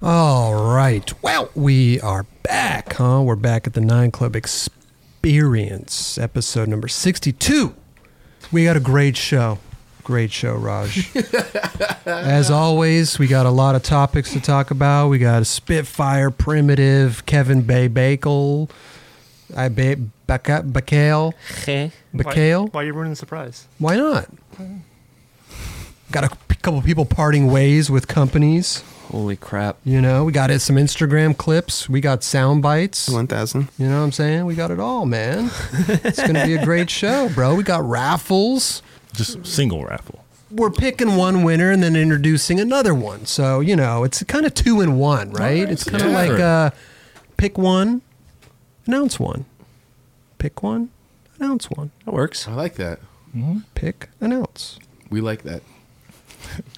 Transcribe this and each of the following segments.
All right. Well, we are back, huh? We're back at the Nine Club Experience, episode number 62. We got a great show. Great show, Raj. As always, we got a lot of topics to talk about. We got a Spitfire, Primitive, Kevin Bay Bakel, I ba- Baca- Bacale. Okay. Bacale? Why, why are you ruining the surprise? Why not? Got a p- couple people parting ways with companies. Holy crap. You know, we got it, some Instagram clips. We got sound bites. You 1000. know what I'm saying? We got it all, man. it's going to be a great show, bro. We got raffles. Just single raffle. We're picking one winner and then introducing another one. So, you know, it's kind of two in one, right? It's kind of yeah. like uh, pick one, announce one. Pick one, announce one. That works. I like that. Pick, announce. We like that.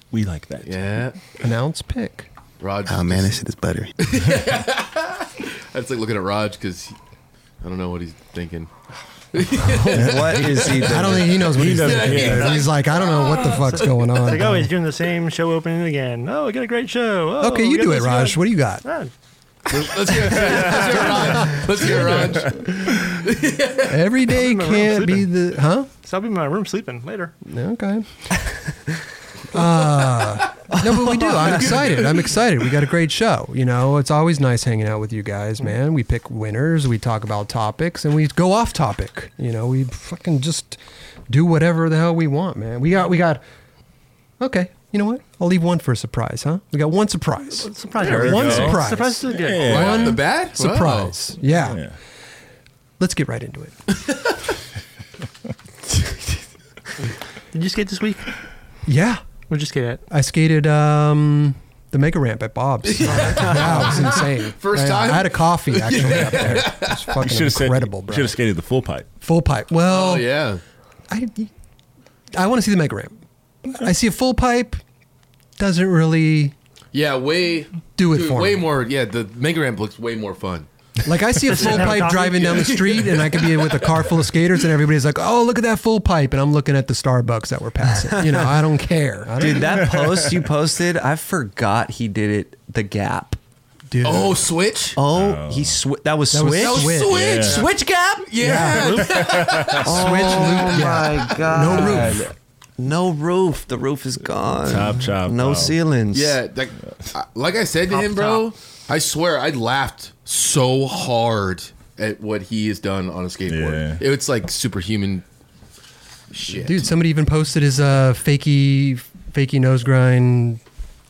We like that. Yeah. Announce, pick. Raj. Oh man, this shit is buttery. I just like looking at Raj because I don't know what he's thinking. what is he doing? I don't think he knows what he's doesn't doing. care. He's like, I don't know what the fuck's going on. Like, oh, he's doing the same show opening again. Oh, we got a great show. Oh, okay, we you got do it, this Raj. guy. What do you got? Ah, Let's hear, let's hear Raj. Let's hear Raj. Every day in my room can't be sleeping. the huh? so I'll be in my room sleeping later. Okay. Uh, no, but we do. I'm excited. I'm excited. We got a great show. You know, it's always nice hanging out with you guys, man. We pick winners, we talk about topics, and we go off topic. You know, we fucking just do whatever the hell we want, man. We got, we got. Okay, you know what? I'll leave one for a surprise, huh? We got one surprise. Surprise. There we everyone. go. Surprise. Surprise to the good. Yeah. Right off One the bat? Wow. Surprise. Yeah. Yeah. Let's get right into it. Did you skate this week? Yeah. We'll just skate it. I skated um, the Mega Ramp at Bob's. wow, it was insane. First I, time? I had a coffee actually up there. It was You fucking should have said, incredible, bro. Should have skated the full pipe. Full pipe. Well, Oh, yeah. I, I want to see the Mega Ramp. I see a full pipe. Doesn't really Yeah, way. Do it dude, for Way me. more. Yeah, the Mega Ramp looks way more fun. like I see a full have a pipe coffee? driving down the street, and I could be with a car full of skaters, and everybody's like, "Oh, look at that full pipe," and I'm looking at the Starbucks that we're passing. You know, I don't care. I don't, Dude, that post you posted, I forgot he did it the gap. dude. Oh, Switch? Oh, he sw- that was That was switch. Oh, Switch. Switch. Yeah. Switch gap? Yeah. switch loop. Yeah. my god. No uh, roof. No roof. The roof is gone. Chop, chop, No wow. ceilings. Yeah, like, I- like I said to him, bro, I swear I laughed so hard at what he has done on a skateboard. Yeah. It's like superhuman shit. Dude, somebody even posted his uh, fakey, fakey nose grind,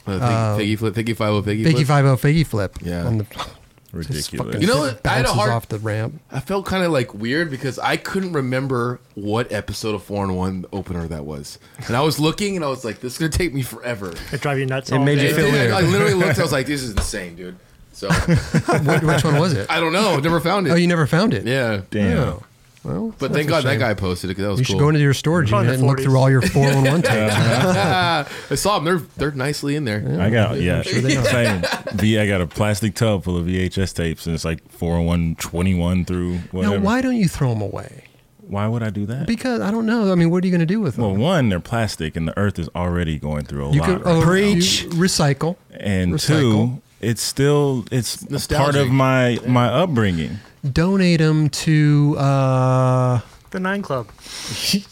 Uh, Figgy Flip, Figgy Five O, Figgy fakey Flip. um, five oh, fakey flip. Yeah. on the Ridiculous. You know what? Bounces I had a hard- off the ramp. I felt kind of like weird because I couldn't remember what episode of Four and One opener that was, and I was looking and I was like, "This is gonna take me forever." It drive you nuts. It all made you day. And feel then weird. I, I literally looked. I was like, "This is insane, dude." So Wh- which one was it? I don't know. Never found it. Oh, you never found it. yeah, Damn. Oh. Well, but thank God that guy posted it because that was You cool. should go into your storage Probably unit and look 40s. through all your four one one tapes. I saw them. They're they're nicely in there. I got yeah. sure they are. Same. V, I got a plastic tub full of VHS tapes, and it's like 401, 21 through Now, whatever. why don't you throw them away? Why would I do that? Because I don't know. I mean, what are you going to do with them? well, one, they're plastic, and the Earth is already going through a you lot. could right now. preach, recycle. and recycle. two, it's still it's part nostalgic. of my my upbringing. Donate them to. Uh, The Nine Club.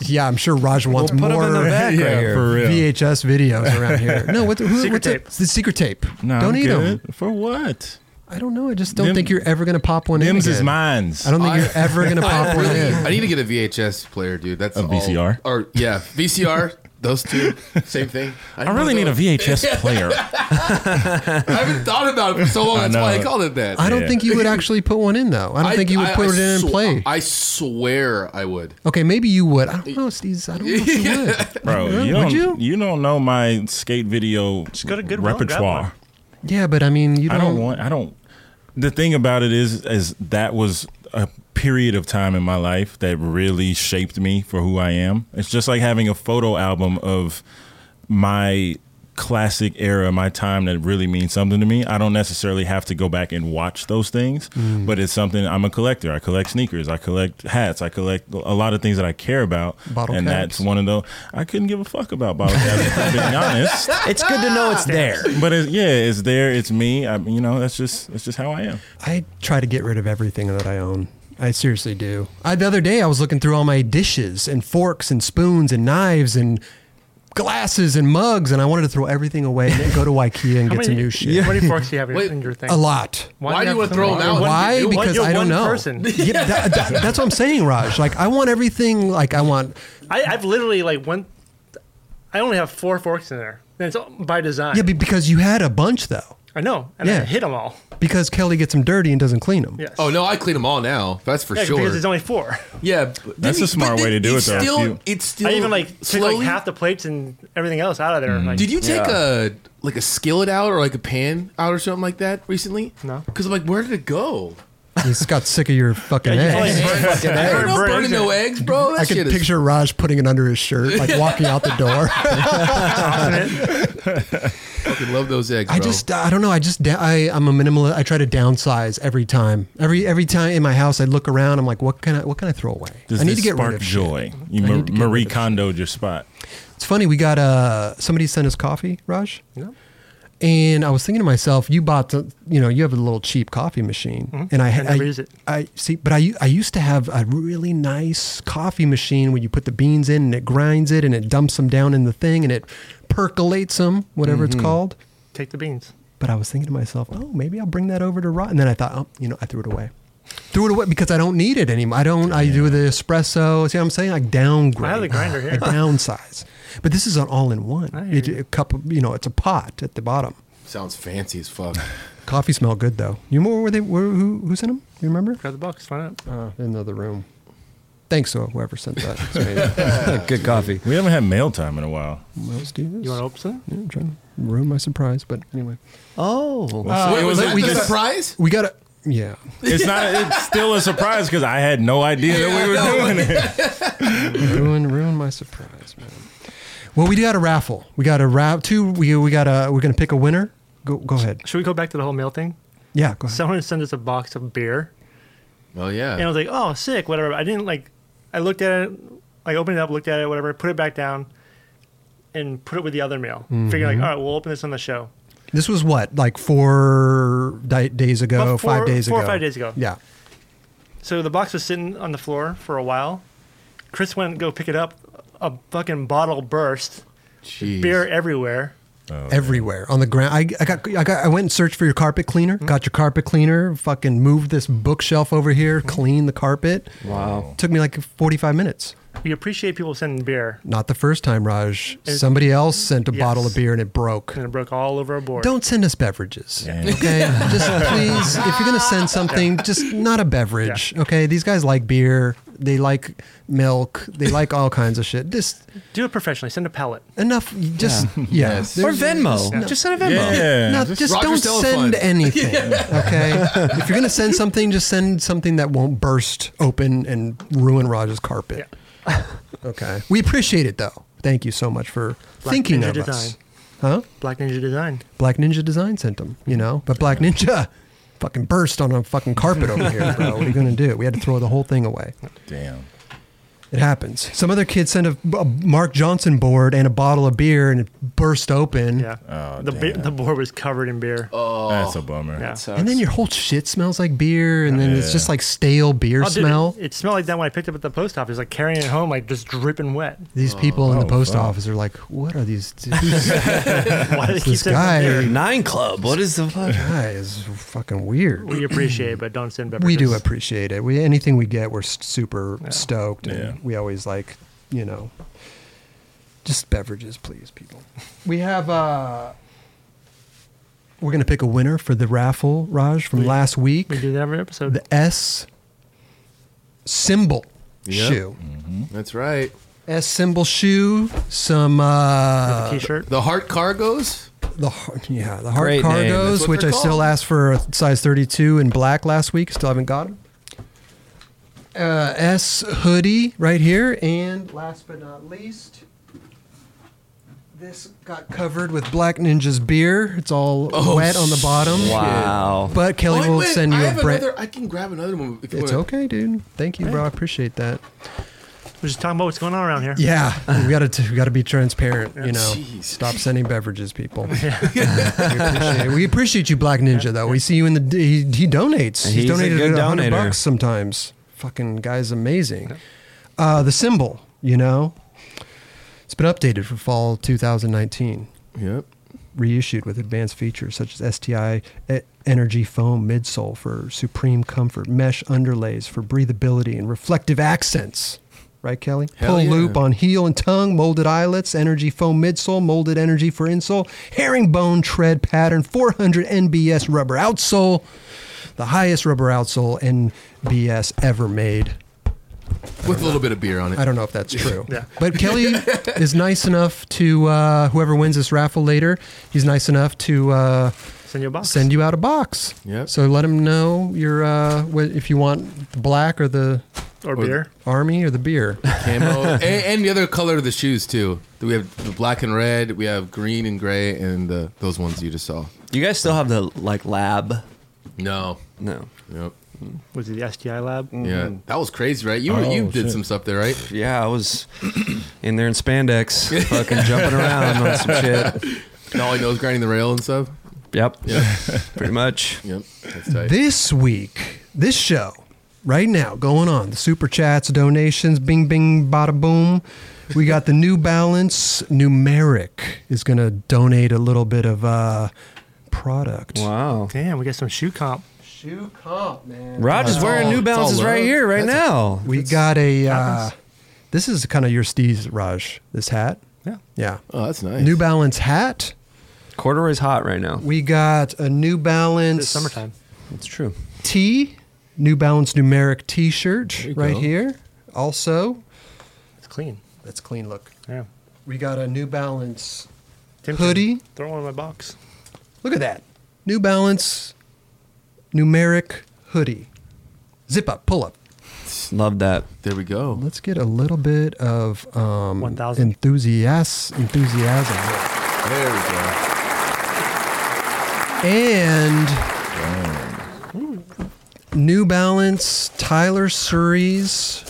yeah, I'm sure Raj wants Put more. him in the back right here. for real. VHS videos around here. No, what the, who, Secret what's tape. It? the secret tape? No, don't I'm eat them. good. for what? I don't know. I just don't Them- think you're ever gonna pop one in. Them's is again. mines. I don't think you're ever gonna pop one in. Oh, I need to get a VHS player, dude. That's A all- VCR? or yeah, VCR. Those two, same thing. I really need a V. VHS player. I haven't thought about it for so long. I That's why I know. called it that. I don't Yeah. think you would actually put one in though. I don't think you would I- put I it in sw- and play. I swear I would. okay, maybe you would. I don't know, Steve. I don't know if you would. Bro, you would don't you? you? don't know my skate video go to Goodwill and grab one. repertoire. Yeah, but I mean, you I don't. don't want I don't the thing about it is is that was a period of time in my life that really shaped me for who I am. It's just like having a photo album of my classic era, my time that really means something to me. I don't necessarily have to go back and watch those things, Mm. but it's something I'm a collector. I collect sneakers, I collect hats, I collect a lot of things that I care about. Bottle and caps. that's one of those I couldn't give a fuck about bottle caps, if I'm being honest. It's good to know it's Ah. there. But it's, yeah, it's there, it's me. I, you know, that's just that's just how I am. I try to get rid of everything that I own. I seriously do. I, the other day, I was looking through all my dishes and forks and spoons and knives and glasses and mugs, and I wanted to throw everything away and then go to IKEA and How get some many- new shit. How many forks do you have Wait. in your thing? A lot. Why do you wanna have so throw many? them out? What- Why? you- what- Because you're I don't one know. person. Yeah, that- that- that's what I'm saying, Raj. Like, I want everything. Like, I want. I, I've literally like one. I only have four forks in there. And it's all by design. Yeah, be- because you had a bunch though. I know, and Yeah. I hit them all. Because Kelly gets them dirty and doesn't clean them. Yes. Oh no, I clean them all now. That's for Yeah, sure. because there's only four. yeah, but- That's a but smart way to do it's it, though. Still, You- it's still. I even like took slowly- like half the plates and everything else out of there. Like, Did you take Yeah. a like a skillet out or like a pan out or something like that recently? No. Because I'm like, where did it go? He's got sick of your fucking Yeah, you eggs. probably- Fucking I don't know, Burn burning eggs. no eggs, bro. That I shit could is- picture Raj putting it under his shirt, like walking out the door. fucking love those eggs. Bro. I just, I don't know. I just, da- I, I'm a minimalist. I try to downsize every time. Every every time in my house, I look around. I'm like, what can I, what can I throw away? Does I need this to get spark rid of shit. joy? You I Ma- need to get Marie rid of shit. Kondo'd your spot. It's funny. We got uh somebody sent us coffee, Raj. Yeah. And I was thinking to myself, you bought the, you know, you have a little cheap coffee machine, and I, Mm-hmm. I never I- use it. I see, but I I used to have a really nice coffee machine where you put the beans in and it grinds it and it dumps them down in the thing and it percolates them, whatever Mm-hmm. it's called. take the beans? But I was thinking to myself, oh, maybe I'll bring that over to Rod. And then I thought, oh, you know, I threw it away. Threw it away because I don't need it anymore. I don't. I do the espresso. See what I'm saying? Like downgrade. I have the grinder here. I downsize. But this is an all-in-one. I hear It, you. a cup of, you know, it's a pot at the bottom. sounds fancy as fuck. Coffee smell good though. You remember where they where, who who sent them? You remember? Grab the box. Why not? Uh, in the other room. Thanks to whoever sent that. It's amazing. Good coffee. We haven't had mail time in a while. Let's do this. You want to open some? Yeah, I'm trying to ruin my surprise, but anyway, Oh, Wait, was let- that we the just- surprise? we got to yeah. It's not. It's still a surprise because I had no idea that we were doing it. ruin ruin my surprise, man. Well, we got a raffle. We got a raffle. Two. We we got a. We're gonna pick a winner. Go go ahead. Should we go back to the whole meal thing? Yeah, go ahead. Someone sent us a box of beer, Well, yeah. and I was like, "Oh, sick, whatever." I didn't like. I looked at it, like opened it up, looked at it, whatever, put it back down, and put it with the other meal. Mm-hmm. Figuring like, all right, we'll open this on the show. this was what like four di- days ago, About four- five days four or ago, five days ago. Yeah, So the box was sitting on the floor for a while. Chris went and go pick it up. A fucking bottle burst, Jeez. beer everywhere. everywhere on the ground. I, I got I got I went and searched for your carpet cleaner. Got your carpet cleaner. Fucking moved this bookshelf over here. Clean the carpet. wow. Took me like forty five minutes. We appreciate people sending beer, Not the first time, Raj. It- Somebody else sent a Yes. bottle of beer and it broke. and it broke all over our board. Don't send us beverages. Okay, just please, if you're gonna send something, just not a beverage. Okay, these guys like beer, they like milk, they like all kinds of shit. Just do it professionally. Send a pellet. enough. Just yeah, Yes. There's- Or Venmo. No. Just send a Venmo. Yeah. no, just- just Roger's don't telephone. send anything. Okay, if you're gonna send something, just send something that won't burst open and ruin Roger's carpet. Okay, we appreciate it though. Thank you so much for thinking Ninja of us. Design. Huh? Black Ninja Design. Black Ninja Design sent them, you know. But Black Ninja fucking burst on a fucking carpet over here, bro. What are you gonna do? We had to throw the whole thing away. Damn. It happens. Some other kid sent a, a Mark Johnson board and a bottle of beer, and it burst open. Yeah. Oh, the damn. Oh, the board was covered in beer. That's a bummer. yeah. And then your whole shit smells like beer, and then it's Yeah. just like stale beer Oh, dude, smell. It, it smelled like that when I picked it up at the post office, like carrying it home, like just dripping wet. These people in the oh, post fuck. office are like, "What are these? Who's- Why did it keep this sending guy- beer? Nine Club. What is the fuck? guy is fucking weird." We appreciate, it, but don't send beverages. we do appreciate it. We anything we get, we're s- super stoked, and Yeah. we always like you know, just beverages, please, people. We have uh, we're gonna pick a winner for the raffle, Raj, from last week. We do that every episode. The S symbol Yeah. shoe, That's right. S symbol shoe, some With uh, a T-shirt. The heart cargoes. the har- yeah the hard Great name. cargos, That's what which I they're still called. asked for a size 32 in black last week. Still haven't got 'em. Uh, S hoodie right here, and last but not least, This got covered with Black Ninja's beer. It's all Oh, wet on the bottom. Wow. But Kelly Oh, will wait, send you I a have brand. another- I can grab another one. if you It's want. okay, dude. Thank you, bro. I appreciate that. We're just talking about what's going on around here. Yeah, we gotta we gotta be transparent. You know, Jeez. stop sending beverages, people. we, appreciate, we appreciate you, Black Ninja. Though we see you in the he, he donates. He's, He's a donated good a hundred donator. bucks sometimes. Fucking guy's amazing. Uh, the symbol, you know, it's been updated for fall 2019, Yep. reissued with advanced features such as STI e- energy foam midsole for supreme comfort, mesh underlays for breathability, and reflective accents. Right, Kelly? Hell Pull yeah. loop on heel and tongue, molded eyelets, energy foam midsole, molded energy for insole, herringbone tread pattern, 400 NBS rubber outsole, the highest rubber outsole NBS ever made. With a little bit of beer on it. I don't know if that's true. Yeah. But Kelly is nice enough to uh, whoever wins this raffle later. He's nice enough to uh, Send you a box. send you out a box. Yep. So let him know your uh, wh- if you want the black or the or beer. army or the beer. Camo. and, and the other color of the shoes too. We have the black and red. We have green and gray, and the, those ones you just saw. You guys still have the like lab? No. No. Yep. Was it the STI lab? Mm. Mm-hmm. Yeah. That was crazy, right? You Oh, you did shit. some stuff there, right? Yeah, I was in there in spandex, fucking jumping around on some shit. Nolly nose grinding the rail and stuff. Yep. Pretty much. Yep. That's tight. this week, this show, right now, going on the super chats, donations, bing, bing, bada boom. We got the New Balance Numeric is going to donate a little bit of uh, product. Wow. Damn, we got some shoe comp. Shoe comp, man. Raj is wearing New it's all Balances right love. here, right now. We got a. Uh, this is kind of your steez, Raj. This hat. Yeah. Yeah. oh, that's nice. New Balance hat. Corduroy's hot right now. We got a New Balance It's summertime. It's true. T, New Balance numeric T-shirt you right go. here. Also, It's clean. that's clean look. Yeah. We got a New Balance Tim, hoodie. Throw one in my box. Look at that. New Balance numeric hoodie. Zip up, pull up. Love that. there we go. Let's get a little bit of um, 1000. enthusiasm. Enthusiasm. here. There we go. and New Balance Tyler Surrey's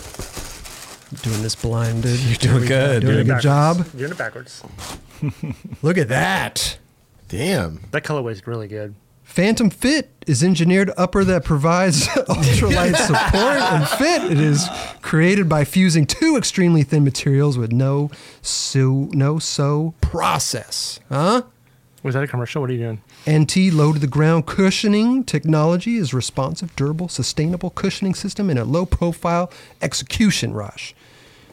doing this blinded. You're doing good, Doing a Doing it good job. backwards. Doing it backwards. Look at that. Damn. That colorway is really good. Phantom Fit is engineered upper that provides ultralight support and fit. It is created by fusing two extremely thin materials with no sew, no sew process. Huh? Was that a commercial? What are you doing? NT low to the ground cushioning technology is responsive, durable, sustainable cushioning system in a low profile execution rush.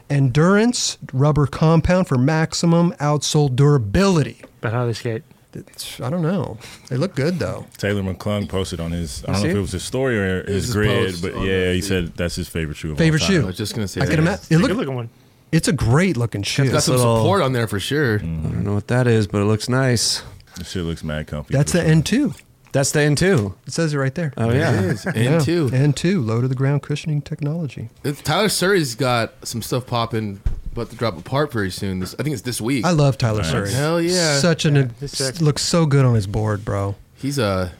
Endurance rubber compound for maximum outsole durability. But how do they skate? It's- I don't know. They look good though. Taylor McClung posted on his. I don't know see? if it was his story or his, his grid, post but on yeah, the he feed. said that's his favorite shoe. Of Favorite all time. show. I was just gonna say. I that. get 'em at- It good look, looking one. it's a great looking shoe. Got some little- Mm. support on there for sure. I don't know what that is, but it looks nice. This shit looks mad comfy. That's for the sure. N2. That's the end too. It says it right there. Oh It yeah. is. And Uh, two. N2, low to the ground cushioning technology. It's- Tyler Surrey's got some stuff popping, about to drop apart very soon. This I think it's this week. I love Tyler Nice. Surrey. Hell yeah. Such an he's sick. looks so good on his board, bro. He's a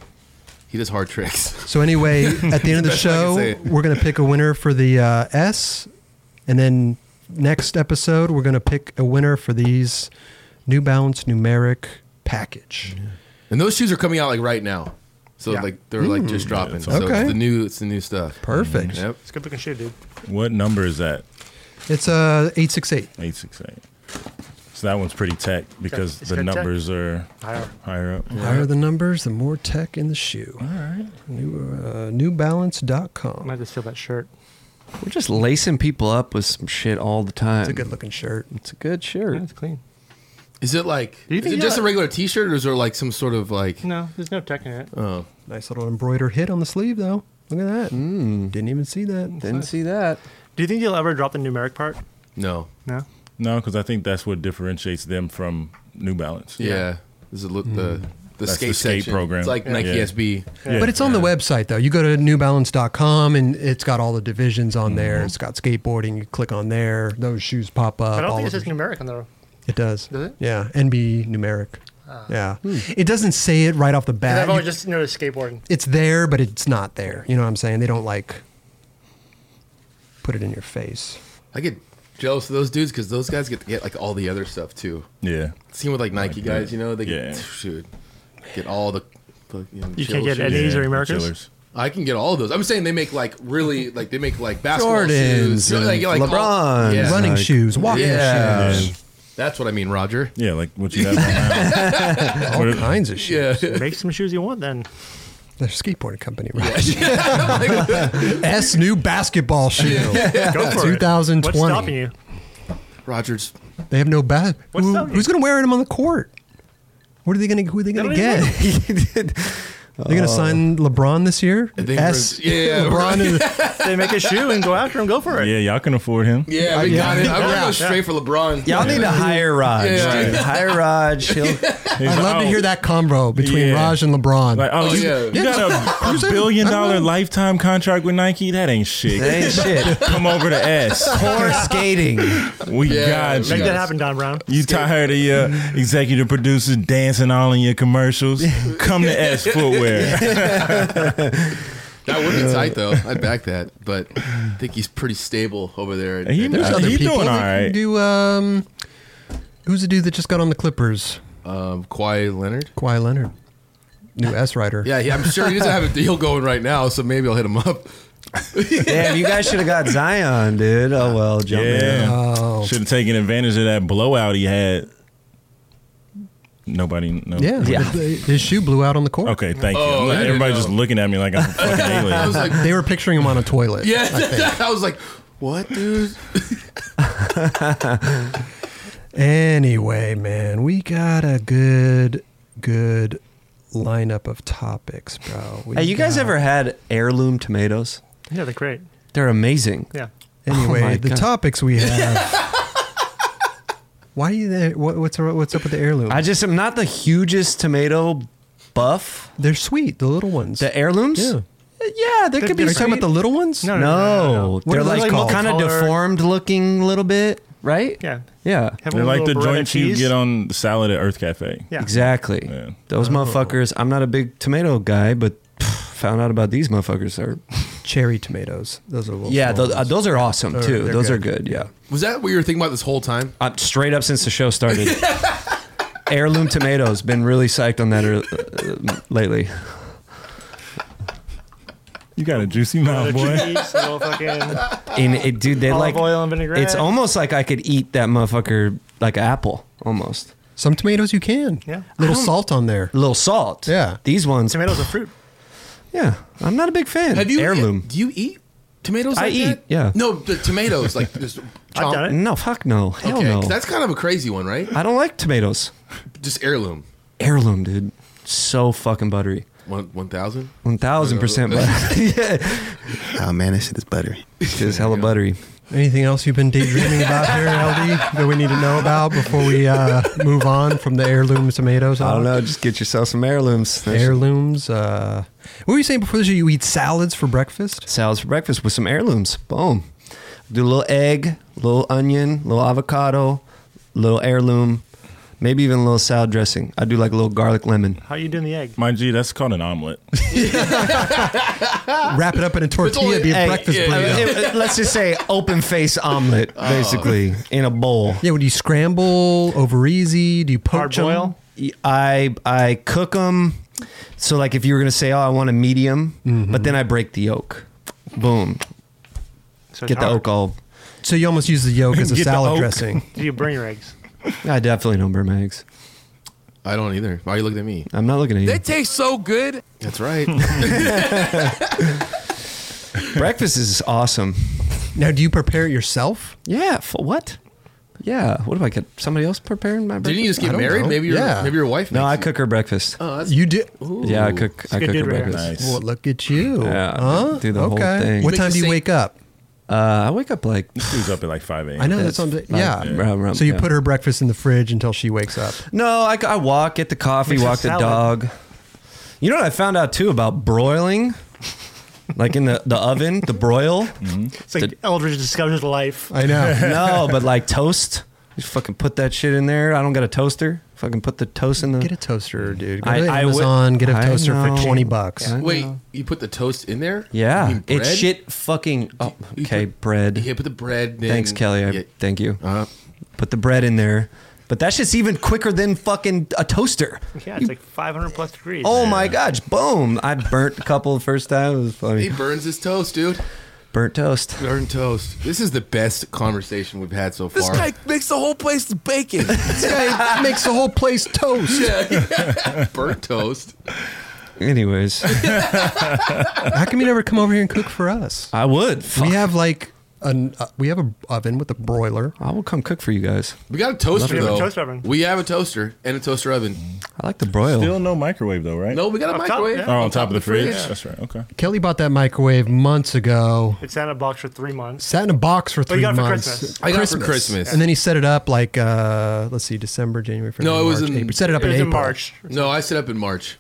he does hard tricks. So anyway, at the end of the That's all I can show, say. we're gonna pick a winner for the uh, S, and then next episode we're gonna pick a winner for these New Balance numeric package. And those shoes are coming out like right now. So Yeah. like they're like just dropping. so okay. it's the new it's the new stuff. Perfect. Yep. It's good looking shoe, dude. What number is that? It's a eight six eight. Eight six eight. So that one's pretty tech because it's the got tech. numbers are Higher. higher up. Higher the numbers, the more tech in the shoe. All right. New, uh, I newbalance.com. might have to steal that shirt. We're just lacing people up with some shit all the time. It's a good looking shirt. It's a good Yeah, shirt. it's clean. Is it like Do you is think it you just got- a regular t shirt or is there like some sort of like No, there's no tech in it. oh Nice little embroidered hit on the sleeve, though. Look at that. Didn't even see that. Didn't see that. Do you think you'll ever drop the numeric part? no. No. No, because I think that's what differentiates them from New Balance. Yeah. Is it look the the That's skate, the skate section. program. It's like Nike Yeah. SB. Yeah. But it's on the website, though. You go to newbalance.com and it's got all the divisions on there. It's got skateboarding. You click on there, those shoes pop up. I don't all think it of says it. numeric on the It does. Does it? Ah. Hmm. Yeah, NB numeric. yeah, it doesn't say it right off the And I've bat. only You- just noticed skateboarding. it's there, but it's not there. You know what I'm saying? They don't like put it in your face. I get jealous of those dudes because those guys get to get like all the other stuff too. Yeah. Same with like Nike that. guys, you know, they Yeah. Oh, get, shoot, get all the. the, You, know, You can't chill get shoes. any- These yeah. are Americas? Chillers. I can get all of those. I'm saying they make like really like they make like basketball Jordans, shoes, and like, like all- LeBrons, yeah. Running like- shoes, walking Yeah. shoes, That's what I mean, Roger. Yeah, like what you have on now. What all are- kinds of shoes. Yeah, Make some shoes you want then. The skateboarding company, right? S new basketball shoe. Go for it. What's 2020. stopping you? Roger's. They have no bat. What's Who- up? who's going to wear them on the court? What are they going to? Who are they going to don't get? They're going to sign LeBron this year. I think S. we're- yeah, yeah, LeBron. Is, They make a shoe and go after him. Go for it. Yeah, y'all can afford him. Yeah, we got it. I'm gonna Yeah. go straight for LeBron. Y'all need to hire Raj. Yeah. dude. Hire Raj. He'll, He's I'd like, love to oh, hear that combo between Yeah. Raj and LeBron. Like, oh, Oh, you, yeah. you got a, a billion dollar lifetime contract with Nike? That ain't shit. that ain't shit. Come over to S. Poor skating. We Yeah. got Make you. Yes. that happen, Don Brown. You tired of your executive producers dancing all in your commercials? Come to S Footwear. That would be tight though. I'd back that, but I think he's pretty stable over there. He And- Uh, knows- and, he doing They all can right. Do um, who's the dude that just got on the Clippers? um, Kawhi Leonard. Kawhi Leonard, new S rider. Yeah, he, I'm sure he doesn't have a deal going right now, so maybe I'll hit him up. Damn, you guys should have got Zion, dude. Oh well, jump in. Yeah. Oh. Should have taken advantage of that blowout he had. Nobody knows. Yeah. Yeah. His shoe blew out on the court. Okay, thank Oh, you. I didn't Everybody's know. just looking at me like I'm a fucking I alien. was like, They were picturing him on a toilet. yeah, I was like, what, dude? Anyway, man, we got a good, good lineup of topics, bro. We Hey, you guys got- ever had heirloom tomatoes? Yeah, they're great. They're amazing. Yeah. Anyway, Oh my the God. topics we have. Why are you there? What, what's what's up with the heirloom? I just am not the hugest tomato buff. They're sweet, the little ones. The heirlooms? Uh, Yeah. Yeah, they They're- could be Are you they're talking about sweet. the little ones? No, No, no, no, no, no. What they're are those like called? kind of Multicolored. deformed looking a little bit, right? Yeah. Yeah. Have They're a like little the Beretta joints you cheese. get on the salad at Earth Cafe. Yeah. Exactly. Yeah. Those motherfuckers. I'm not a big tomato guy, but pff, found out about these motherfuckers. Are Cherry tomatoes. Those are the little yeah, small those, uh, ones. those are awesome They're- too. they're those good. are good. Yeah. Was that what you were thinking about this whole time? I'm straight up since the show started. Heirloom tomatoes. Been really psyched on that uh, uh, lately. You got a juicy Beretta mouth, Oh, boy. cheese, little fucking And it, dude, they olive like. oil and vinaigrette. It's almost like I could eat that motherfucker like an apple, almost. Some tomatoes you can. Yeah. Little I don't- salt on there. A little salt. Yeah. These ones. tomatoes are fruit. Yeah. I'm not a big fan. Have you Heirloom. Do you eat tomatoes? I like eat, that? yeah. No, the tomatoes like just. I've done it. No, fuck no. Hell Okay, no. 'cause that's kind of a crazy one, right? I don't like tomatoes. Just heirloom. Heirloom, dude. So fucking buttery. One one thousand. One thousand percent buttery. yeah. Oh man, that shit is buttery. It's just hella buttery. Anything else you've been daydreaming about here, LD, that we need to know about before we uh, move on from the heirloom tomatoes? I don't know. Just get yourself some heirlooms. Heirlooms. Uh, what were you saying before the show? You eat salads for breakfast? salads for breakfast with some heirlooms. Boom. Do a little egg, little onion, little avocado, little heirloom, maybe even a little salad dressing. I do like a little garlic lemon. How you doing the egg? My G, that's called an omelet. Uh, Wrap it up in a tortilla, only- be a Hey, breakfast yeah, burrito. Yeah. Uh, it- let's just say open face omelet, basically in a bowl. would you scramble over easy? Do you Hard poach them? boil. I I cook them. So like if you were gonna say, oh, I want a medium, but then I break the yolk. Boom. So it's Get the hard. yolk all. So you almost use the yolk as a Get the salad oak. dressing. Do you bring your eggs? I definitely don't burn my eggs. I don't either. Why are you looking at me? I'm not looking at you. tastes so good. That's right. Breakfast is awesome. Now, do you prepare it yourself? Yeah. For what? Yeah. What do I get? Somebody else preparing my breakfast? Didn't you just I get don't married? know. Maybe your Yeah. maybe your wife. no, makes I you- cook her breakfast. Oh, that's You did. yeah, I cook. I good cook her dude right here. breakfast. Nice. Well, look at you. Yeah, huh? do the whole okay. thing. What Make time the do you same- wake up? Uh, I wake up like This dude's up at like 5 a.m. I know that's on. Like, yeah. around- around- so you yeah. put her breakfast in the fridge until she wakes up. no. I, I walk, get the coffee, Makes a walk the salad. dog. You know what I found out too about broiling, like in the the oven, the broil. Mm-hmm. It's like Eldridge discovers life. I know. No, but like toast. Just fucking put that shit in there. I don't got a toaster. Fucking put the toast in the. Get a toaster, dude. Go I- to I would- Amazon, get a I toaster know. for twenty bucks. Yeah. Wait, you put the toast in there? You yeah, mean it's bread? shit fucking. Oh, You okay, put- bread. Yeah, put the bread. Then, Thanks, Kelly. I, Yeah. Thank you. Uh, Put the bread in there. But that shit's even quicker than fucking a toaster. Yeah, it's like 500 plus degrees. Oh my gosh, boom. I burnt a couple the first time. It was he funny. burns his toast, dude. Burnt toast. Burn toast. This is the best conversation we've had so This far. guy makes the whole place bacon. This guy makes the whole place toast. burnt toast. Anyways, How come you never come over here and cook for us? I would. We Fuck. have like an uh, we have a oven with a broiler. I will come cook for you guys. We got a toaster We have a though. toaster oven. We have a toaster and a toaster oven. I like the broil. Still no microwave though, right? No, we got a Up top, microwave. yeah. Oh, on top of the fridge. That's right. Okay. Kelly bought that microwave months ago. It's in a box for three months. Sat in a box for three you got it for months. Christmas. I got it for Christmas. and then he set it up like uh, let's see, December, January, February. No, it was March, in- April. Set it up It in was April. in March. No, I set up in March.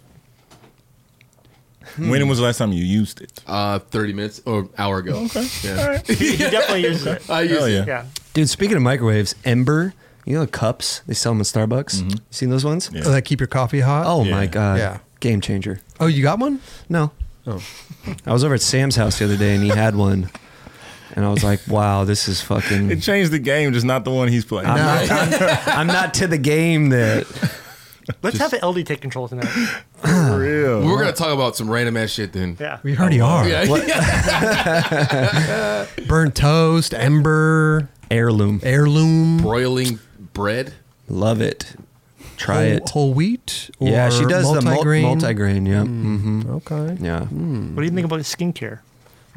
Hmm. When was the last time you used it? Uh, thirty minutes or an hour ago. Oh, Okay. Yeah. All right. He definitely uses it. I use Hell it. yeah. Yeah. Dude, speaking of microwaves, Ember, you know the cups they sell them in Starbucks? You seen those ones? Yeah. Oh, that keep your coffee hot. Oh Yeah. my God. Yeah. Game changer. oh, you got one? No. Oh. I was over at Sam's house the other day and he had one. And I was like, wow, this is fucking. It changed the game, just not the one he's playing. I'm, not, I'm- I'm not to the game that. Let's have the LD take control tonight. For real. We're gonna talk about some random ass shit then. Yeah. We already are. Oh, Yeah. Burnt toast, ember, Heirloom. heirloom, Broiling bread. Love it. Try whole, it. whole wheat. Oh. Or yeah, she does multigrain. the mul- multigrain. Yeah. hmm Okay. Yeah. What do you think about skincare?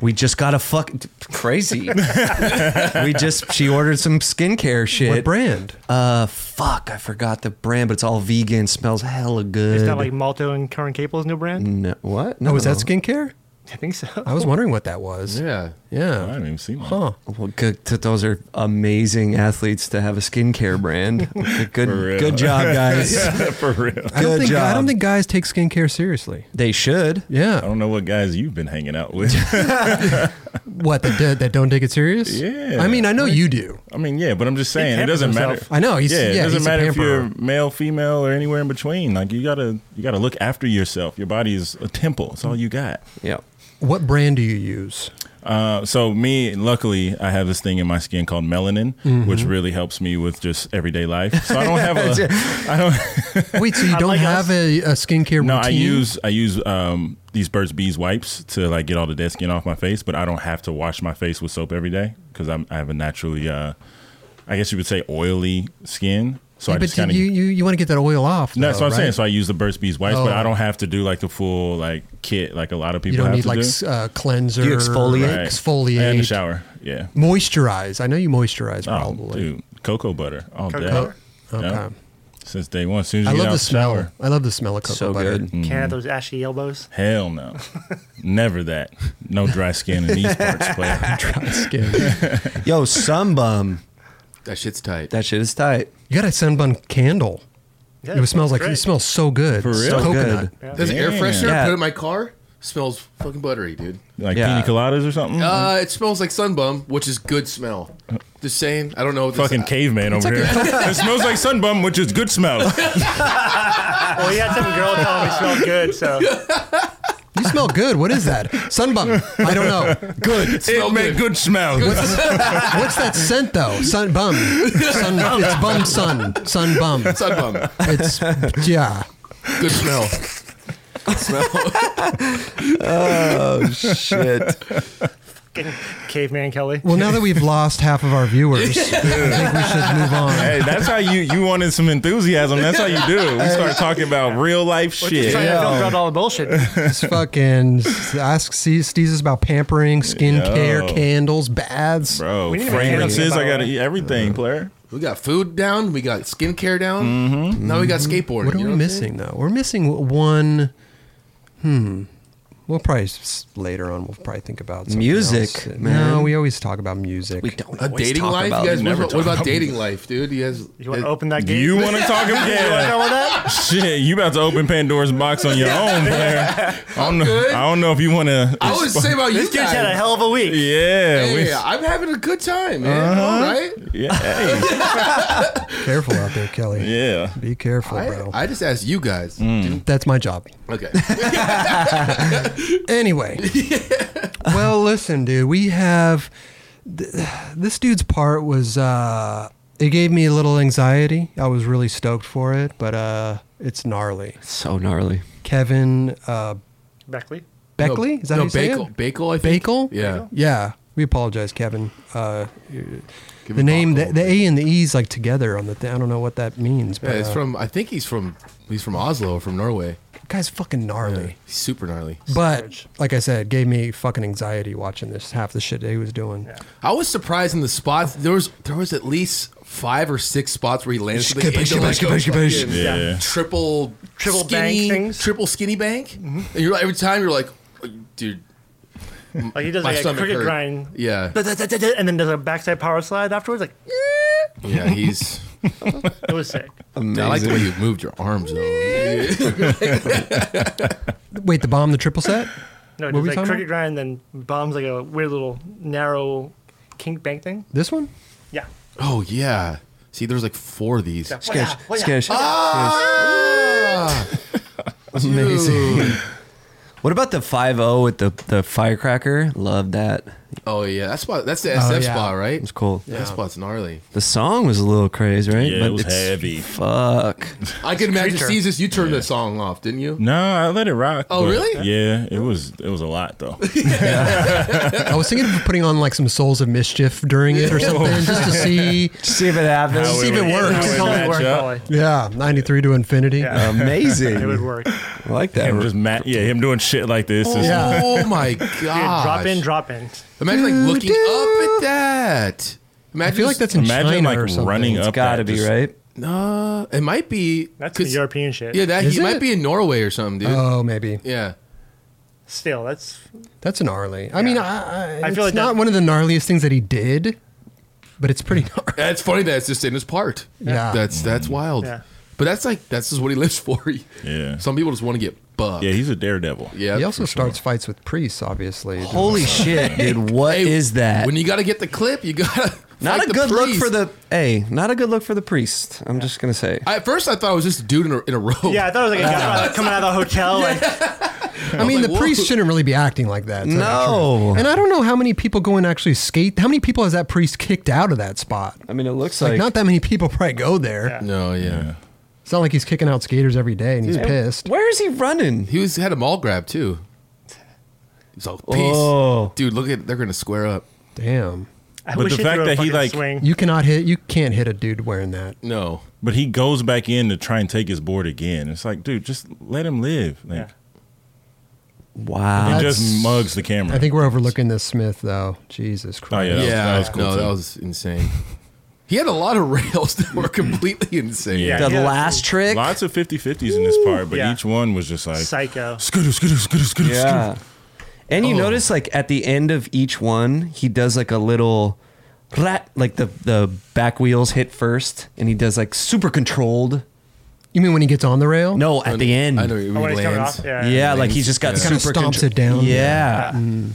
We just got a fuck crazy. we just she ordered some skincare shit. What brand? Uh, fuck, I forgot the brand, but it's all vegan. Smells hella good. It's not like Malto and Karen Capel's new brand? no, what? No, Oh, is that no. skincare? I think so. I was wondering what that was. Yeah. I Yeah. haven't even seen one. Huh. Well, good. th- Those are amazing athletes to have a skincare brand. good, For real. good job, guys. For I real. don't Good think I job. don't think guys take skincare seriously. They should. I Yeah. don't know what guys you've been hanging out with. What that do- that don't take it serious? Yeah. I mean, I know you do. I mean, yeah, but I'm just saying it pampers doesn't matter. himself. I know, he's- yeah, yeah, it doesn't he's a matter if you're pamperer. male, female, or anywhere in between. Like you gotta, you gotta look after yourself. Your body is a temple. It's all you got. Yeah. What brand do you use? Uh, so me, luckily, I have this thing in my skin called melanin, Mm-hmm. which really helps me with just everyday life. So I don't have a, I don't. Wait, so you don't Unlike us. have a, a skincare No, routine? I use I use um, these Burt's Bees wipes to like get all the dead skin off my face, but I don't have to wash my face with soap every day because I have a naturally, uh, I guess you would say, oily skin. So Yeah, I but just kind of you, you you want to get that oil off. no, that's though, what I'm saying. right? So I use the Burt's Bees wipes, but Oh. I don't have to do like the full like kit like a lot of people you don't have need to like do. s- uh, cleanser. Do you exfoliate? Right. Exfoliate. and the shower. Yeah. Moisturize. I know you moisturize Oh, probably. Oh, dude, cocoa butter all Cocoa day. butter? Yeah. Okay. Since day one, as soon as you I get love out the the smell. shower, I love the smell of cocoa So butter. good. Can't have those ashy elbows. hell no, never that. No dry skin in these parts, player. Skin. Yo, sunbum. That shit's tight. That shit is tight. You got a sunbun candle. Yeah, it smells like great. it smells so good. For real? So So coconut. good. There's an air Yeah. freshener. Yeah. Put it in my car. Smells fucking buttery, dude. like Yeah. pina coladas or something. Uh, it smells like sunbum, which is good smell. Just saying. I don't know. If this- Fucking caveman over here. it smells like sunbum, which is good smell. Well, he had some girl tell him he smelled good, so You smell good. What is that? Sunbun. I don't know. Good. smell It make good. good, smell. What's that scent though? Sun bum. Sun, it's bum sun. Sun bum. sunbum. It's yeah. Good smell. Shit. caveman Kelly. Well, now that we've lost half of our viewers, I think we should move on. Hey, that's how you you wanted some enthusiasm. That's how you do. it. We start talking about real life shit. Trying to Yeah. filter out all the bullshit. It's fucking ask Steve- Steve's about pampering, skincare, Yo. candles, baths. Bro, We need to fragrances. make a I gotta candle. eat everything, player. We got food down. We got skincare down. Now we got skateboarding. Mm-hmm. What are you know we I'm missing saying? though? We're missing one. Hmm. We'll probably s- later on. We'll probably think about something Music, else. man. No, we always talk about music. We don't A always dating talk life? about you guys, it. never what, about- what talk about about dating life, dude? You guys, You want it- to open that gate? You want to talk about yeah. Shit, you about to open Pandora's box on your own, player. I don't know. good. I don't know if you want to. I would say about you This kid's guys. had a hell of a week. Yeah, Hey, we- I'm having a good time, man. Uh-huh. All right? yeah, hey, Careful out there, Kelly. yeah. Be careful, bro. Mm. I, I just asked you guys. That's my job. Okay. Anyway. well, listen, dude. We have th- this dude's part was uh it gave me a little anxiety. I was really stoked for it, but uh it's gnarly. So gnarly. Kevin uh Beckley. Beckley? No, Is that no, how you say Bakel. it? Bakel, I think. Bakel? Yeah. Yeah. We apologize, Kevin. Uh, Give the me name, the, Bakel. the A and the E's like together on the thing. I don't know what that means, but Yeah, it's uh, from. I think he's from. He's from Oslo, from Norway. guy's fucking gnarly. He's super gnarly. But like I said, it gave me fucking anxiety watching this half the shit that he was doing. I was surprised in the spots. There was there was at least five or six spots where he landed something Skibbish, into like skibbish, a skibbish, fucking Yeah. triple Triple bank skinny, things? Mm-hmm. triple skinny bank. And you're like- every time you're like, dude, Like he does my like a stomach cricket hurt. grind. Yeah, And then does a backside power slide afterwards. Like yeah, he's. it was sick. I like the way you moved your arms though. Wait, the bomb, the triple set? What No, it were does we like talking cricket grind, then bombs like a weird little narrow kink bank thing. This one? Yeah. Oh yeah. See, there's like four of these. Yeah. Sketch. Well, yeah. Sketch. Ah! Amazing. What about the 5 with the, the firecracker? Love that. Oh yeah, that's spot. That's the SF yeah. spot, right? It's cool. That spot's gnarly. The song was a little crazy, right? Yeah, it was it's- heavy. Fuck. I can imagine creature. Jesus. You turned the song off, didn't you? No, I let it rock. Oh, but really? Yeah, it was. It was a lot though. I was thinking of putting on like some Souls of Mischief during it or something just to see. See if it happens. How See if it would- works. how It would would totally match work, up. probably. Yeah, 93 to infinity. Yeah. It would Amazing. work. Dude, I like that. Him just ma- yeah, him doing shit like this. is- Yeah. Oh my god! drop in, drop in. Imagine like looking up at that. Imagine I feel like that's in Imagine China or like something. running up. that, Gotta be, just- right? no. It might be That's 'cause- the European shit. Yeah, that Is he might it? be in Norway or something, dude. Oh, maybe yeah. Still, that's that's gnarly. I mean, I, I, I it's feel like not that- one of the gnarliest things that he did, but it's pretty gnarly. That's funny that it's just in his part. Yeah. That's that's wild. Yeah. But that's like that's just what he lives for. He- Yeah. Some people just want to get bucked. Yeah, he's a daredevil. yeah. he also starts fights with priests, obviously. Holy shit, dude. What is Hey, that? When you got to get the clip, you got to not a good look for the hey, not a good look for the priest. I'm just gonna say. At first, I thought it was just a dude in a, in a robe. yeah. I thought it was like a guy like, coming out of the hotel. Like I mean, like, the whoa. priest shouldn't really be acting like that. to tell No. the truth. And I don't know how many people go and actually skate. How many people has that priest kicked out of that spot? I mean, it looks Like, like, not that many people probably go there. Yeah. No, yeah. It's not like he's kicking out skaters every day and he's pissed. Where is he running? He was had a mall grab too. He's all peace, Oh. dude. Look at they're gonna square up. Damn. I But wish the they fact threw a that he, fucking like- swing. You cannot hit. You can't hit a dude wearing that. No, But he goes back in to try and take his board again. It's like, dude, just let him live. Like, Wow. He That's- just mugs the camera. I think we're overlooking this Smith though. Jesus Oh Christ. yeah, that was- that was cool. no, too. that was insane. He had a lot of rails that were completely insane. Yeah. The Yeah. last trick. Lots of 50-50s in this part, but Yeah. each one was just like Psycho. scooter, scooter, scooter, scooter, Yeah. scooter. And you notice like at the end of each one, he does like a little plat, like the the back wheels hit first and he does like super controlled. You mean when he gets on the rail? No, at the end. I know he Oh, when he's coming lands. off? Yeah, Yeah. like he's just got Kinda super stomps contro- it down. Yeah. Mm.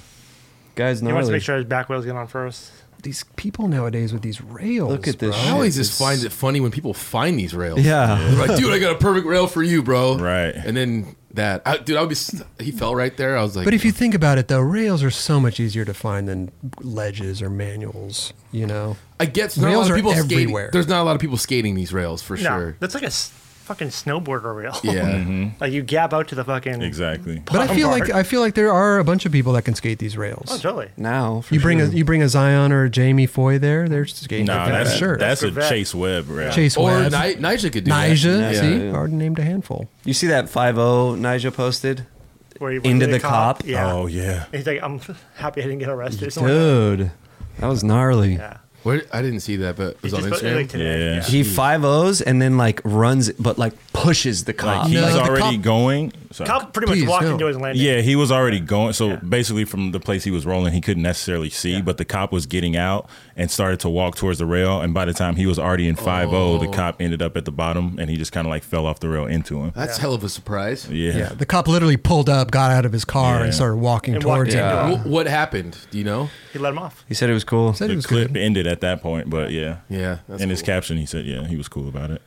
Guys, He wants to gnarly. make sure his back wheels get on first. These people nowadays with these rails. Look at this bro. I shit. always just find it funny when people find these rails. Oh, Yeah. They're like, dude, I got a perfect rail for you, bro. Right. and then that, I, dude, I would be. st- He fell right there. I was like, But if you think about it, though, rails are so much easier to find than ledges or manuals. You know, I guess not a rails lot are of people everywhere. skating. There's not a lot of people skating these rails for No, sure. that's like a s- fucking snowboarder rail. Yeah, like you gap out to the fucking. Mm-hmm. Exactly. but I Bottom feel guard. like I feel like there are a bunch of people that can skate these rails. Oh, totally. now. for You bring a sure. you bring a Zion or a Jamie Foy there. They're skating. Nah, like that. that's sure. that's a Corvette. Chase Webb, right? Chase or Webb. Ni- Nigel could do that. Nija, Yeah. see, Yeah. already named a handful. You see that 5 Nigel posted? Where he went Into to the cop. Yeah. Oh yeah. He's like, I'm happy I didn't get arrested. Something like Dude, that was gnarly. that. Where, I didn't see that, but it was He on just posted it, like, Instagram. today. Yeah. He five O's and then like runs, but like pushes the cop. Like he's No. Like, already cop- going. Sorry. Cop pretty much Please, walked no. into his landing. Yeah, he was already going. So basically, from the place he was rolling, he couldn't necessarily see, but the cop was getting out and started to walk towards the rail. And by the time he was already in 5 the cop ended up at the bottom and he just kind of like fell off the rail into him. That's hell of a surprise. Yeah. Yeah, the cop literally pulled up, got out of his car, Yeah. and started walking And walked towards into him. it. Wh- What, happened? Do you know? He let him off. he said it was cool. Said he The was clip good. ended at that point, but yeah. Yeah, that's in his cool. caption, he said, yeah, he was cool about it.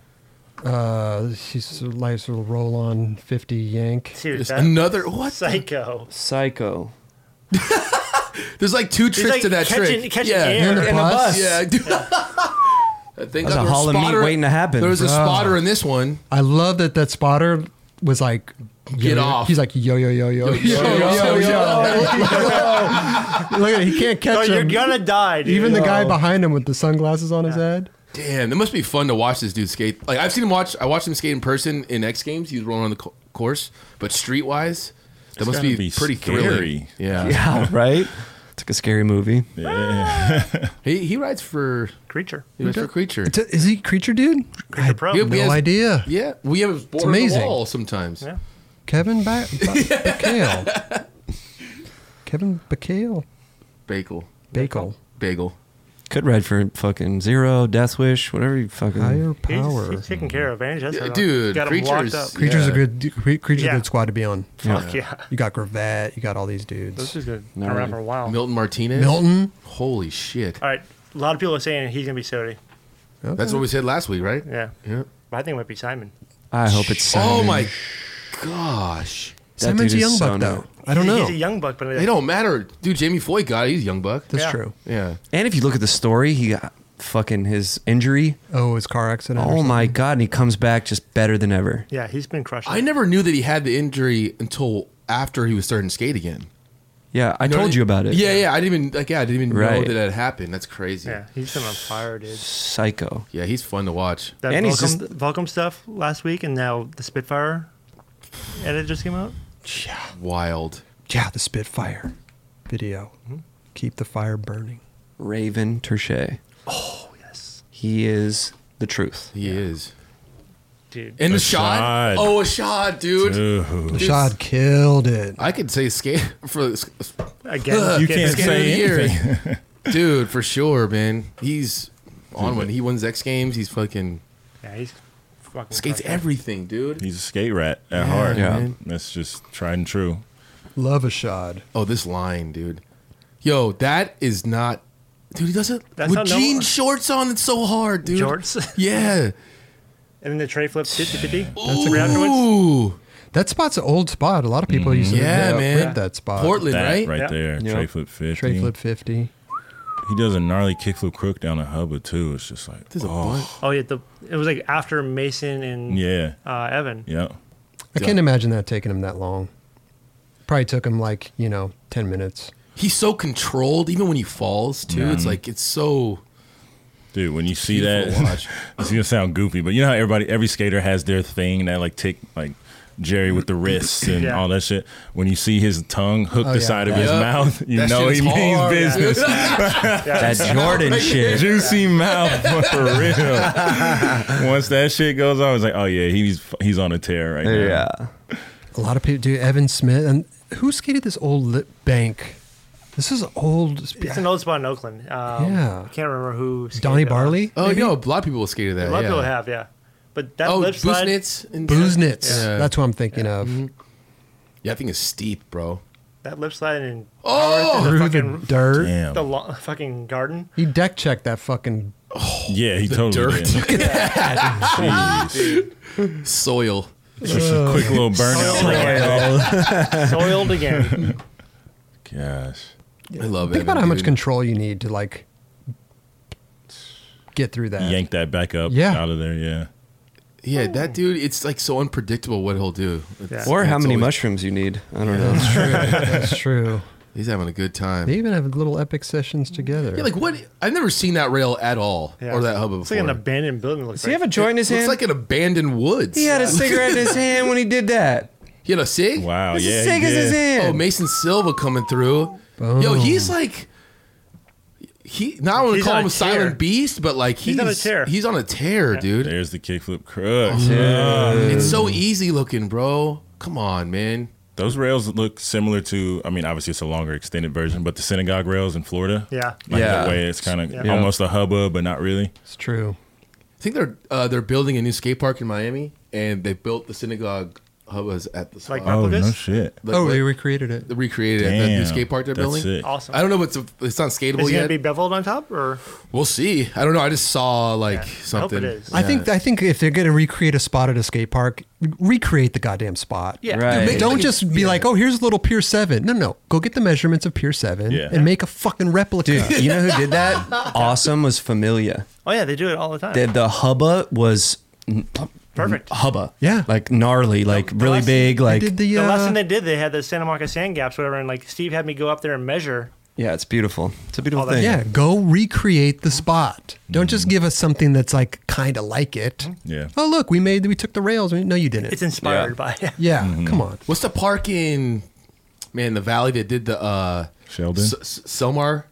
Uh, she's a nice little roll on fifty yank. Serious. There's that another what? Psycho. Psycho. There's like two tricks like to that catching- trick. catching yeah, air. And In the a bus. bus. yeah. I do. I think That's a there was haul of meat spotter- waiting to happen. There was a Bro. spotter in this one. I love that that spotter was like, Get yo, off. He's like, yo, yo, yo, yo, yo, yo, yo. Look at it, he can't No, catch you're him. gonna die, dude. Even the guy Yo. behind him with the sunglasses on his head. Damn, that must be fun to watch this dude skate. Like I've seen him watch. I watched him skate in person in X Games. He was rolling on the co- course, but streetwise, that must gotta be, be pretty scary. thrilling. Yeah. Yeah, right? It's like a scary movie. he he rides for creature. he rides for creature. It's a- Is he creature dude? I had Pro. He- he no has- idea. Yeah, we have his board on amazing. the wall sometimes. Yeah. Kevin ba- ba- Bacale. Kevin Bacale. Bagel, Bacale. bagel. Could ride for fucking Zero, Death Wish, whatever you fucking. Higher He's, power. he's taken care of, man. Just got Yeah, him- dude, got him locked creatures- up. Creature's Yeah. a good cre- creature's Yeah. a good squad to be on. Fuck yeah. You got Gravette. You got all these This dudes. is good. Been No. around for a while. Milton Martinez. Milton. Holy shit. All right. A lot of people are saying he's gonna be Sody. That's what we said last week, right? Yeah. Yeah. But I think it might be Simon. I hope it's Simon. Oh my gosh. That Simon's a dude is young so buck nice. though. I don't He's- know. He's a young buck, but They don't matter. Dude, Jamie Foy got it. He's a young buck. That's Yeah. true. Yeah. And if you look at the story, he got fucking his injury. Oh, his car accident. or Oh my God. And he comes back just better than ever. Yeah, he's been crushing. I it. never knew that he had the injury until after he was starting to skate again. Yeah, I know told what you about it. Yeah, yeah. I didn't even like yeah, I didn't even know Right. that that happened. That's crazy. Yeah, Yeah, he's been on fire, dude. Psycho. he's fun to watch. That And Volcom, he's just- Volcom stuff last week, and now the Spitfire edit just came out. Wild. Yeah, the Spitfire video. Mm-hmm. Keep the fire burning. Raven Terche. Oh, yes. He is the truth. He is. Dude, And a Ashad. shot. Oh, a shot, dude. Dude. This- Rashad killed it. I could say skate for again, You again, can't Skin of say the year. anything. dude for sure, man. He's on when he wins X Games. He's fucking Yeah, he's fucking skates crushing it. everything, dude. He's a skate rat at heart. Yeah. man. That's just tried and true. Love Rashad. Oh, this line, dude. Yo, that is not. Dude, he doesn't. That's with not no- jean shorts on, it's so hard, dude. Jorts. Yeah. and then the tray flips 50 50. That's Ooh. the afterwards. That spot's an old spot. A lot of people used to Yeah, rip, man. rip that spot. Portland, That right? right, Yeah. there. Yeah. Tray flip 50. Trey flip fifty. He does a gnarly kickflip crook down a hubba, too. It's just like, There's a oh, bunch. Oh, yeah. The, it was like after Mason and yeah. uh, Evan. Yeah. I can't imagine that taking him that long. Probably took him like you know ten minutes. He's so controlled, even when he falls, too. It's like, it's so. Dude, when you see beautiful to that, watch. it's gonna sound goofy, but you know how everybody, every skater has their thing that like tick, like Jerry with the wrists and Yeah. all that shit. When you see his tongue hook Oh, the yeah. side of his Yeah. mouth, you That know shit he is means hard. business. That Jordan shit. Juicy mouth for real. Once that shit goes on, it's like, oh yeah, he's he's on a tear right now. Yeah. A lot of people do. Evan Smith and who skated this old lit bank? This is old. sp- It's an old spot in Oakland. Um, Yeah. I can't remember who. skated Donnie it on. Barley. Oh, you know, a lot of people will skate to that. A lot of yeah. people have, yeah. But that Oh, lip slide. Booznitz. and- Booznitz. Yeah. Mm-hmm. That's what I'm thinking of. Yeah, I think it's steep, bro. That lip slide and Oh! Through the fucking- dirt. Damn. the lo- fucking garden. He deck checked that fucking yeah, he totally dirt. did. Look at that. Jeez. Soil. Just a quick little burnout. Soiled again. Gosh. I love it. Think about how much control you need to like get through that. Yank that back up Yeah. out of there, yeah. Yeah, that dude, it's like so unpredictable what he'll do. It's- Or how it's many always- mushrooms you need. I don't know. That's true. He's having a good time. They even have little epic sessions together. Yeah, like what? I've never seen that rail at all, Yeah. or that hub before. It's like an abandoned building. it Looks Does he like. have a joint in his Looks hand? like an abandoned woods. he had a cigarette in his hand when he did that. You know, see? Wow, It's yeah. as he sick as did. his hand. Oh, Mason Silva coming through. Yo, Boom. he's like, he not only He's call on him a a tear. silent beast, but like he's, He's on a tear. He's on a tear, dude. There's the kickflip crutch. It's so easy looking, bro. Come on, man. Those rails look similar to, I mean, obviously it's a longer extended version, but the synagogue rails in Florida. Yeah. Like Yeah. the way it's kind of Yeah. almost a hubbub, but not really. It's true. I think they're uh, they're building a new skate park in Miami, and they built the synagogue hubbas at the spot. Like- Oh, no shit. Like, oh, like, we recreated it. they recreated it at that Damn. new skate park they're That's building. sick. Awesome. I don't know if it's it's not skatable Is it yet. gonna be beveled on top or We'll see. I don't know. I just saw like Yeah. I hope it something. is. I think Yeah. I think if they're going to recreate a spot at a skate park, recreate the goddamn spot. Yeah. Right. Dude, make- Don't like- just be yeah. like, oh, here's little Pier 7. No, no. Go get the measurements of Pier 7 Yeah. and make a fucking replica. Dude, you know who did that? Awesome was Familia. Oh yeah, they do it all the time. The, the hubba was Perfect. hubba. Yeah. Like gnarly, like really last- big. I Like, did the, The uh, lesson they did, they had the Santa Monica sand gaps, whatever, and like Steve had me go up there and measure. yeah, it's beautiful. It's a beautiful Oh, that's- thing. yeah, go recreate the spot. Don't Mm-hmm. just give us something that's like kind of like it. Yeah. Oh, look, we made we took the rails. No, you didn't. It's Mm-hmm. inspired by it. yeah, come on. What's the park in man the valley that did the uh Sheldon? S- S- Selmar?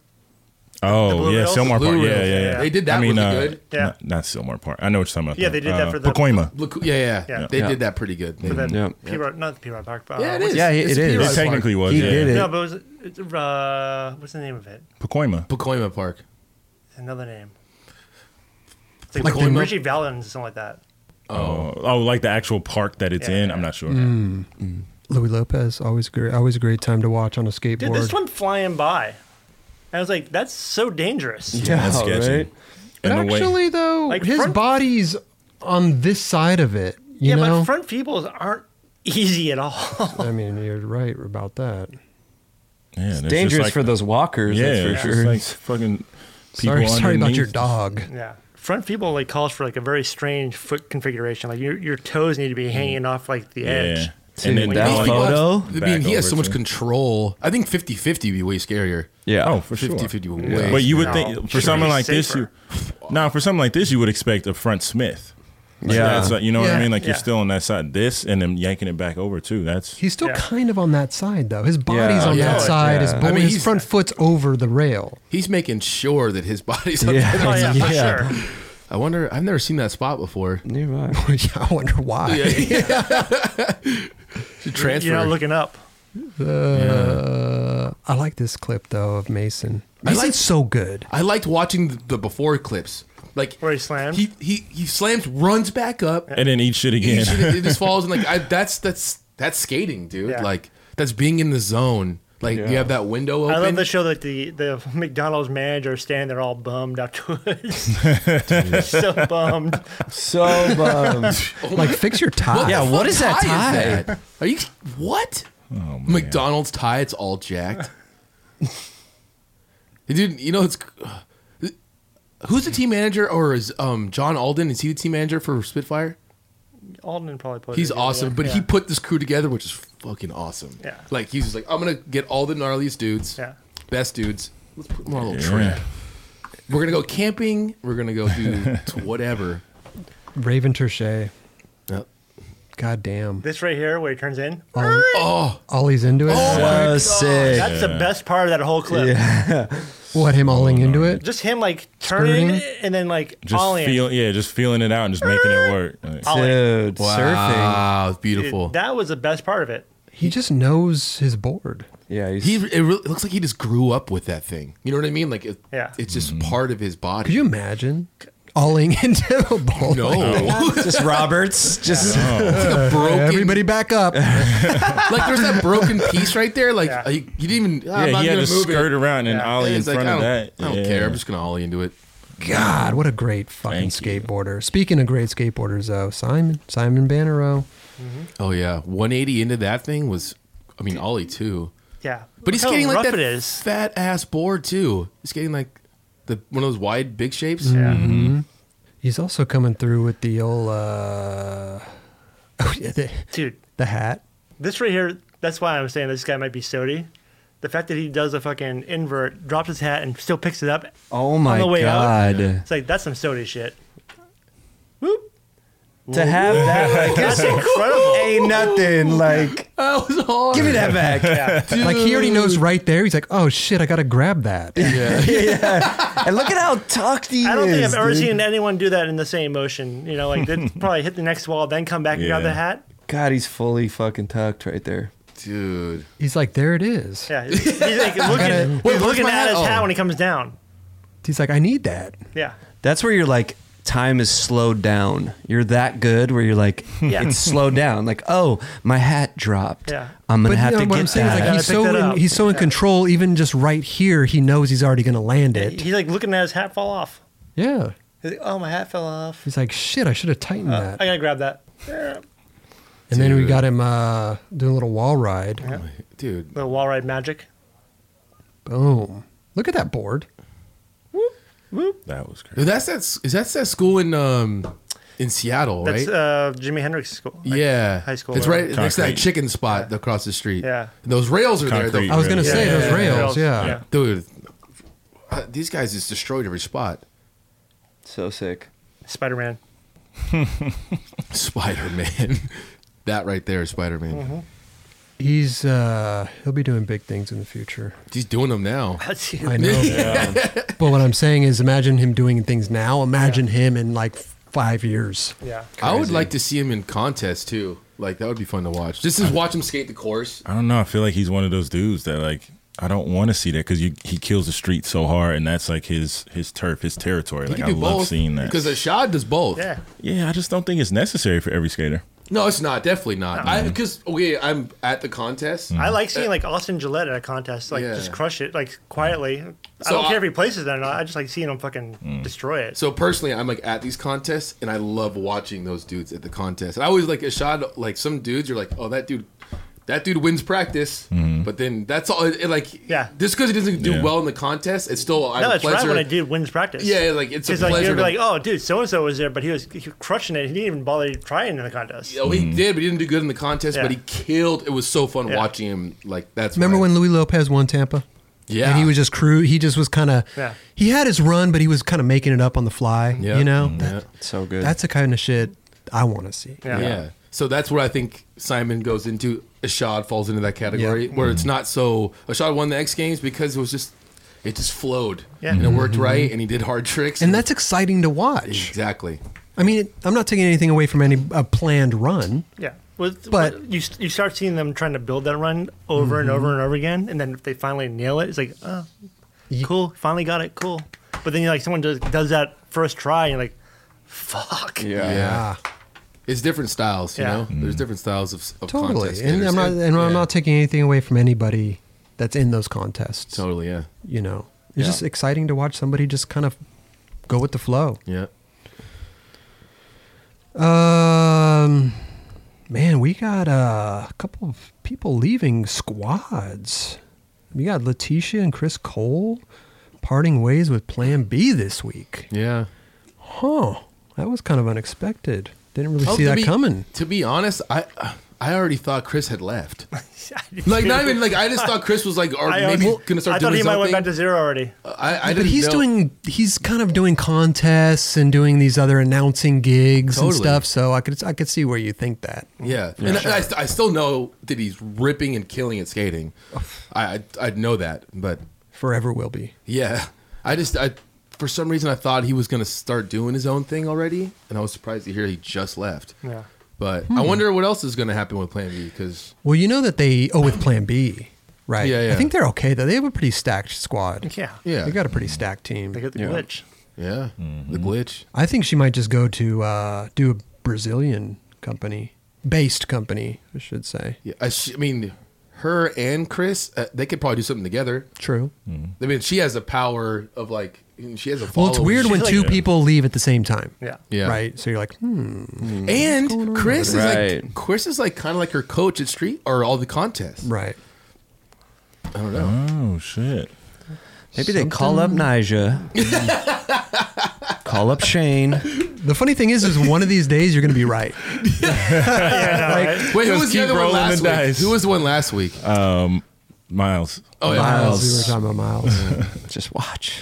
Oh, Blue yeah. Rails? Silmar Blue Park. Yeah, yeah, Rails. yeah. They did that really good. Yeah. Not, not Silmar Park. I know what you're talking about. Yeah, though. they did that Uh, for the- Pacoima. Look, yeah, yeah, Yeah. They Yeah. did that pretty good. They- For that Yeah. P Rod, not the P Rod Park, but yeah, uh, it what's is. Yeah, it It's a is. P. It Rod Park. technically was, He yeah. did it. No, but it was it's, uh, what's the name of it? Pacoima. Pacoima Park. Another name. It's like, Like Richie- the- Richie Valens or something like that. Oh. oh, like the actual park that it's Yeah, in? yeah. I'm not sure. Louis Lopez always great, always a great time to watch on a skateboard. Dude, this went flying by. I was like, that's so dangerous. Yeah, that's sketchy. Oh, right? But And the way- actually, though, Like his front- body's on this side of it. You yeah, know, but front feebles aren't easy at all. I mean, you're right about that. Yeah, and it's just Dangerous like- for those walkers, Yeah, that's it's for just sure. like fucking people Sorry, sorry about your underneath. dog. yeah. Front feeble like calls for like a very strange foot configuration. Like your your toes need to be hanging off like the edge. Yeah. Dude, then that down- These people have- photo? I mean, Back he has over so much to- control. I think 50-50 would be way scarier. yeah. Oh, for sure. 50-50 would be way. But you would No, think for should something be like this, you safer. now for something like this, you would expect a front Smith. Like, Yeah. that's like- you know what Yeah. I mean. Like Yeah. you're still on that side. This and then yanking it back over too. That's He's still Yeah. kind of on that side, though. His body's Yeah. on that Yeah. side. His, Yeah. bo- I mean, his he's- front foot's over the rail. He's making sure that his body's on Yeah. the Oh other yeah, side. for Yeah. sure. I wonder. I've never seen that spot before. You're right. yeah, I wonder why. Should transfer. You're not looking up. Uh, I like this clip though of Mason. I Mason's like- so good. I liked watching the, the before clips. Like Where he slammed? He he he slams, runs back up. and then eat shit He again. should- it just falls and like I, that's that's that's skating, dude. Yeah. Like that's being in the zone. Like you Yeah. have that window open. I love the show that the, the McDonald's manager is standing there all bummed afterwards. so bummed. So bummed. Oh Like fix your tie. Yeah, what is that Tie tie? is that? Are you what? Oh, man. McDonald's tie. It's all jacked. dude, you know it's. Who's the team manager, or is um, John Alden? Is he the team manager for Spitfire? Alden probably put He's it in, awesome, yeah. but he Yeah. put this crew together, which is fucking awesome. Yeah. Like he's just like, I'm gonna get all the gnarliest dudes, Yeah. best dudes. Let's put them on a little Yeah. trip. We're gonna go camping. We're gonna go do t- whatever. Raven Terche. Yep. God damn. This right here, where he turns in, Ollie, Oh, Ollie's into it. so sick. that's the best part of that whole clip. What him Olling into it? Just him like turning Skirting. and then like just ollie feel yeah, just feeling it out and just making it work. Like, Dude, surfing. wow, ah, it's Dude, beautiful. that was the best part of it. He just knows his board. Yeah, he's, he it really it looks like he just grew up with that thing. You know what I mean? Like it, Yeah. it's just Mm-hmm. part of his body. Could you imagine Olling into a ball? no, Like, just Roberts. Just Like a broken. Everybody back up. like there's that broken piece right there. Like Yeah. uh, you, you didn't even. "Ah, I'm yeah, not he had gonna to move it." skirt around and Yeah. ollie in It's like, front I of that. don't- I don't Yeah. care. I'm just gonna ollie into it. God, what a great fucking Thank you. skateboarder. Speaking of great skateboarders though, Simon Simon Bannero. Oh yeah, 180 into that thing was, I mean, Ollie too. Yeah, But he's Look how skating like rough that It is. fat ass board too. He's skating like the one of those wide big shapes. Yeah. He's also coming through with the old uh oh, yeah, the, Dude, the hat. this right here, that's why I'm saying this guy might be sody. The fact that he does a fucking invert, drops his hat, and still picks it up. oh my the way up. god. It's like that's some sody shit. Whoop. to have that like That's incredible. ain't nothing like That was hard. give me that back. Like he already knows right there. He's like, oh shit, I gotta grab that. And look at how tucked he is. I don't think I've ever dude. seen anyone do that in the same motion. You know, like they'd probably hit the next wall, then come back and grab Yeah. the hat. God, he's fully fucking tucked right there. Dude. He's like, there it is. Yeah, he's he's, like looking, where's he's looking my hat? at his hat Oh. when he comes down. He's like, I need that. Yeah, That's where you're like time is slowed down. You're that good where you're like Yeah. it's slowed down. Like oh my hat dropped. Yeah. I'm gonna But have you know, to what get I'm saying is that. like he's Gotta pick that so up. in, he's so in control. Even just right here, he knows he's already gonna land it. he's like looking at his hat fall off. Yeah. He's like, oh, my hat fell off. He's like, shit, I should have tightened Uh, that. I gotta grab that. and then we got him uh, doing a little wall ride. Oh, Dude. The wall ride magic. Boom. Look at that board. That was crazy. Dude, That's that. s- Is that that school in um in Seattle, That's right? uh, Jimi Hendrix school. Like, yeah, high school It's or- right next to that Concrete. chicken spot across the street. Yeah. And those rails are there. Concrete I was gonna rails. say those rails. Yeah. Though. Dude, uh, these guys just destroyed every spot. so sick. Spider Man. Spider Man. that right there is Spider Man. Mm-hmm. He's uh, he'll be doing big things in the future. He's doing them now. I know. But what I'm saying is, imagine him doing things now. Imagine him in like five years. Yeah. I would like to see him in contests too. Like that would be fun to watch. Just to watch him skate the course. I don't know. I feel like he's one of those dudes that like I don't want to see that because he kills the street so hard, and that's like his his turf, his territory. He Like can I do love both seeing that. because Ashad does both. Yeah. yeah, I just don't think it's necessary for every skater. No, it's not. Definitely not. I Because okay, I'm at the contest. Mm. I like seeing like Austin Gillette at a contest, like Yeah. just crush it, like quietly. I So don't I- care if he places it or not. I just like seeing him fucking Hmm. destroy it. So personally, I'm like at these contests, and I love watching those dudes at the contest. And I always like Ashad. Like some dudes, you're like, oh, that dude. That dude wins practice, but then that's all. It, it, like, Yeah. just because he doesn't do Mm-hmm. Yeah. well in the contest, it's still I no, have a that's right pleasure. when a dude wins practice. Yeah, like it's a Because like pleasure. you'd be like, to- oh, dude, so and so was there, but he was, he was crushing it. He didn't even bother trying in the contest. Oh, Mm. he did, but he didn't do good in the contest. But Yeah. he killed. It was so fun Yeah. watching him. Like that's. Remember why- when Louis Lopez won Tampa? Yeah. And he was just crew. He just was kind of. Yeah. He had his run, but he was kind of making it up on the fly. Yeah. You know, Mhm. That- So good. that's the kind of shit I want to see. Yeah. Yeah. So that's where I think Simon goes into. Ashad falls into that category where Mm. it's not so. Ashad won the X Games because it was just. It just flowed. Yeah. And it worked right, and he did hard tricks. Mm-hmm. And that's exciting to watch. exactly. I mean, it- I'm not taking anything away from any a planned run. Yeah. With, But- but Mm-hmm. you you start seeing them trying to build that run over and over and over again, and then if they finally nail it, it's like, oh, cool, finally got it, cool. But then you like someone does does that first try, and you're like, fuck. Yeah. Ah, It's different styles, you Yeah. know. There's different styles of, Mm. of Totally. contest And I'm skaters. not. And I'm Yeah. not taking anything away from anybody that's in those contests. Totally. Yeah. you know, it's just exciting to watch somebody just kind of go with the flow. Yeah. Um, man, we got uh, a couple of people leaving squads. We got Letitia and Chris Cole parting ways with Plan B this week. Yeah. Huh? That was kind of unexpected. Didn't really Oh, see to that be- coming. To be honest, I I already thought Chris had left. Like not even like I just thought Chris was like or I, maybe always- gonna start I thought doing he might something. Uh, went back to zero already. I, I but didn't he's know. doing he's kind of doing contests and doing these other announcing gigs and Totally. stuff. So I could I could see where you think that. yeah, and I, I st- I still know that he's ripping and killing at skating. I I I'd know that, but Forever will be. yeah, I just I for some reason I thought he was gonna start doing his own thing already, and I was surprised to hear he just left. Yeah. But Hmm. I wonder what else is going to happen with Plan B because Well, you know that they oh with Plan B, right? Yeah, yeah. I think they're okay though. They have a pretty stacked squad. Yeah. Yeah. they got Mm-hmm. a pretty stacked team. They got the glitch. yeah, the glitch. I think she might just go to uh, do a Brazilian company, based company, I should say. Yeah, I, sh- I mean, her and Chris, uh, they could probably do something together. True. I mean, she has a power of like she has a. Well, it's following. weird She- when like- two people leave at the same time. Yeah. Yeah. Right. So you're like, hmm. and Chris is like Right. Chris is like kind of like her coach at street or all the contests. Right. I don't know. Oh shit! Maybe they call up Nija. call up Shane. The funny thing is, is one of these days you're going to be right. Yeah, I know, right? Wait, who Just was the keep other one rolling last the week? dice. Who was the one last week? Miles. Oh, yeah. Miles. We were Miles. talking about Miles. Just watch.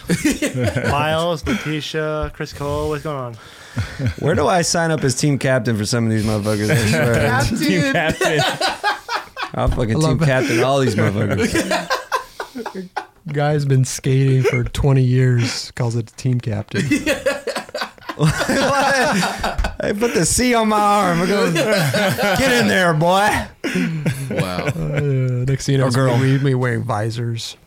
Miles, Letitia, Chris Cole, what's going on? Where do I sign up as team captain for some of these motherfuckers? I swear. Team captain. I'll fucking love team it. captain all these motherfuckers. Guy's been skating for 20 years, calls it team captain. I put the C on my arm. I go, get in there, boy. Wow. Uh, next thing you know, Or it's girl. we, we wearing visors.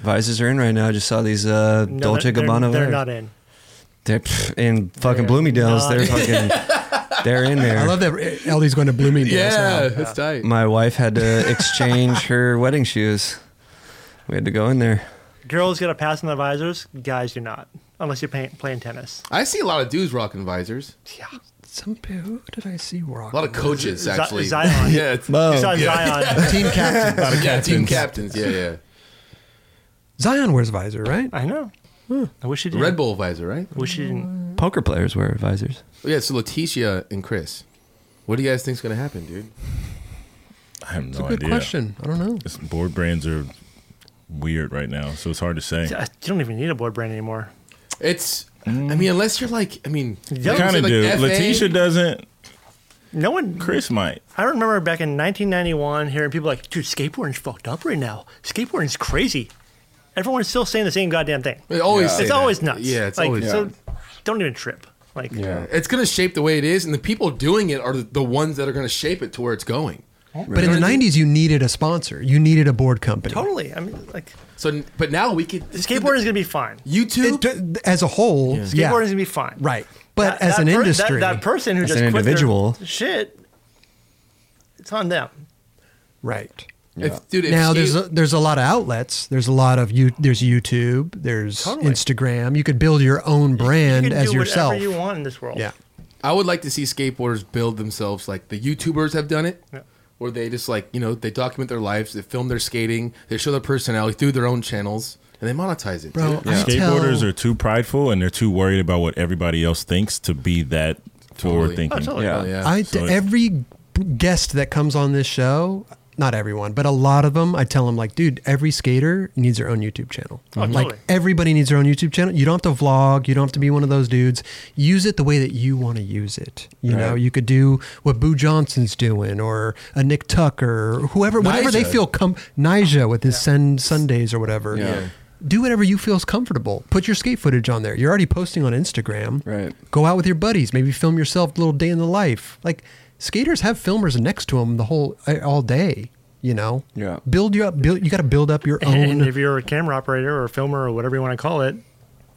Visors are in right now. I just saw these uh, No, Dolce they're, Gabbana. They're vi- not in. They're pff, in fucking They're Bloomingdale's. not. They're fucking. They're in there. I love that Eldie's going to Bloomingdale's yeah, now. it's tight. my wife had to exchange her wedding shoes. We had to go in there. Girls get a pass on the visors. Guys do not, unless you're paying, playing tennis. I see a lot of dudes rocking visors. Some who did I see rock? A lot of coaches, Z- actually. Zion. yeah, it's, You saw Boom. Zion. team captain. yeah, team captains. Yeah, yeah. Zion wears visor, right? I know. Hmm. I wish you did. Red Bull visor, right? Oh, Wish you didn't. Poker players wear visors. Yeah. So Letitia and Chris, what do you guys think's gonna happen, dude? I have no Good idea. question. I don't know. This board brands are weird right now, so it's hard to say. uh, You don't even need a board brand anymore. It's. I mean, unless you're like, I mean, You kind of do. Letitia doesn't. No one. Chris might. I remember back in 1991 hearing people like, "Dude, skateboarding's fucked up right now. Skateboarding's crazy." Everyone's still saying the same goddamn thing. It always. say It's that. always nuts. Yeah, it's like, always. So don't even trip. Like, yeah. It's gonna shape the way it is, and the people doing it are the- the ones that are gonna shape it to where it's going. But in the 90s, you needed a sponsor. You needed a board company. totally. I mean, like, So, but now we could skateboarding is gonna be fine. YouTube. It- as a whole, Skateboarding's yeah. gonna be fine. Right. But That- as that an per- that- industry, that, person who As just an quit their individual. shit, it's on them. right. if, dude, if now skate- there's a, there's a lot of outlets. There's a lot of you. There's YouTube. There's Totally. Instagram. You could build your own brand you can as do yourself. whatever you want in this world. Yeah. I would like to see skateboarders build themselves like the YouTubers have done it, Yeah. where they just like you know they document their lives, they film their skating, they show their personality through their own channels, and they monetize it. Bro, dude. I Skateboarders tell- are too prideful and they're too worried about what everybody else thinks to be that forward Oh, thinking. totally. Yeah. Oh, yeah. I So it- every guest that comes on this show, not everyone, but a lot of them, I tell them like, dude, every skater needs their own YouTube channel. Oh, like totally. everybody needs their own YouTube channel. You don't have to vlog. You don't have to be one of those dudes. Use it the way that you want to use it. You know, you could do what Boo Johnson's doing, or a Nick Tucker, or whoever, whatever they Nyjah. feel com. Nyjah with his Sun Sundays or whatever. Yeah. Do whatever you feel is comfortable. Put your skate footage on there. You're already posting on Instagram Right. go out with your buddies maybe film yourself a little day in the life like skaters have filmers next to them the whole all day you know Yeah. build you up build you got to build up your And own if you're a camera operator or a filmer or whatever you want to call it,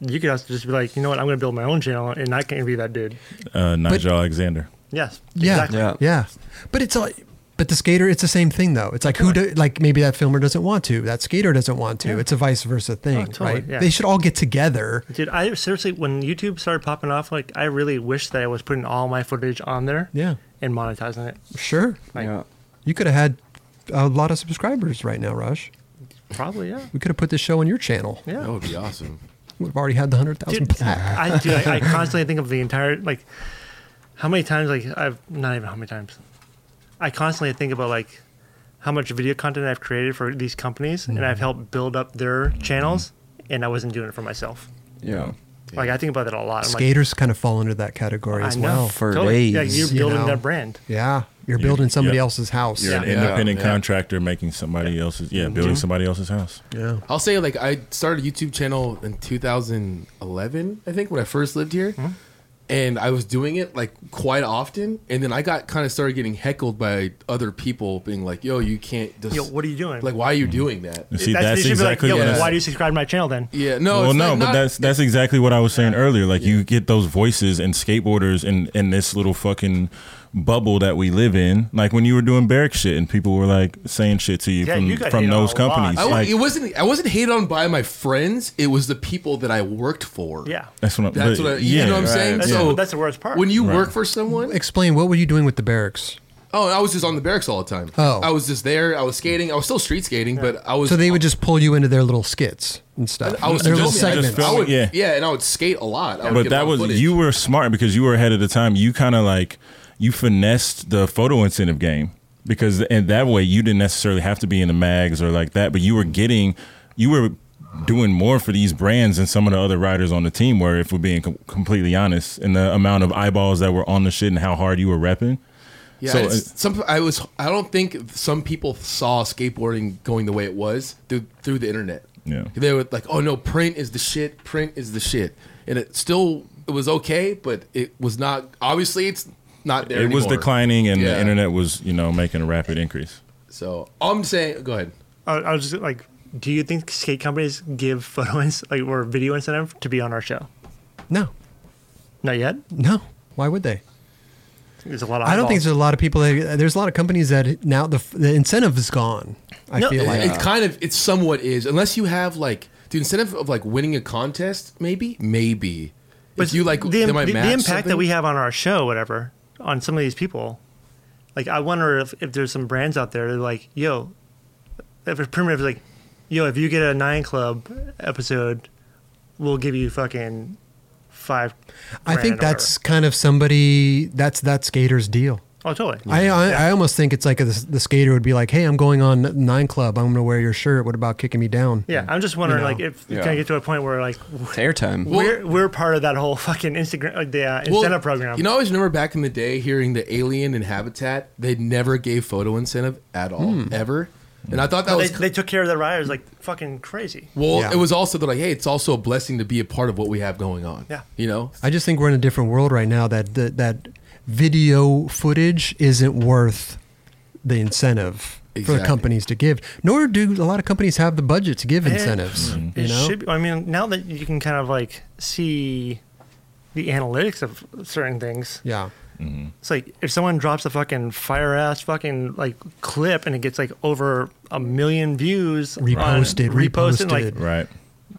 you could also just be like, you know what, I'm going to build my own channel and I can be that dude. Uh, Nigel Alexander. Yes. yeah Exactly. yeah Yeah. but it's all but the skater it's the same thing though it's like who do, like maybe that filmer doesn't want to that skater doesn't want to it's a vice versa thing Oh, totally, right yeah. they should all get together Dude, I seriously, when YouTube started popping off, like, I really wish that I was putting all my footage on there yeah and monetizing it. sure Like, Yeah. you could have had a lot of subscribers right now rush Probably, yeah. we could have put this show on your channel Yeah. that would be awesome. we've already had the 100000 Dude, plaque I, dude, I, I constantly think of the entire, like, how many times, like, I've, not even how many times, I constantly think about, like, how much video content I've created for these companies Mm-hmm. and I've helped build up their channels and I wasn't doing it for myself. Yeah. Like, I think about that a lot. I'm like, skaters kind of fall into that category as I know. well For Yeah, days, you're you building know. that brand. Yeah, you're building somebody yeah. else's house. You're an Yeah. independent Yeah. contractor making somebody else's, yeah, Mm-hmm. building somebody else's house. yeah. I'll say like I started a YouTube channel in 2011, I think, when I first lived here, Mm-hmm. and I was doing it like quite often, and then I got kind of started getting heckled by other people being like, "Yo, you can't." Just, Yo, what are you doing? Like, why are you doing that? You see, That's, that's, they should exactly be like, what Yo, I- I- why do you subscribe to my channel then? yeah, no, Mm-hmm. well, it's no, like but not- that's that's exactly what I was saying earlier. Like you get those voices and skateboarders in in this little fucking bubble that we live in. Like when you were doing barrack shit and people were like saying shit to you Yeah, from you got from hit on those a lot. companies. I, wa- like it wasn't. I wasn't hated on by my friends. It was the people that I worked for. Yeah. that's what I'm, that's but- what I, you know what I'm saying. That's, So that's the worst part. when you work for someone, Explain what were you doing with the barracks? oh, I was just on the barracks all the time. Oh. I was just there. I was skating. I was still street skating, but I was. So they would just pull you into their little skits and stuff. I was their little filming. I segments. just I would, Yeah. yeah, and I would skate a lot. I would but get that my was footage. you were smart because you were ahead of the time. You kind of like you finessed the photo incentive game. because in that way you didn't necessarily have to be in the mags or like that, but you were getting, you were doing more for these brands than some of the other riders on the team were. If we're being com- completely honest, and the amount of eyeballs that were on the shit and how hard you were repping. Yeah, So, it's- uh, some I was I don't think some people saw skateboarding going the way it was through through the internet. Yeah. they were like, "Oh no, print is the shit. Print is the shit," and it still it was okay, but it was not. Obviously, it's not there. It was anymore. declining, and Yeah. the internet was, you know, making a rapid increase. So I'm saying, go ahead. I, I was just like, do you think skate companies give photo ins- like or video incentive to be on our show? No, Not yet. no. Why would they? There's a lot of. I don't think eyeballs. there's a lot of people. That, there's a lot of companies that now the the incentive is gone. I No, feel like It kind of it somewhat is, unless you have like the incentive of like winning a contest, maybe, maybe. if you like the, they the, might the match impact that something. we have on our show, whatever, on some of these people. Like, I wonder if, if there's some brands out there that are like, yo, if a primitive is like, yo, if you get a nine club episode, we'll give you fucking five. I grand or think that's kind of somebody that's that skater's deal. whatever. oh totally. I, I I almost think it's like a, the skater would be like, "Hey, I'm going on Nine Club. I'm going to wear your shirt. What about kicking me down?" yeah, I'm just wondering know. like if Yeah. can I get to a point where like It's airtime. we're we're part of that whole fucking Instagram like the uh, Well, incentive program. You know, I always remember back in the day hearing the Alien and Habitat. They never gave photo incentive at all, ever. And I thought that Hmm. they, was they took care of the riders like fucking crazy. well. Yeah. It was also they're like, hey, it's also a blessing to be a part of what we have going on. Yeah. you know, I just think we're in a different world right now. That that, that video footage isn't worth the incentive for the Exactly. companies to give. Nor do a lot of companies have the budget to give It- Mm-hmm. incentives. You Eh, It know, should be. I mean, now that you can kind of like see the analytics of certain things, yeah. it's like if someone drops a fucking fire ass fucking like clip and it gets like over a million views, on- Reposted, reposted, like reposted. Right.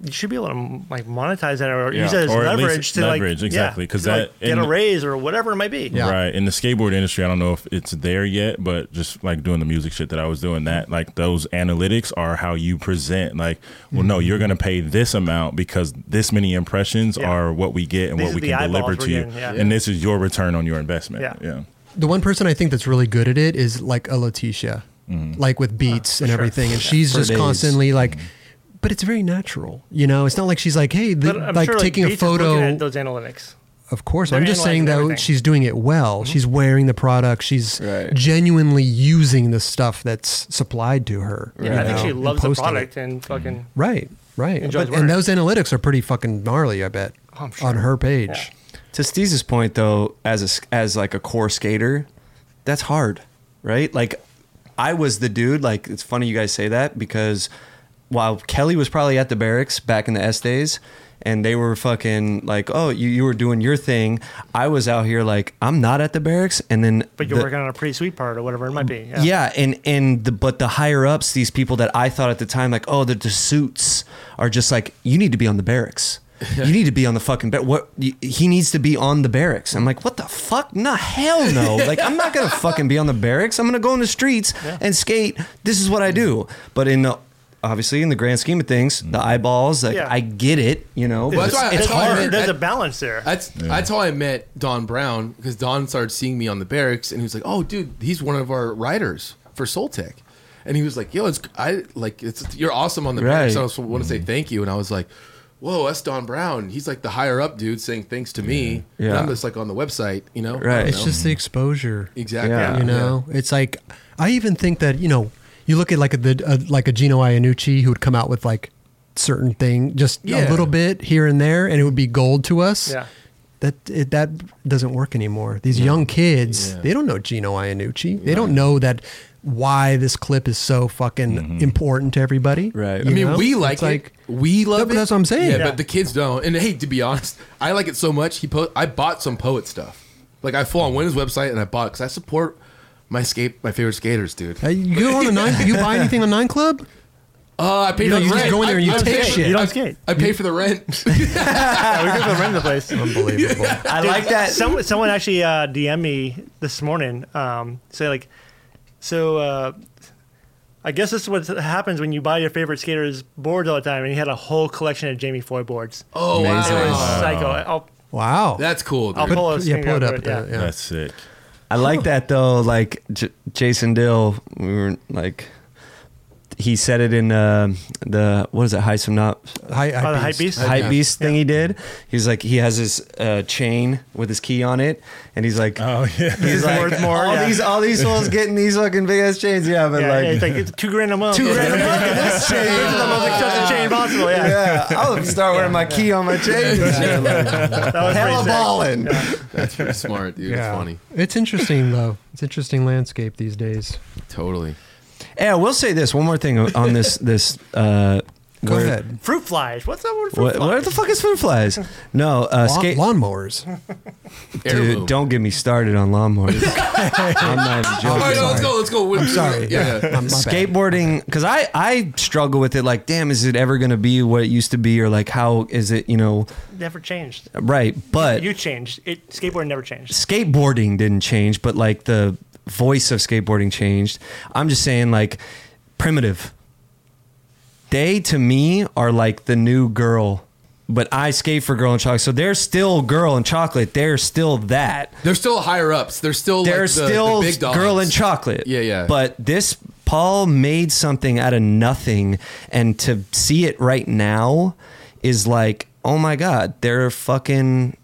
you should be able to like monetize that or use Yeah. that as Or at least leverage to leverage, like exactly, yeah, 'cause to, like, that- get a and- raise or whatever it might be. Yeah. Right. In the skateboard industry, I don't know if it's there yet, but just like doing the music shit that I was doing, that Mm-hmm. like those analytics are how you present. Like, well, Mm-hmm. no, you're going to pay this amount because this many impressions Yeah. are what we get and These what are we the can deliver eyeballs to we're you. getting, yeah. And this is your return on your investment. Yeah. Yeah. The one person I think that's really good at it is like a Letitia, like Ah, with beats and everything, and she's For just days. constantly like. But it's very natural, you know. It's not like she's like, "Hey, the, But I'm like sure taking like, a Beats is looking photo." at those analytics. Of course, They're I'm just saying analyzing that everything. Mm-hmm. she's doing it well. She's wearing the product. She's Right. genuinely using the stuff that's supplied to her. Yeah, you I think know, she and loves the uh, posting it. product and fucking. Right, right. Enjoys But- and wearing those analytics are pretty fucking gnarly. I bet Oh, I'm sure. on her page. To Steez's point, though, as a s as like a core skater, that's hard, right? Like, I was the dude. Like, it's funny you guys say that because while Kelly was probably at the barracks back in the S days, and they were fucking like, "Oh, you, you were doing your thing," I was out here like, "I'm not at the barracks," and then But you're the- working on a pretty sweet part or whatever it might be. yeah. and and the but the higher ups, these people that I thought at the time, like, oh, the, the suits are just like, you need to be on the barracks. you need to be on the fucking bar- what y- he needs to be on the barracks. I'm like, what the fuck? No, hell no. like, I'm not gonna fucking be on the barracks. I'm gonna go in the streets and skate. This is what I do. But in the obviously in the grand scheme of things, the eyeballs, like Yeah. I get it, you know. But Well, it's, that's why- it's There's, that's why I hard. meant- there's a balance there. That's that's how I met Don Brown because Don started seeing me on the barracks and he was like, "Oh, dude, he's one of our writers for Soltech," and he was like, "Yo, it's I like it's you're awesome on the barracks." Right. Mm-hmm. I also want to say thank you, and I was like, "Whoa, that's Don Brown. He's like the higher up dude saying thanks to me, and Yeah. I'm just like on the website, you know? I don't Right. It's know. just the exposure. exactly, Yeah. You know, it's like I even think that you know you look at like a, the a, like a Gino Iannucci who would come out with like certain thing just a Yeah. little bit here and there, and it would be gold to us. Yeah. That it, that doesn't work anymore. These young kids, Yeah. they don't know Gino Iannucci. They don't know that why this clip is so fucking important to everybody. Right. You Mm-hmm. I mean, know? we like It's it. we love No, but it. that's what I'm saying. Yeah, Yeah. but the kids don't. And hey, to be honest, I like it so much. He po- I bought some poet stuff. Like I full on went his website and I bought because I support my skate, my favorite skaters, dude. Uh, you go on the nine. You buy anything on Nine Club? Uh, I paid You know, for the you just rent. go in there and you I- I take paid- shit. You don't I- skate. I pay for the rent. yeah, we could rent the place. Unbelievable. I like that. Some, someone actually uh, DM me this morning. Um, say like, so uh, I guess this is what happens when you buy your favorite skater's boards all the time, and he had a whole collection of Jamie Foy boards. oh It was wow, psycho. I'll, wow. that's cool. I'll dude. pull a yeah, screen pull it over up. Yeah. uh, yeah. That's sick. I like that though. Like J- Jason Dill, we were like, he said it in uh, the what is it? High some not Hi, hi, Oh, the beast. hypebeast? hype beast thing he did. He's like he has his uh, chain with his key on it, and he's like, Oh yeah. he's like worth more, all yeah. these all these fools getting these fucking big ass chains. Yeah, but Yeah, like. yeah, it's like it's two grand a month. Two grand a month for this chain. Those are the most expensive chain possible. Yeah, yeah, I'll start wearing my key on my chain. that was pretty Hella sick. balling. That's pretty smart, dude. It's funny. It's interesting though. It's interesting landscape these days. Totally. Hey, I will say this one more thing on this this. Uh, Go word. ahead. Fruit flies. What's up with fruit What, flies? what the fuck is fruit flies? No, uh, Lawn, skate. lawnmowers. Heirloom. Dude, don't get me started on lawnmowers. I'm not even All right, no, joking. let's go. Let's go. I'm sorry. Yeah. yeah. Um, my bad. Skateboarding, because I I struggle with it. Like, damn, is it ever gonna be what it used to be, or like, how is it? You know, Never changed. right? But You changed. It skateboard never changed. skateboarding didn't change, but like the voice of skateboarding changed. I'm just saying, like, primitive. They to me are like the new girl, but I skate for girl and chocolate. So they're still girl and chocolate. They're still that. They're still higher ups. They're still like, They're the- the still big dogs. girl and chocolate. Yeah, yeah. But this Paul made something out of nothing, and to see it right now is like, oh my god, they're fucking.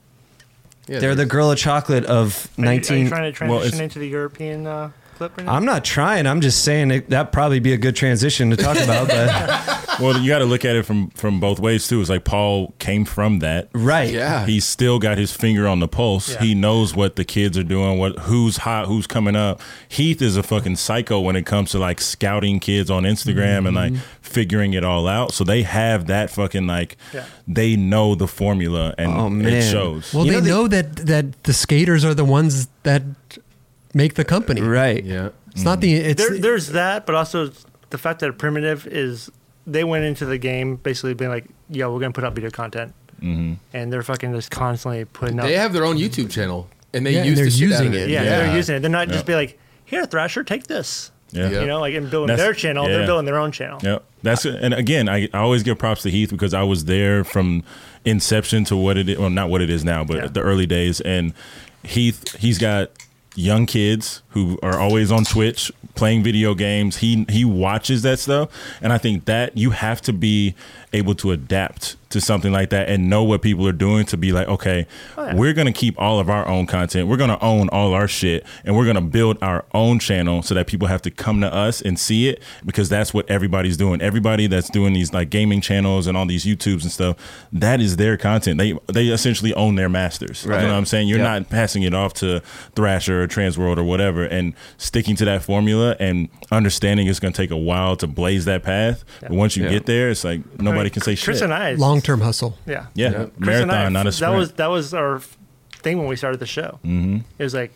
Yeah, they're the girl of chocolate of Are you- nineteen. Are you trying to well, transition it's- into the European uh, clip right now? I'm not trying. I'm just saying it, that'd probably be a good transition to talk about. But Well, you got to look at it from from both ways too. It's like Paul came from that. right, Yeah. He's still got his finger on the pulse. Yeah. He knows what the kids are doing, what who's hot, who's coming up. Heath is a fucking psycho when it comes to like scouting kids on Instagram and Mm-hmm. like figuring it all out. So they have that fucking like Yeah. they know the formula and Oh, it man. shows. Well, You they know the- know that that the skaters are the ones that make the company. right. Yeah. It's not the. It's there, there's that, but also the fact that primitive is they went into the game basically being like, "Yo, we're gonna put out video content," mm-hmm. and they're fucking just constantly putting out. They have their own YouTube channel, and they Yeah, and use they're the shit out using of it. it. yeah, they're using it. They're not Yeah. just be like, "Here, Thrasher, take this," yeah. Yeah. you know, like and building That's- their channel. yeah. They're building their own channel. Yep. That's and again, I, I always give props to Heath because I was there from inception to what it is, well, not what it is now, but Yeah. the early days. And Heath, he's got young kids who are always on Twitch playing video games. He he watches that stuff, and I think that you have to be able to adapt to something like that and know what people are doing to be like, okay, Oh, yeah. we're gonna keep all of our own content. We're gonna own all our shit, and we're gonna build our own channel so that people have to come to us and see it because that's what everybody's doing. Everybody that's doing these like gaming channels and all these YouTubes and stuff, that is their content. They they essentially own their masters. You Right. know what I'm saying? You're Yeah. not passing it off to Thrasher or Transworld or whatever, and sticking to that formula and understanding it's gonna take a while to blaze that path. But once you Yeah. get there, it's like I mean, nobody can say Chris shit. and I, long term hustle. yeah, yeah, Chris and I, marathon, not a sprint. That was that was our f- thing when we started the show. Mm-hmm. It was like,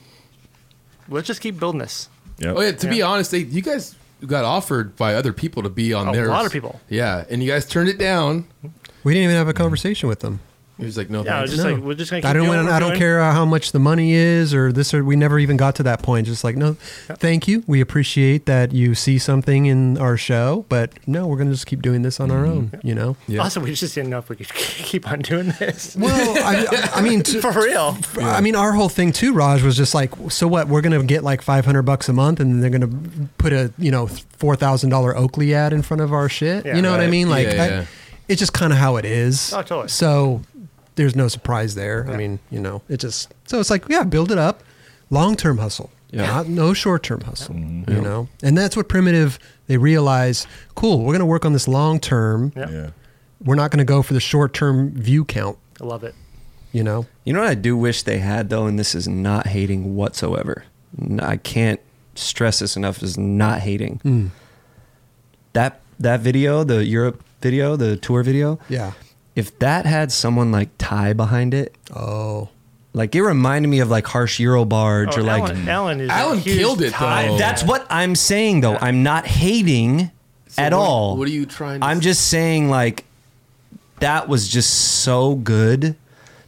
let's just keep building this. Yep. Oh yeah. To be Yeah. honest, they, you guys got offered by other people to be on A theirs. lot of people. Yeah, and you guys turned it down. We didn't even have a conversation with them. It was like, no, Yeah, I was thanks. just No. like, we're just gonna. Keep I don't. doing wanna- what we're I don't doing. care uh, how much the money is or this or we never even got to that point. Just like no, thank you. We appreciate that you see something in our show, but no, we're gonna just keep doing this on our own. You know. Also, we just didn't know if we could keep on doing this. Well, I, I mean, to, For real. I mean, our whole thing too, Raj, was just like, so what? We're gonna get like five hundred bucks a month, and they're gonna put a you know four thousand dollar Oakley ad in front of our shit. Yeah. you know what I Right. mean? Like, Yeah, I- yeah. it's just kind of how it is. Oh, totally. So there's no surprise there. I mean, you know, it just so it's like, yeah, build it up, long term hustle, Yeah. not no short term hustle. Mm-hmm. You know, and that's what primitive. They realize, cool, we're gonna work on this long term. Yeah. yeah. We're not gonna go for the short term view count. I love it. You know, You know what I do wish they had though, and this is not hating whatsoever. N- I can't stress this enough. Is not hating. Hmm. That that video, the Europe video, the tour video. yeah. If that had someone like Ty behind it, Oh. like it reminded me of like Harsh Euro Barge Oh, or like. Alan, Alan is a Alan huge killed it, tie. though. That's what I'm saying though. I'm not hating at what- all. what are you trying to I'm s- just saying like that was just so good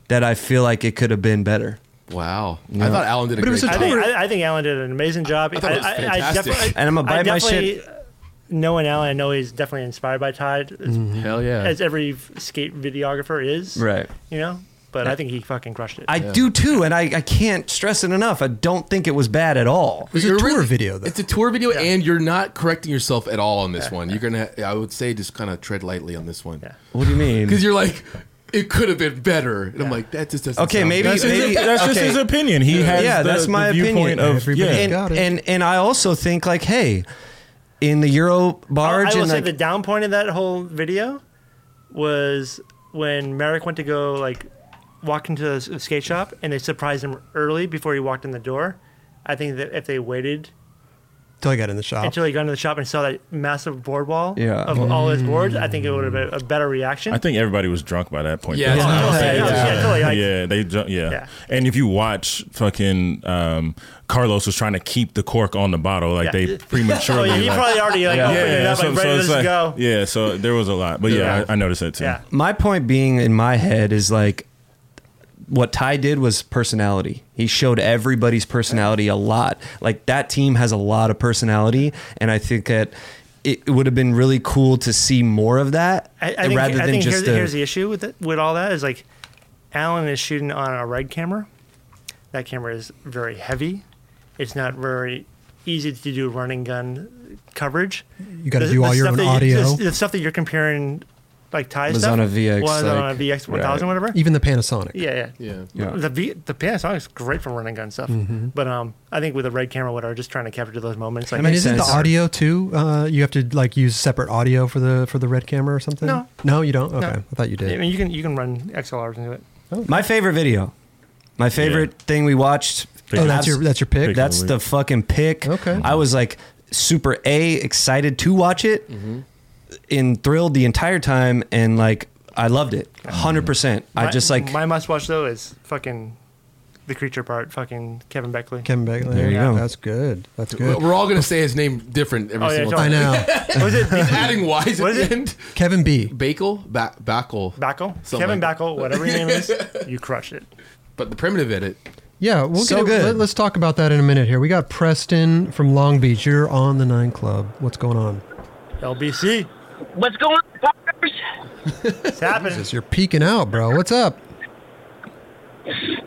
that I feel like it could have been better. wow. I thought Alan did a But it great was I a job. think, I, I think Alan did an amazing job. I thought it was fantastic. And I'm gonna I bite my definitely- Knowing Alan, I know he's definitely inspired by Todd, as, Hell yeah. as every skate videographer is. Mm-hmm. Right. You know, but I think he fucking crushed it. I do too, and I, I can't stress it enough. I don't think it was bad at all. It's a You're tour really- video, though. It's a tour video, and you're not correcting yourself at all on this one. You're gonna, I would say, just kind of tread lightly on this one. Yeah. What do you mean? Because you're like, it could have been better, and I'm like, that just doesn't. Okay, sound maybe good. That's, his- maybe that's just okay. his opinion. He has yeah, the- that's the my viewpoint opinion. of Everybody's yeah. got- it. and and I also think like, hey, in the Euro barge I will and say like, the down point of that whole video was when Merrick went to go like walk into the s- skate shop and they surprised him early before he walked in the door. I think that if they waited Until I got in the shop. until he got into the shop and saw that massive board wall Oh. Yeah. of all his boards, I think it would have been a better reaction. Mm. Oh, I think everybody was drunk by that point. Yeah, That's yeah, what I'm yeah, saying. yeah, yeah, totally, like- Yeah, they ju- yeah. Yeah. And if you watch fucking um, Carlos was trying to keep the cork on the bottle, like Yeah. they prematurely. oh yeah, he like- probably already like yeah, opened it up so- like so ready it's to like- go. Yeah, so there was a lot, but yeah, Yeah. I, I noticed that too. Yeah. my point being in my head is like what Ty did was personality. He showed everybody's personality a lot. Like that team has a lot of personality, and I think that it would have been really cool to see more of that I, I think, rather I than think just here's, the, here's the issue with it, with all that is like Alan is shooting on a red camera. That camera is very heavy. It's not very easy to do running gun coverage. You gotta do all your stuff own that audio. the, the stuff that you're comparing, like Ty Was stuff, on a VX, was on a like, VX 1000, right. whatever. Even the Panasonic. Yeah, yeah. Yeah. Yeah. The v, the Panasonic is great for running gun stuff, but um, I think with a red camera, whatever, just trying to capture those moments. Like, Mm-hmm. I mean, Makes isn't sense. the audio too? Uh, you have to like use separate audio for the for the red camera or something. No. no, you don't. Okay, No. I thought you I did. mean, you can you can run XLRs into it. My favorite video. My favorite thing we watched. Oh, that's your that's your pick. Pick. That's the fucking pick. Okay. I was like super A excited to watch it and thrilled the entire time and like I loved it. 100%. I My- just like my must watch though is fucking the creature part, fucking Kevin Beckley. Kevin Beckley. There you go. That's good. That's good. We're all gonna say his name different every Oh, yeah, single don't- I time. know. was it Adding Wise What at is the it? end. Kevin B. Bakel, ba- Bakel, Backel? Something Kevin like that. Backel, whatever your name is, you crushed it. but the primitive edit. Yeah, we'll So get it- good. Let, us talk about that in a minute. Here, we got Preston from Long Beach. You're on the Nine Club. What's going on? LBC, What's going on, fuckers? it's happening. You're peeking out, bro. What's up?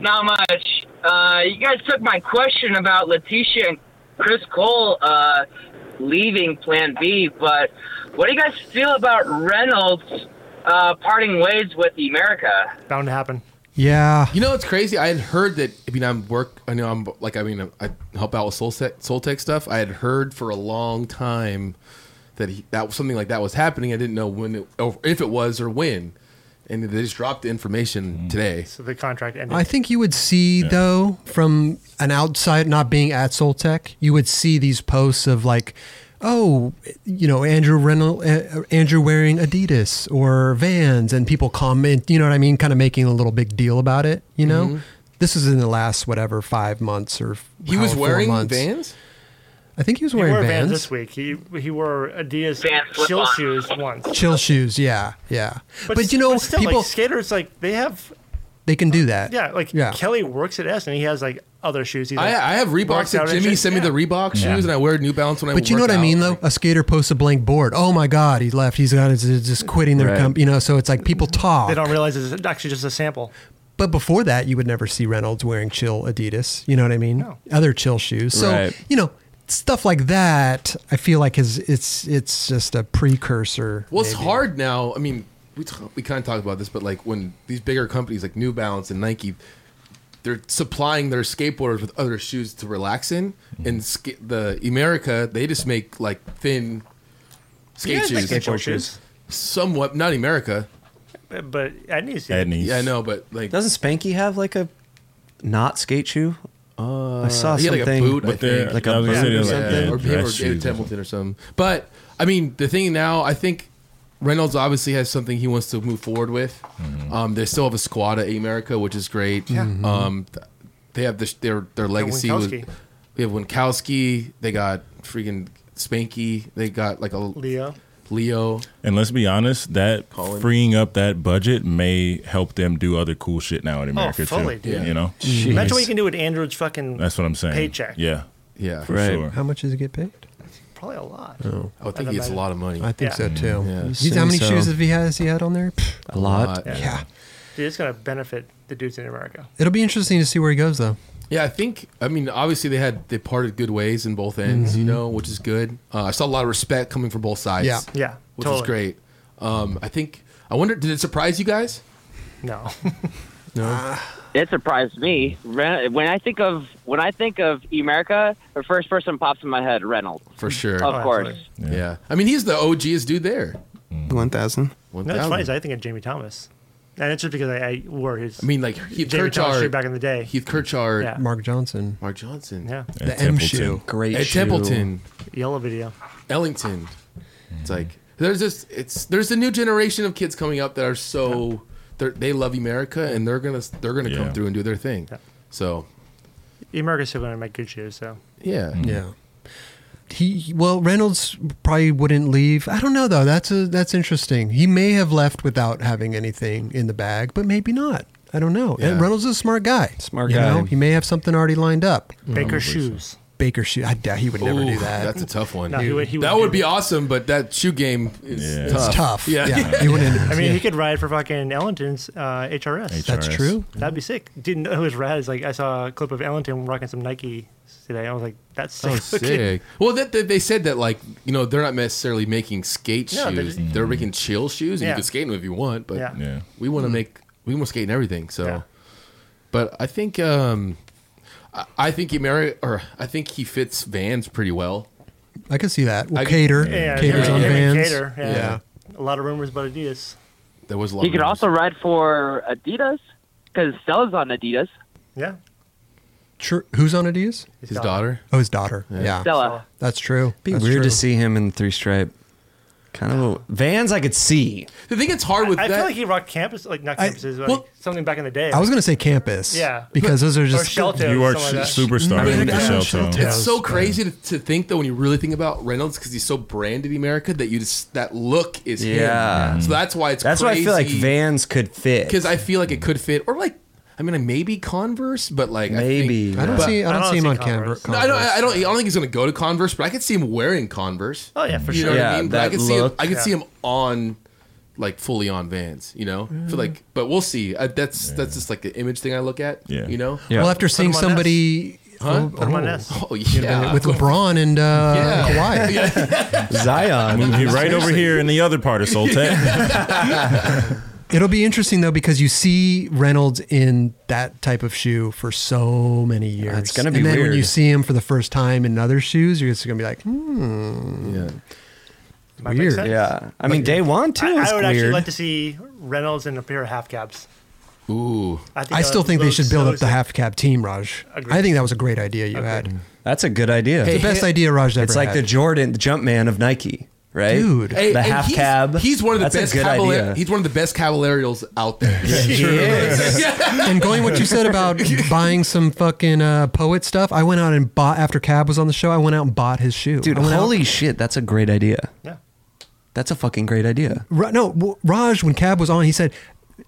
Not much. Uh, you guys took my question about Letitia and Chris Cole uh, leaving Plan B, but what do you guys feel about Reynolds uh, parting ways with America? Bound to happen. Yeah, You know, it's crazy. I had heard that. I mean, I'm work. I know I'm like. I mean, I help out with soul Tech- soul tech stuff. I had heard for a long time that he, that was something like that was happening. I didn't know when it, or if it was or when, and they just dropped the information Mm. today. So the contract ended. I think you would see though from an outside not being at Soltech, you would see these posts of like, oh, you know, Andrew Reynolds, uh, Andrew wearing Adidas or Vans, and people comment, you know what I mean, kind of making a little big deal about it. You know, this is in the last whatever five months or Mm-hmm. He was however, four wearing months. Vans. I think he was he wearing wore Vans. Vans this week. He he wore Adidas Vans flip chill on. shoes once. Chill shoes, yeah, yeah. But, you s- know, but still, people like, skaters like they have they can do that. yeah like yeah. Kelly works at S and he has like other shoes. He's I, like, I have Reeboks. works out That and Jimmy shit. sent me Yeah. the Reebok shoes, and I wear New Balance when I. But you know work what I mean, out. though. A skater posts a blank board. Oh my God, he left. He's got he's just quitting their Right. company. You know, so it's like people talk. They don't realize it's actually just a sample. but before that, you would never see Reynolds wearing chill Adidas. You know what I mean? No. Other chill shoes. So Right. you know, stuff like that. I feel like is it's it's just a precursor. Well, it's maybe. hard now. I mean, we t- we kind of talked about this, but like when these bigger companies like New Balance and Nike, they're supplying their skateboarders with other shoes to relax in, and ska- the America they just make like thin skate Like shoes, the chill shoes. somewhat not America. But but I need to see. Edney's. Yeah, I know, but like doesn't Spanky have like a not skate shoe? Uh, I saw he had like something. a boot, I But they're think. like Like a a I was gonna say boot or they're like, something, yeah, or him or dress David shoes. Templeton or something. But I mean, the thing now, I think Reynolds obviously has something he wants to move forward with. Mm-hmm. Um, they still have a squad at America, which is great. Yeah. Um, th- they have this, their their legacy. was- Winkowski. they have Winkowski. They got freaking Spanky. They got like a Leo. Leo. And let's be honest, that Colin. freeing up that budget may help them do other cool shit now in America Oh, fully, too. dude. You know, Imagine what you can do with Andrew's fucking that's what I'm saying. Paycheck. Yeah, Yeah, for Right. sure. How much does he get paid? probably a lot. I would think he gets a lot of money. I think Yeah. so too. Yeah. He's- How many Say so. shoes have he has he had on there? Pfft, a lot. Uh, yeah. Dude, it's gonna benefit the dudes in America. It'll be interesting to see where he goes, though. Yeah, I think. I mean, obviously they had they parted good ways in both ends, Mm-hmm. you know, which is good. Uh, I saw a lot of respect coming from both sides. Yeah. Yeah, which totally. is great. Um, I think. I wonder. Did it surprise you guys? No, It surprised me. Ren- When I think of when I think of America, the first person pops in my head Reynolds, For sure. of Oh, course. absolutely. yeah. I mean, he's the OG's dude there. One thousand. no. It's 1000. funny. Is I think of Jamie Thomas, and it's just because I, I wore his. I mean, like Heath Jamie Thomas Kirchard, shit back in the day. Heath Kirchard, Yeah. Mark Johnson, Mark Johnson, yeah, At the M Templeton. shoe. Great. Ed shoe. Templeton, yellow video. Ellington. It's like there's just it's there's a new generation of kids coming up that are so they're, they love America and they're gonna they're gonna Yeah. come through and do their thing. Yeah. So America's still gonna make good shoes. So yeah, Yeah. He well, Reynolds probably wouldn't leave. I don't know though. That's a that's interesting. He may have left without having anything in the bag, but maybe not. I don't know. And Yeah. Reynolds is a smart guy. Smart You guy. know, he may have something already lined up. Baker shoes. Baker shoe. I doubt he would never do Ooh, that. That's a tough one. No, he would- he that would would, do be it. awesome, but that shoe game is Yeah. It's tough. It's tough. Yeah. He wouldn't. I mean, yeah. he could ride for fucking Ellenton's uh, HRS. That's HRS. true. That'd be sick. Didn't know it was rad. It's like I saw a clip of Ellenton rocking some Nike today. I was like, that's sick. Oh, looking. sick. Well, that, that they said that like you know they're not necessarily making skate No, they're shoes. just- They're making chill shoes, and Yeah. you can skate in them if you want. But Yeah. Yeah. we want to make we want to skate in everything. So, Yeah. but I think um, I, I think Ameri- or I think he fits Vans pretty well. I could see that. Well, I could- Cater. Yeah, Cater's him on and- him and Vans. Cater, yeah. Yeah. A lot of rumors about Adidas. There was a lot. He of could rumors. also ride for Adidas because Stella's on Adidas. Yeah. True. Who's on Adidas? his daughter. Oh, his daughter. Yeah. Stella. That's true. Be That's weird true. to see him in the three stripe. Kind of Vans, I could see. I think it's hard with I that. feel like he rocked campus, like not I- campuses, but well- like something back in the day. I was gonna say campus. Yeah. Because those are or just shelter. You are something sh- like that. superstar. mean, with I the shell don't tone. Yeah, it it's was so bad. crazy to, to think though when you really think about Reynolds because he's so branded America that you just that look is him. Yeah. So that's why it's That's why I feel like crazy. Vans could fit. because I feel like it could fit, or like I mean, maybe Converse, but like Maybe, I, think, I don't but- see. I don't, I don't see him see on Converse. Converse. No, I don't. I don't. I don't think he's gonna go to Converse, but I could see him wearing Converse. Oh, yeah, for you sure. know what Yeah, I mean. But I that could see him. look. I could see Yeah. him on, like fully on Vans. You know, Mm. for like. But we'll see. I, that's that's just like the image thing I look at. Yeah. You know. Yeah. Well, after seeing on somebody uh, Huh? Put him on S. Oh yeah. with LeBron and uh, Kawhi, Zion. Move you right over here in the other part of Soltec. it'll be interesting though because you see Reynolds in that type of shoe for so many years. It's gonna be and then when weird. you see him for the first time in other shoes, you're just gonna be like, hmm, yeah. Might make weird. sense. Yeah. I mean, day one too I, was I would actually weird. like to see Reynolds in a pair of half caps. Ooh. I still think they should build up the half. half cab team, Raj. Agreed. I think that was a great idea you Agreed. had. That's a good idea. The best idea Raj ever it's like the had. Jordan, the Jumpman of Nike, right? Dude. Hey, the and half he's, cab. He's one of the That's best. A good cavali- idea. He's one of the best cavalarials out there. He is. and going what you said about buying some fucking uh, poet stuff, I went out and bought after Cab was on the show. I went out and bought his shoe. Dude, I went out- holy shit, that's a great idea. Yeah. That's a fucking great idea. Ra- no, w- Raj, when Cab was on, he said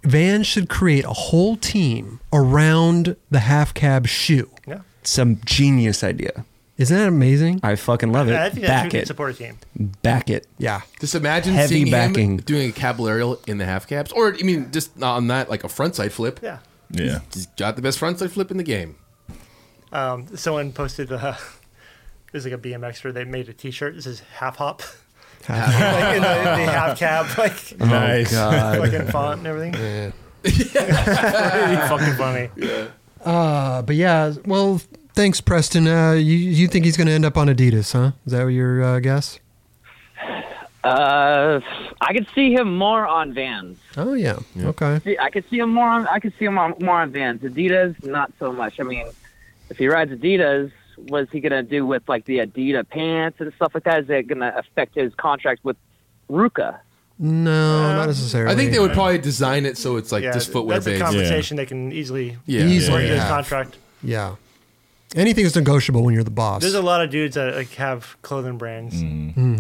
Van should create a whole team around the half cab shoe. Yeah. Some genius idea. Isn't that amazing? I fucking love it. I think that should back be a it. support team. Back it. Yeah. Just imagine Heavy seeing backing. him doing a cabalarial in the half caps, or I mean, just not on that like a front side flip. Yeah. yeah. He's got the best front side flip in the game. Um, someone posted uh, there's like a BMXer. They made a T-shirt. This is half hop. like in the, in the half cab, like Nice. fucking font and everything. Pretty fucking funny. Uh, but yeah, well, thanks, Preston. Uh, you, you think he's going to end up on Adidas, huh? Is that your uh, guess? Uh, I could see him more on Vans. Oh, yeah. Okay. See, I could see him more on. I could see him on, more on Vans. Adidas, not so much. I mean, if he rides Adidas, what's he gonna do with like the Adidas pants and stuff like that? Is that gonna affect his contract with Ruka? No, not necessarily. Uh, I think they would probably design it so it's like Yeah, just footwear that's a based. conversation they can easily yeah. Easily. work into his Yeah. contract. Yeah. Anything's negotiable when you're the boss. There's a lot of dudes that like have clothing brands. That's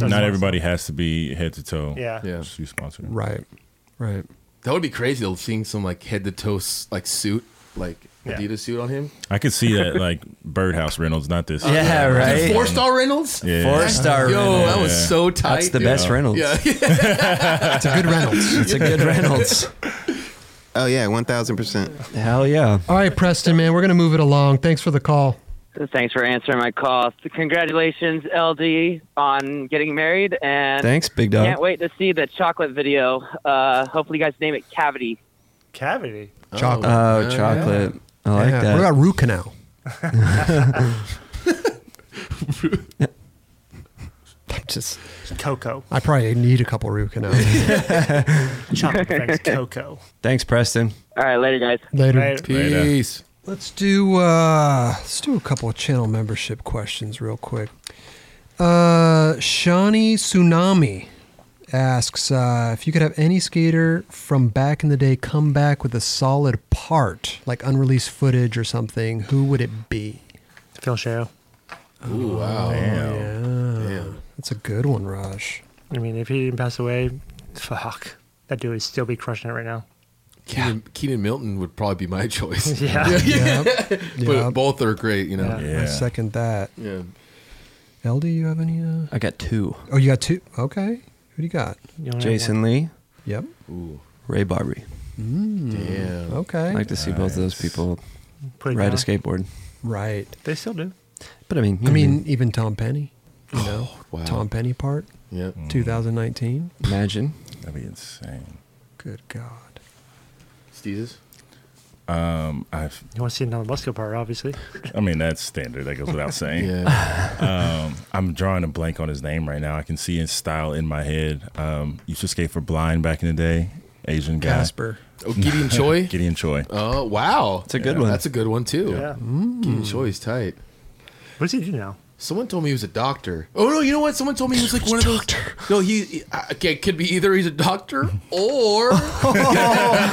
Not awesome. everybody has to be head to toe. Yeah. Yeah. Shoe sponsor. Right. Right. That would be crazy. though, Seeing some like head to toe s- like suit, like Yeah. Adidas suit on him. I could see that like Birdhouse Reynolds, not this. Yeah, right. Four star Reynolds. Yeah. Four star. Yo, Reynolds. that was so tight. That's the dude. best Reynolds. Yeah. It's a good Reynolds. It's a good Reynolds. Oh yeah, one thousand percent. Hell yeah. All right, Preston, man, we're going to move it along. Thanks for the call. Thanks for answering my call. Congratulations, LD, on getting married. And Thanks, big dog. Can't wait to see the chocolate video. Uh, hopefully, you guys name it Cavity. Cavity. Chocolate. Oh, chocolate. I like Yeah. that. What about root canal? I'm just, Cocoa. I probably need a couple root canals. Chocolate thanks, Cocoa. Thanks, Preston. All right, later, guys. Later. Right. uh, Peace. Let's do uh, let's do a couple of channel membership questions real quick. Uh, Shawnee Tsunami asks uh, if you could have any skater from back in the day come back with a solid part, like unreleased footage or something. Who would it be? Phil Shero. Ooh, wow. Yeah, that's a good one, Raj. I mean, if he didn't pass away, fuck. That dude would still be crushing it right now. Keenan, Keenan Milton would probably be my choice. Yeah. Yeah, But Yeah. both are great, you know. Yeah. I second that. Yeah. LD, you have any? Uh... I got two. Oh, you got two. Okay, who do you got? You only have Jason Lee, Yep. Ray Barbary. Damn. Okay. I'd like to see both of those people one. Put it ride a down. skateboard. right. They still do. But I mean, I you know, mean, even Tom Penny. You know, Oh, wow. Tom Penny part. Mm-hmm. Yeah. 2019. imagine. That'd be insane. Good God. Steezes. i You want to see another muscle part, obviously. I mean, that's standard. That goes without saying. Yeah. I'm drawing a blank on his name right now. I can see his style in my head. Um, used to skate for Blind back in the day. Asian guy. Casper. Oh, Gideon Choi. Gideon Choi. Oh, wow. It's a good one. That's a good one, too. Yeah. Gideon Choi's tight. What does he do now? Someone told me he was a doctor. Oh no, you know what? Someone told me he was like one of those. No, he, he I- okay, could be either he's a doctor or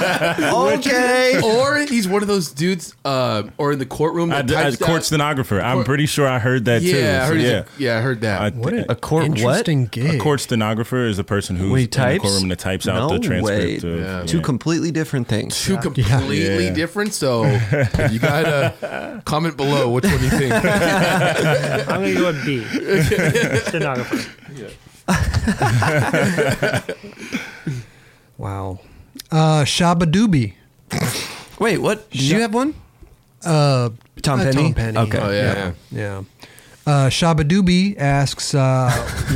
Okay. or he's one of those dudes um, or in the courtroom I, that d- I- types court out- stenographer. I'm pretty sure I heard that Yeah, too. I So, heard he's a- yeah. yeah, I heard that. I- What a, a A court what? interesting gig. a court stenographer is a person who's Wait, in the types? courtroom that types out No the transcript. way. Of, Yeah. Two completely different things. Two completely Yeah. different. So you gotta comment below which one you think. I'm going to go with B. Stenographer. Wow. Uh, Shaba Doobie. Wait, what? Did you have one? Uh, Tom uh, Penny. Tom Penny. Okay. Oh yeah, yeah. Yeah. Uh, Shaba Doobie asks, uh,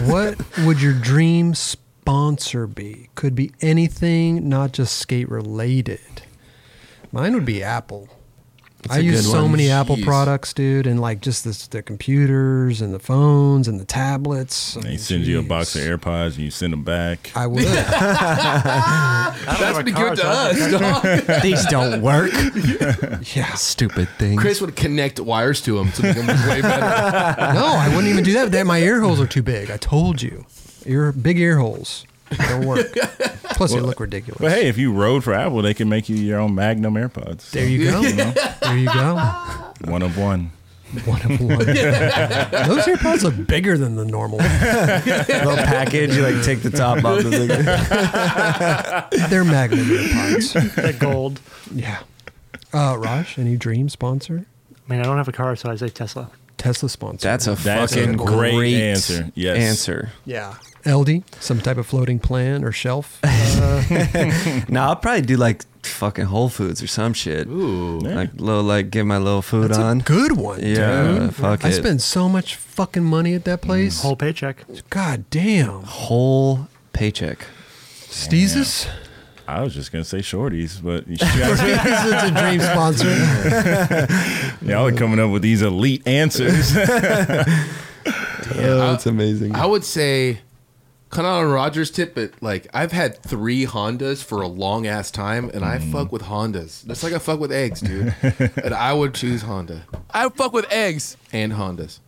what would your dream sponsor be? Could be anything, not just skate related. Mine would be Apple. I a use good so one. many Apple Jeez. products, dude, and like just this, the computers and the phones and the tablets. Oh, They send you a Jeez. box of AirPods and you send them back. I would. That's have a pretty car, good to so I us. dog. These don't work. yeah. Stupid thing. Chris would connect wires to him to make him look way better. No, I wouldn't even do that. That my ear holes are too big. I told you, ear big ear holes don't work. Plus, they look ridiculous. But hey, if you rode for Apple, they can make you your own Magnum AirPods. So, there you go. There you go. one of one. One of one. Those AirPods look bigger than the normal. Little package. You like take the top off. The thing. They're Magnum AirPods. The gold. Yeah. Uh, Raj, any dream sponsor? I mean, I don't have a car, so I say Tesla. Tesla sponsor. That's a That's a fucking great great, answer. Yes. Answer. yeah. LD, some type of floating plan or shelf. No, I'll probably do like fucking Whole Foods or some shit. Ooh. Like little like get my little food That's on. a good one. yeah. Dude. Fuck I it. Mm. spend so much fucking money at that place. Whole paycheck. God damn. whole paycheck. Steezus? I was just gonna say shorties, but you guys, Steezus is a dream sponsor. y'all are coming up with these elite answers. Oh, that's amazing. I would say, kind of on Rogers' tip, but like I've had three Hondas for a long ass time, and I Mm. fuck with Hondas. That's like I fuck with eggs, dude. and I would choose Honda. I fuck with eggs and Hondas.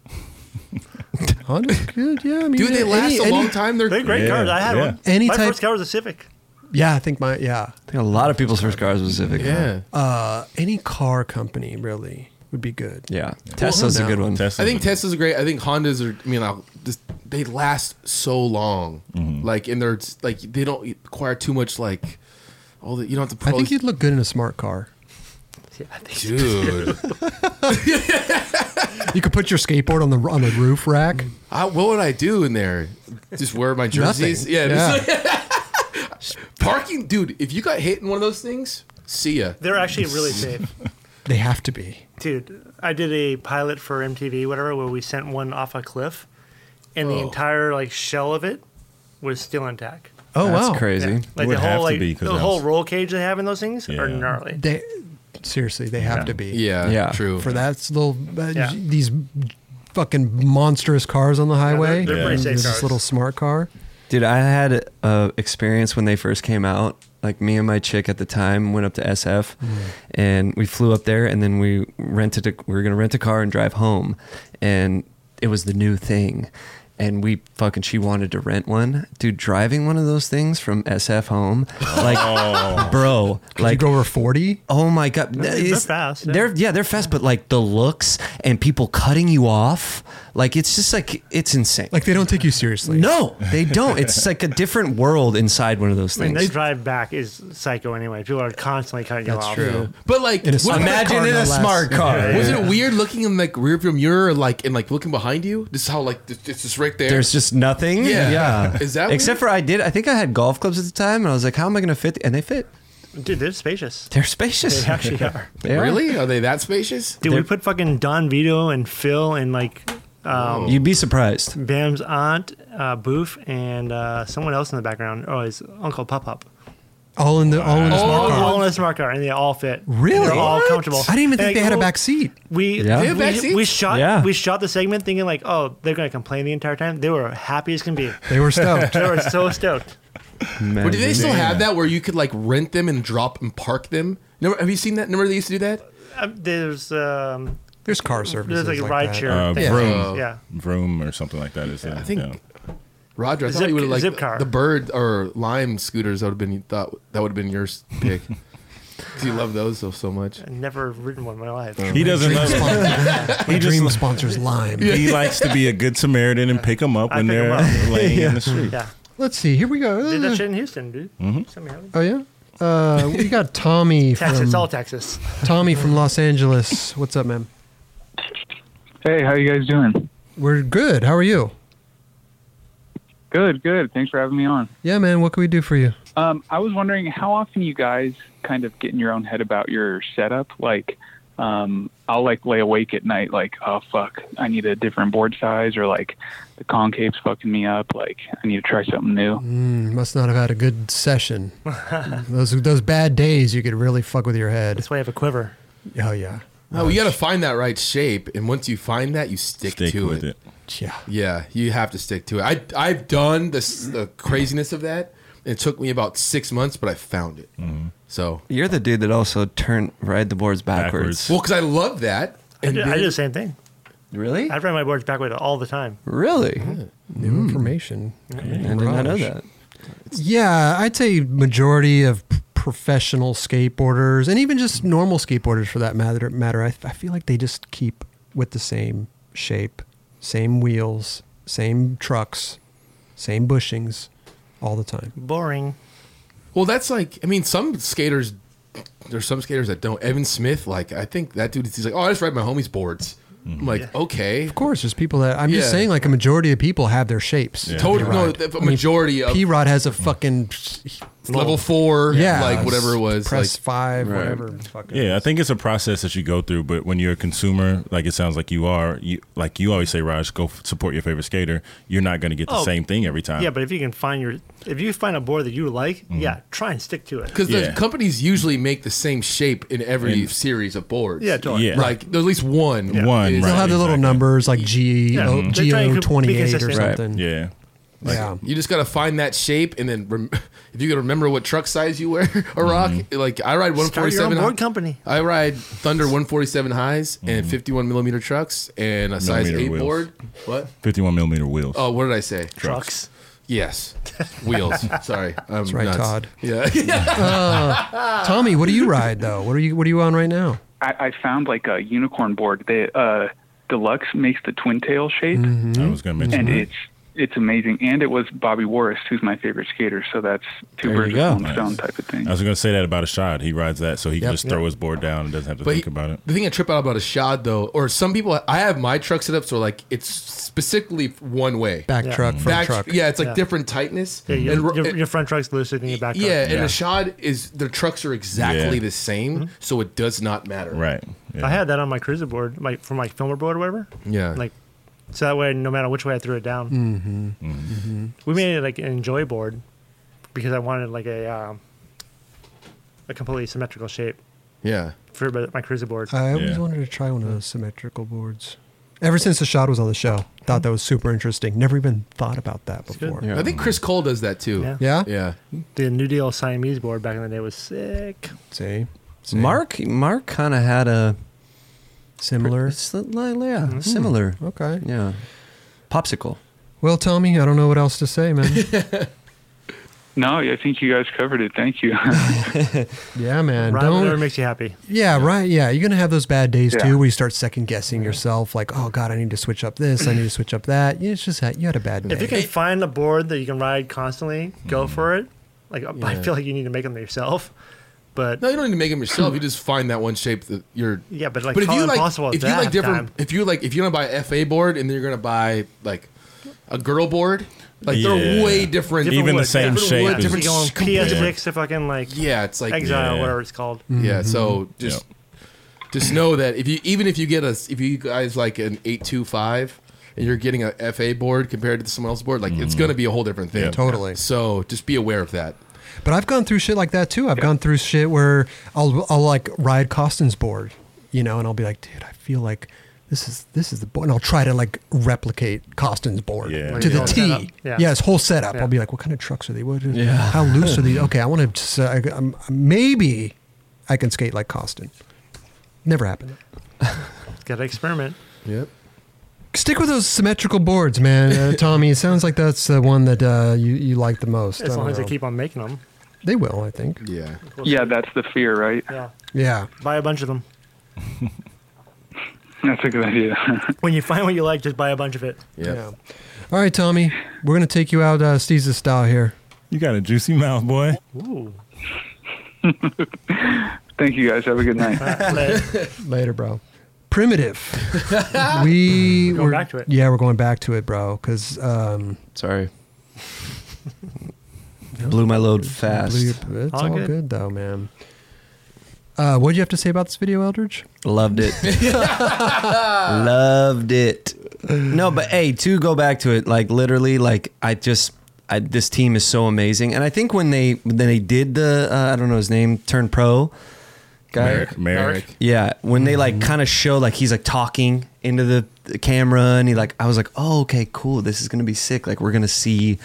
Honda's good, yeah. I mean, Dude, they any- last a any- long time. They're They're great Yeah, cars. I had yeah. one. Any My type- first car was a Civic. Yeah, I think my yeah. I think a lot of people's first cars was Civic. yeah. Uh, any car company really would be good. Yeah. Tesla's no. a good one. Tesla- I think Teslas are great. I think Hondas are. I mean, I'll, just, they last so long. Mm-hmm. Like, and they're like they don't require too much like all the you don't have to. I Pro- think you'd look good in a smart car. Yeah, I think dude. You could put your skateboard on the on the roof rack. I, what would I do in there? Just wear my jerseys? Nothing. Yeah. just- parking, dude. If you got hit in one of those things, See ya. They're actually really safe. They have to be. Dude, I did a pilot for MTV, whatever, where we sent one off a cliff, and the Whoa. entire like shell of it was still intact. Oh That's wow. crazy. Yeah. Like would the have to whole like be, 'cause the else- whole roll cage they have in those things are Yeah. gnarly. They seriously, they have to be. Yeah, Yeah. true. For that little uh, Yeah. these fucking monstrous cars on the highway. they're pretty and safe This cars. little smart car. Dude, I had a experience when they first came out. Like me and my chick at the time went up to SF, Mm. and we flew up there, and then we rented. A, we were gonna rent a car and drive home, and it was the new thing. And we fucking she wanted to rent one, dude. Driving one of those things from SF home, like bro, Did like you go over forty? Oh my god, That they're is- fast, yeah. They're yeah, they're fast, but like the looks and people cutting you off, like it's just like it's insane. Like they don't take you seriously. no, they don't. It's like a different world inside one of those I mean, things. they drive back is psycho anyway. People are constantly cutting you That's off. true. But like, In a was, smart Imagine car, in no a less. smart car. was it weird looking in like rearview mirror, like and like looking behind you? This is how like this, this is right there. There's just nothing. Yeah. Is that except for I did? I think I had golf clubs at the time, and I was like, "How am I going to fit?" And they fit. Dude, they're spacious. They're spacious. They actually are. They are. really are they that spacious? Dude, They're- we put fucking Don Vito and Phil and like um, You'd be surprised. Bam's aunt, uh, Boof, and uh, someone else in the background. Oh, his Uncle Pop Pop. All in the all in a smart All, car. all in a smart car, and they all fit. Really? They're all comfortable. I didn't even think And they had a we'll- back seat. We Yeah. They have back we, seats? we shot Yeah. we shot the segment thinking like, oh, they're gonna complain the entire time. They were happy as can be. They were stoked. They were so stoked. But do they Imagine. still have that where you could like rent them and drop and park them? Never, have you seen that? Remember they used to do that? Uh, Um, there's um, There's car services. there's like, like ride that. share. Uh, things. Vroom. Yeah. Vroom or something like that. Is uh, I think- yeah. Roger, I thought Zip- you would have like zip car. the bird or lime scooters. That would have been you thought that would have been your pick. 'Cause you love those so so much. I've never ridden one in my life. he doesn't Dream know. sponsor, my just- dream sponsors Lime. He likes to be a good Samaritan and pick them up I when pick 'em they're up. laying in the street. Yeah. Let's see. Here we Did that go. shit in Houston, dude. Send me out. Oh yeah. Uh, we got Tommy Texas, from all Texas. Tommy from Los Angeles. What's up, man? Hey, how you guys doing? We're good. How are you? Good, good. Thanks for having me on. Yeah, man. What can we do for you? Um, I was wondering how often you guys kind of get in your own head about your setup. Like, um, I'll like lay awake at night, like, oh fuck, I need a different board size, or like the concave's fucking me up. Like, I need to try something new. Mm-hmm. Mm, must not have had a good session. those those bad days, you could really fuck with your head. That's why I have a quiver. Oh yeah, No, you got to find that right shape, and once you find that, you stick, Stick to with it. it. yeah. Yeah, you have to stick to it. I I've done this, the craziness of that. It took me about six months, but I found it. Mm-hmm. So You're the dude that also turn ride the boards backwards. Backwards. well, because I love that. And I then- do the same thing. Really? I ride my boards backward all the time. Really? New information. I did not know Mirage. that. Yeah, I'd say majority of p- professional skateboarders and even just normal skateboarders for that matter, matter I, I feel like they just keep with the same shape, same wheels, same trucks, same bushings all the time. Boring. Well, that's like I mean, some skaters. There's some skaters that don't. Evan Smith, like I think that dude, he's like, oh, I just ride my homies' boards. Mm-hmm. I'm like, okay, Of course, there's people that I'm just Yeah. saying like a majority of people have their shapes. Yeah. totally. No, P-Rod. the majority of P Rod has a fucking level four, yeah, like whatever it was, press like five, Right. whatever. Fucking. Yeah, I think it's a process that you go through. But when you're a consumer, like it sounds like you are, you like you always say, Raj, go f- support your favorite skater. You're not going to get the Oh. same thing every time. Yeah, but if you can find your, if you find a board that you like, yeah, try and stick to it. because the Yeah. companies usually make the same shape in every series of boards. Yeah, totally. Yeah. Like there's at least one. One, right. is- They'll have their little Exactly. numbers like G Yeah. O Mhm. They're trying to be twenty eight or consistent. Right. something. yeah, yeah. You just gotta find that shape, and then rem- if you can remember what truck size you wear, a rock. Mm-hmm. Like I ride Start your own 147. board company. I ride Thunder 147 highs and 51 millimeter trucks and a size Millimeter eight wheels. board. What? 51 millimeter wheels. Oh, what did I say? Trucks. Yes, wheels. Sorry, I'm That's right, nuts. Todd. Yeah, yeah. Uh, Tommy, what do you ride though? What are you What are you on right now? I, I found like a unicorn board. The uh, deluxe makes the twin tail shape, Mm-hmm. I was going to mention and that. it's it's amazing. And it was Bobby Warris, who's my favorite skater. So that's two There you birds with go. one Nice. stone type of thing. I was gonna say that about a shot. He rides that, so he can Yep. just throw his board down and doesn't have to But think he- about it. The thing I trip out about a shod though, or some people, I have my truck set up so like it's specifically one way. Back Yeah. truck, front Back- truck. Yeah, it's like Yeah. different tightness. Yeah, your, And ro- your, your front truck's looser than your back truck. yeah, and Yeah. a shod is their trucks are exactly Yeah. the same, Mm-hmm. so it does not matter. Right. Yeah. I had that on my cruiser board, like for my filmer board or whatever. Yeah. Like, so that way, no matter which way I threw it down, Mm-hmm. Mm-hmm. we made it like an enjoy board because I wanted like a um, a completely symmetrical shape yeah. for my- my cruiser board. Uh, I always Yeah. wanted to try one of those symmetrical boards. Ever since the shot was on the show, thought that was super interesting. Never even thought about that good. before. Yeah. Yeah. I think Chris Cole does that too. Yeah. Yeah. the New Deal Siamese board back in the day was sick. See, See? Mark Mark kind of had a similar. it's li- li- yeah, similar. Okay. Yeah. Popsicle. Well, Tommy, I don't know what else to say, man. No, I think you guys covered it. Thank you. yeah, man. Ryan, whatever Don't. makes you happy. Yeah, right. Yeah, you're gonna have those bad days Yeah. too, where you start second guessing yourself. Like, oh God, I need to switch up this. I need to switch up that. Yeah, It's just that you had a bad day. If you can find a board that you can ride constantly, go for it. Like I Mm-hmm. Yeah. feel like you need to make them yourself, but No, you don't need to make them yourself. You just find that one shape that you're. yeah, but like but if Colin you like, Possible at if you like that different, time- if you like, if you're gonna buy a FA board and then you're gonna buy like a girl board, like Yeah. they're way different. Even the wood, same different shape wood, is Different going complete- PS6 to fucking like Yeah, it's like Exile, Yeah. whatever it's called. Hmm. Yeah, so Mm-hmm. just just know that if you even if you get a if you guys like an eight two five and you're getting a FA board compared to someone else's board, like it's gonna be a whole different thing. Mm-hmm. Yeah. Totally. So just be aware of that. But I've gone through shit like that too. I've gone through shit where I'll I'll like ride Costin's board, you know, and I'll be like, dude, I feel like this is this is the board, and I'll try to like replicate Costin's board Yeah. to the Like the T. whole setup? Yeah. Yeah, his whole setup. Yeah. I'll be like, what kind of trucks are they? What? How loose are these? Okay, I want to. Uh, I- I'm- maybe I can skate like Costin. Never happened. Got to experiment. Yep. Stick with those symmetrical boards, man. Uh, Tommy, it sounds like that's the one that uh, you you like the most. I As long don't as they know. keep on making them. they will, I think. Yeah. yeah, that's the fear, right? Yeah. Yeah. Buy a bunch of them. That's a good idea. When you find what you like, just buy a bunch of it. Yeah. Yeah. All right, Tommy, we're gonna take you out uh, Steezus style here. You got a juicy mouth, boy. Ooh. Thank you guys. Have a good night. But Later, bro. Primitive. we We're going were- back to it. Yeah, we're going back to it, bro. Because um, Sorry. Blew my load fast. blue- it's all, All good. good. though, man. Uh, what would you have to say about this video, Eldridge? Loved it. Loved it. No, but hey, to go back to it, like literally, like I just, I, this team is so amazing, and I think when they when they did the, uh, I don't know his name, turn pro, guy, Merrick. Merrick. yeah, when they Mm-hmm. like kind of show like he's like talking into the, the camera and he like I was like, "Oh, okay, cool. This is going to be sick. Like we're going to see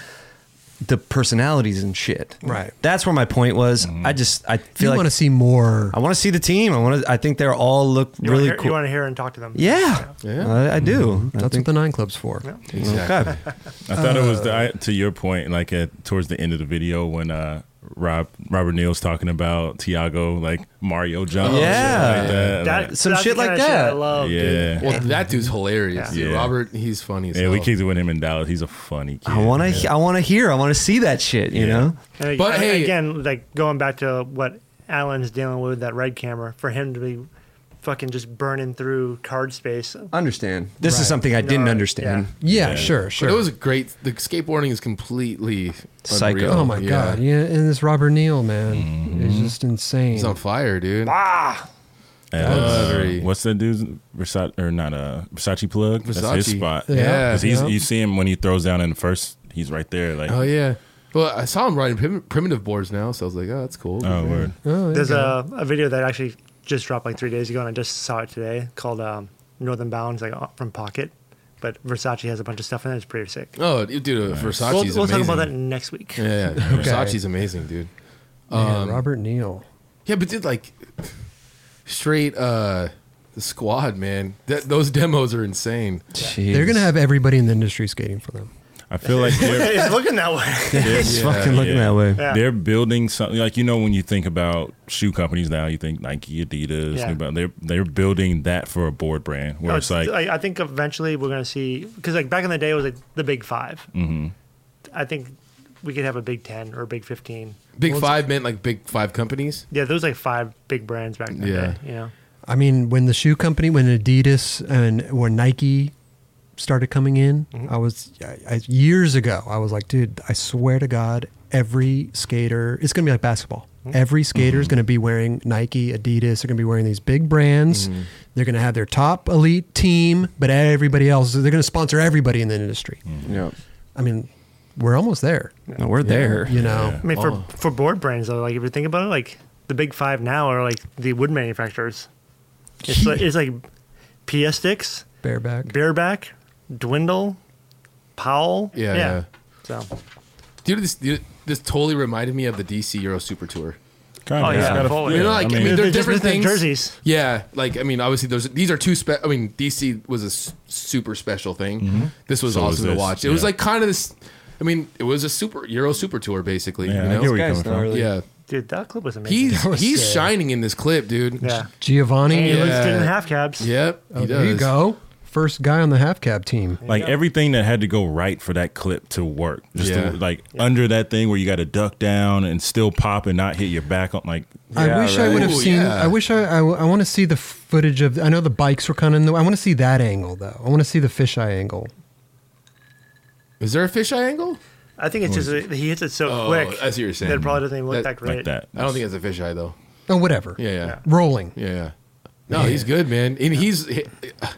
the personalities and shit." Right. Mm-hmm. That's where my point was. I just I feel you like want to see more? I want to see the team. I want to I think they're all look you really want to cool. hear and talk to them. yeah. Yeah. I, I do. I Mm-hmm. That's what think- the nine club's for. okay. I thought it was the, I, to your point, like at towards the end of the video when uh, Rob Robert Neal's talking about Tiago, like Mario jump, Yeah. shit like that. That, Like, Some that's the shit like kinda I that. love. dude. yeah, Well, that dude's hilarious. Yeah. dude. Robert, he's funny. As yeah. We hell. kicked it with him in Dallas. He's a funny kid. I want to I want to hear. I want to see that shit, you know? And But, I- I- hey- again, like going back to what Alan's dealing with that red camera, for him to be fucking just burning through card space. Understand. This Right. is something I didn't No, understand. Yeah, Yeah. sure, But sure. it was a great. The skateboarding is completely Psycho. unreal. oh my Yeah. god, yeah, and this Robert Neal man is just insane. He's on fire, dude. And, uh, That's- what's that dude's Versace or not a Versace plug? That's his Versace. spot. Yeah. Yeah. 'Cause he's, Yeah. you see him when he throws down in the first. He's right there. Like Oh yeah. Well, I saw him riding prim- primitive boards now, so I was like, oh, that's cool. oh, word. Oh, There's a, a video that actually just dropped like three days ago, and I just saw it today called um, Northern Bounds, like uh, from Pocket. But Versace has a bunch of stuff in it. It's pretty sick. Oh, dude, Versace's We'll, amazing. we'll talk about that next week. Yeah, yeah. Versace's amazing, dude. man, Robert Neal. Yeah, but dude, like straight uh the squad, man. That those demos are insane. They're gonna have everybody in the industry skating for them. I feel like they're it's looking that way. It's fucking looking yeah. that way. Yeah. They're building something like you know when you think about shoe companies now, you think Nike, Adidas, Yeah. Oh, Snoop Dogg. they're they're building that for a board brand where No, it's like I, I think eventually we're gonna see because like back in the day it was like the big 5 Mm-hmm. I think we could have a big ten or a big fifteen. Big Well, Five meant like Big Five companies. Yeah, there was like five big brands back in the Yeah. day. You know, I mean, when the shoe company, when Adidas and or Nike started coming in, I was I, I, years ago. I was like, dude, I swear to God, every skater it's gonna be like basketball. Every skater is gonna be wearing Nike, Adidas. They're gonna be wearing these big brands. They're gonna have their top elite team, but everybody else they're gonna sponsor everybody in the industry. Yeah. I mean, we're almost there. No, we're there. You know, I mean for for board brands though, like if you think about it, like the big five now are like the wood manufacturers. It's like it's like PS sticks, bareback. bareback, dwindle, Powell. Yeah, yeah. So Dude, this dude, this totally reminded me of the DC Euro Super Tour. kind Oh, it's yeah, gotta- fully. yeah, You know, like, I mean, they're, They're just different missing things. jerseys. Yeah, like I mean, obviously, there's these are two. Spe- I mean, DC was a s- super special thing. This was So was awesome to this, watch. It was yeah. like kind of this. I mean, it was a super Euro Super Tour basically. yeah, you I know? get where you're coming Guys, from. not really. yeah, dude, that clip was amazing. he's was he's sick. shining in this clip, dude. yeah. And Giovanni. he looks good in Yeah. half caps. Yep. Oh, he there you does. go. First guy on the half cab team. Like everything that had to go right for that clip to work, just Yeah. to, like under that thing where you got to duck down and still pop and not hit your back on like I Yeah, wish I right. would have Ooh, seen. yeah. I wish I. I, want to see the footage of. I know the bikes were kind of. in the I want to see that angle though. I want to see the fisheye angle. Is there a fisheye angle? I think it's just that he hits it so Oh, quick. I see what you're saying. That it probably doesn't even look That- that great. like that. I don't think it's a fisheye though. Oh, whatever. Yeah, yeah, Rolling. yeah, yeah. No, he's good, man, and he's he-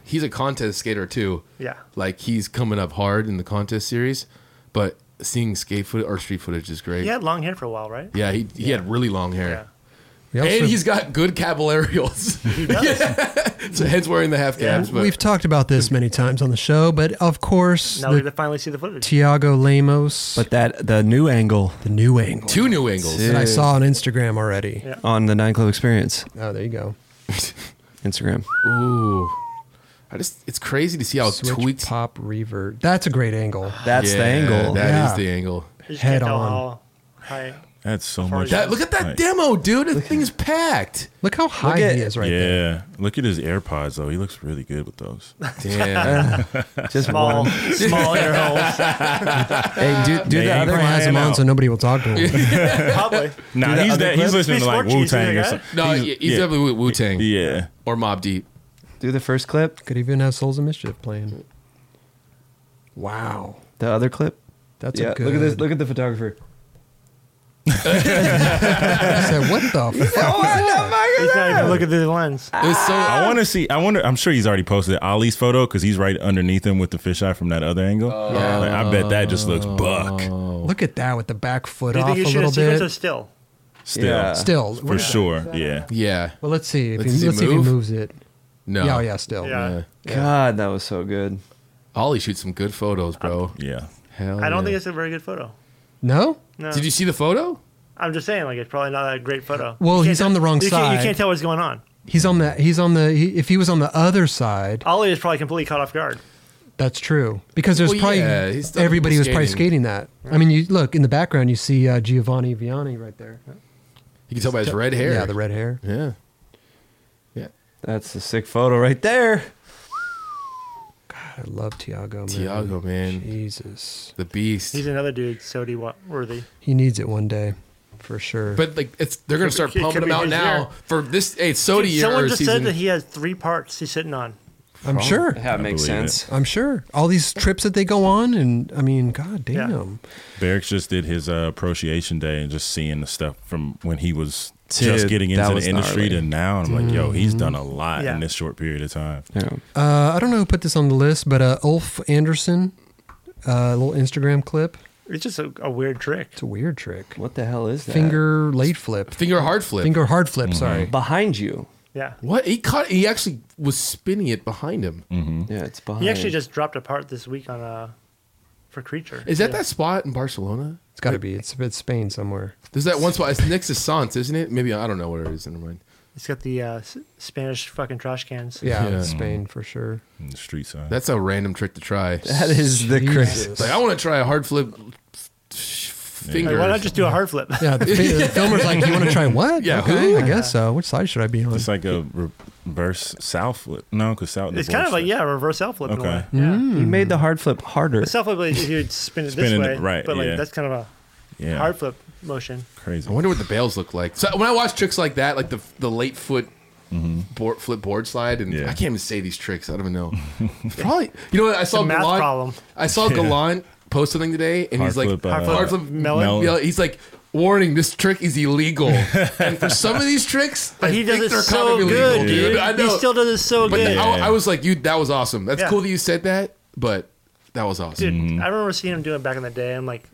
he's a contest skater too. Yeah. like he's coming up hard in the contest series, but seeing skate footage or street footage is great. He had long hair for a while, right? Yeah, he, he had really long Yeah. hair. We also- And he's got good capillarials. Yeah. So head's wearing the half caps. But we've talked about this many times on the show, but of course, Now we have to the finally see the footage. Tiago Lemos, But that the new angle the new angle two new angles. that I saw on Instagram already. Yeah. on the nine club experience Oh, there you go. Instagram. Ooh. I just it's crazy to see how Switch tweaked pop revert. That's a great angle. That's the angle. That is Yeah. the angle. You just Head can't tell on. how high. that's so Far much. as- That look at that like- demo, dude. That thing's packed. Look how high at- he is right yeah, there. look at his AirPods though. He looks really good with those. Damn. Just Small, one. small air holes. Hey, do, do the Yeah, other Probably has Crying him on out. so nobody will talk to him. Probably. Nah, he's that, he's listening He's to like Wu Portuguese, Tang isn't or he, something. no, E, he's, he's definitely Wu Tang yeah. or Mob Deep. do the first clip, Could even have Souls of Mischief playing. Wow. the other clip. That's yeah, a good. look at this. Look at the photographer. I said, what the fuck? He's not even looking through the lens. It was so Ah. Oh. I want to see. I wonder. I'm sure he's already posted Ali's photo because he's right underneath him with the fisheye from that other angle. Oh. Yeah. Like, I bet that just Oh. looks buck. Look at that with the back foot Do you off think a you should little have sequenced it bit. still? Still, Yeah. Still. for sure. Yeah. Yeah. Well, let's see. If Let's he, see let's see if he move. moves it. No. Yeah, oh, yeah, still. Yeah. Yeah. God, that was so good. Ollie shoots some good photos, bro. Yeah. Hell I don't Oh, yeah. think it's uh, a very good photo. No? No. Did you see the photo? I'm just saying, like, it's probably not a great photo. Well, You can't he's tell- on the wrong you Can't, side. you can't tell what's going on. He's on the he's on the he, if he was on the other side, Ollie is probably completely caught off guard. that's true. Because there's Well, probably yeah, he's still everybody was probably skating skating. that. I mean, you look in the background you see uh, Giovanni Vianney right there. You can tell by his red hair. Yeah, the red hair. Yeah. Yeah. That's a sick photo right there. I love Tiago, man. Tiago, man. Jesus. The beast. He's another dude, Sodi wa- worthy. He needs it one day for sure. but like it's they're gonna start Could be- pumping could him be out his now year. for this hey, it's Sodi Dude, year Someone or just season. said that he has three parts he's sitting on. I'm sure. That makes believe sense. I'm sure. All these trips that they go on and I mean, god Yeah. damn. Barracks just did his uh, appreciation day and just seeing the stuff from when he was Dude, just getting that into was the industry gnarly. to now. And I'm like, yo, he's done a lot Mm-hmm. Yeah. in this short period of time. Yeah. Uh, I don't know who put this on the list, but uh, Ulf Anderson, uh, little Instagram clip. It's just a, a weird trick. It's a weird trick. What the hell is that? Finger late flip. Finger hard flip. Finger hard flip. Sorry. behind you. Yeah. What he caught he actually was spinning it behind him. Mm. Mm-hmm. Yeah, it's behind. He actually just dropped a part this week on uh for creature. Is that that spot in Barcelona? It's got to be. It's it's Spain somewhere. There's that one spot. It's next to Sants, isn't it? Maybe I don't know where it is. Never mind. It's got the uh, S- Spanish fucking trash cans. Yeah, Yeah. Spain for sure. in the street side. That's a random trick to try. That is the craziest. Like I want to try a hard flip Like, finger. why not just do a hard flip? Yeah, the, fi- the filmer's like, you want to try what? Yeah, okay, I guess so. Which side should I be on? It's like a re- reverse south flip. No, because south. It's kind of like yeah, reverse self flip. In a Okay. way. Yeah. Mm. You Hmm. made the hard flip harder. Self flip like, if you would spin it Spinning this way, it right, But like yeah. that's kind of a yeah, hard flip motion. crazy. I wonder what the bales look like. So when I watch tricks like that, like the the late foot board, flip board slide, and Yeah. I can't even say these tricks. I don't even know. Probably. You know what? I saw a math Galan. problem. I saw Galan post something today, and he's Hard like, flip, uh, hard flip, hard flip melon? melon. yeah, he's like. Warning! This trick is illegal, and for some of these tricks, But I he does think it they're so kind of illegal, good, dude. I know. He still does it so but good. I, I was like, "You, that was awesome. That's Yeah. cool that you said that." But that was awesome. Dude, Mm-hmm. I remember seeing him doing it back in the day. I'm like,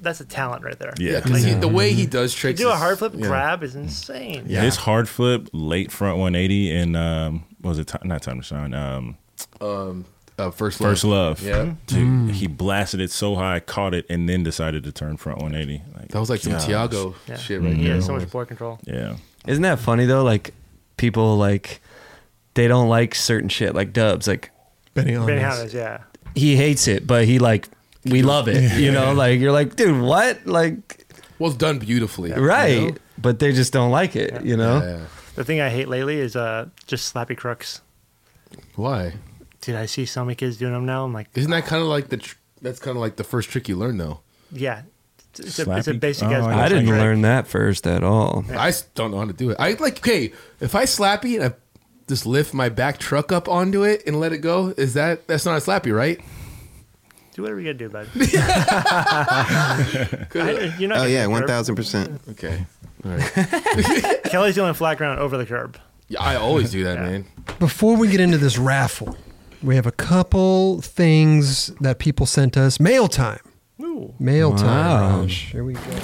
that's a talent right there. Yeah. Yeah, 'cause he- Like, the way he does to tricks. do a is- hard flip yeah. grab is insane. Yeah. His hard flip, late front 180, and um, what was it Ti- not time to shine? Um, Uh, first love. first love. Yeah. Dude, he blasted it so high, caught it, and then decided to turn front 180. Like, That was like some gosh. Tiago Yeah. shit right Mm-hmm. Yeah, there. so much board control. Yeah. Isn't that funny though? Like people like they don't like certain shit, like dubs. Like Benny Benny Hannes. Hannes, yeah. he hates it, but he like we love it. You know, like you're like, dude, what? Like Well, it's done beautifully. right. You know? But they just don't like it, you know? Yeah. The thing I hate lately is uh, just slappy crooks. Why? Dude, I see so many kids doing them now. I'm like, Isn't that kind of like the? Tr- that's kind of like the first trick you learn, though. yeah, it's a, it's a Slappy- basic Oh, ass. I I That's didn't like- learn that first at all. I s- don't know how to do it. I like okay. If I slappy and I just lift my back truck up onto it and let it go, is that that's not a slappy, right? Do whatever you gotta do, bud. 'Cause- I- You're not Oh gonna yeah, hit the one curb. thousand percent. okay. All right. Kelly's doing flat ground over the curb. Yeah, I always do that, man. Before we get into this raffle, we have a couple things that people sent us. Mail time. Ooh, Mail Wow. time. Raj. Here we go. we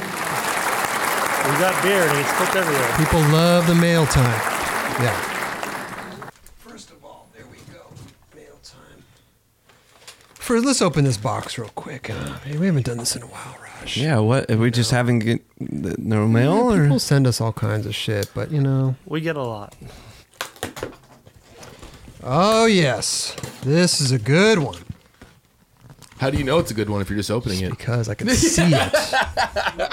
got beer and it's flipped everywhere. People love the mail time. Yeah. First of all, there we go. Mail time. First, let's open this box real quick. huh? Hey, we haven't done this in a while, Raj. Yeah, what? Are we just having g- no mail People or? send us all kinds of shit, but you know. We get a lot. Oh yes, this is a good one How do you know it's a good one if you're just opening it? because I can see it.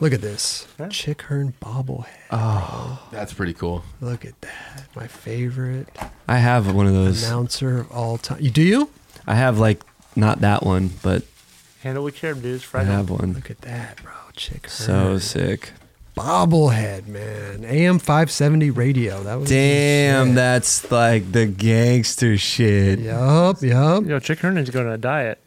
Look at this chick Hearn bobblehead. That's pretty cool. Look at that, my favorite I have one of those. announcer of all time. You do you? I have like not that one, but Handle with curb, dude. It's I Friday. have one. Look at that, bro. Chick So Hearn. sick. bobblehead, man. AM five seventy radio. That was Damn, that's like the gangster shit. Yup, yup. Yo, Chick Hernan's going to a diet.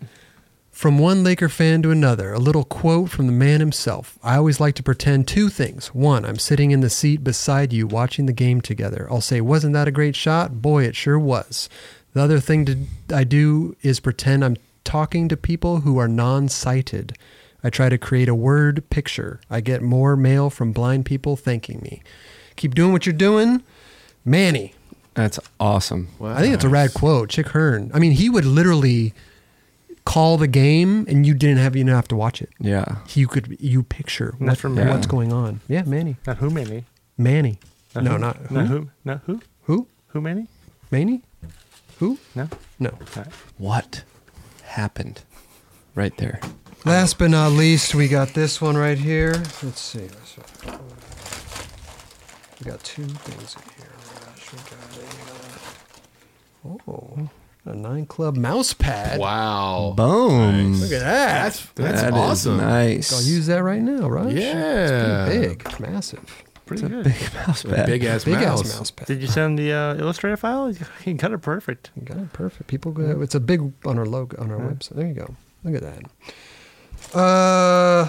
From one Laker fan to another, a little quote from the man himself. I always like to pretend two things. One, I'm sitting in the seat beside you watching the game together. I'll say, Wasn't that a great shot? Boy, it sure was. The other thing to, I do is pretend I'm talking to people who are non sighted. I try to create a word picture. I get more mail from blind people thanking me. Keep doing what you're doing. Manny, That's awesome. I think it's a rad quote, Chick Hearn. I mean, he would literally call the game, and you didn't have you didn't have to watch it. Yeah. You could you picture Not what- from Yeah. what's going on. Yeah, Manny, Not who many? Manny. Not no, who, not Not who? who? Not who? Who? Who many? Manny? Who? No. No. All right. What happened right there? Last but not least, we got this one right here. Let's see. Let's- We got two things in here. We got a, uh, oh, a nine club mouse pad. Wow. Boom. Look at that. That's that's That is awesome. nice. I'll use that right now, right? Yeah. It's pretty big. It's massive. Pretty good. big mouse pad. Big ass big mouse. ass mouse pad. Did you send the uh, Illustrator file? He got it perfect. You got it perfect. People go. It's a big on our logo on our website. There you go. Look at that. Uh,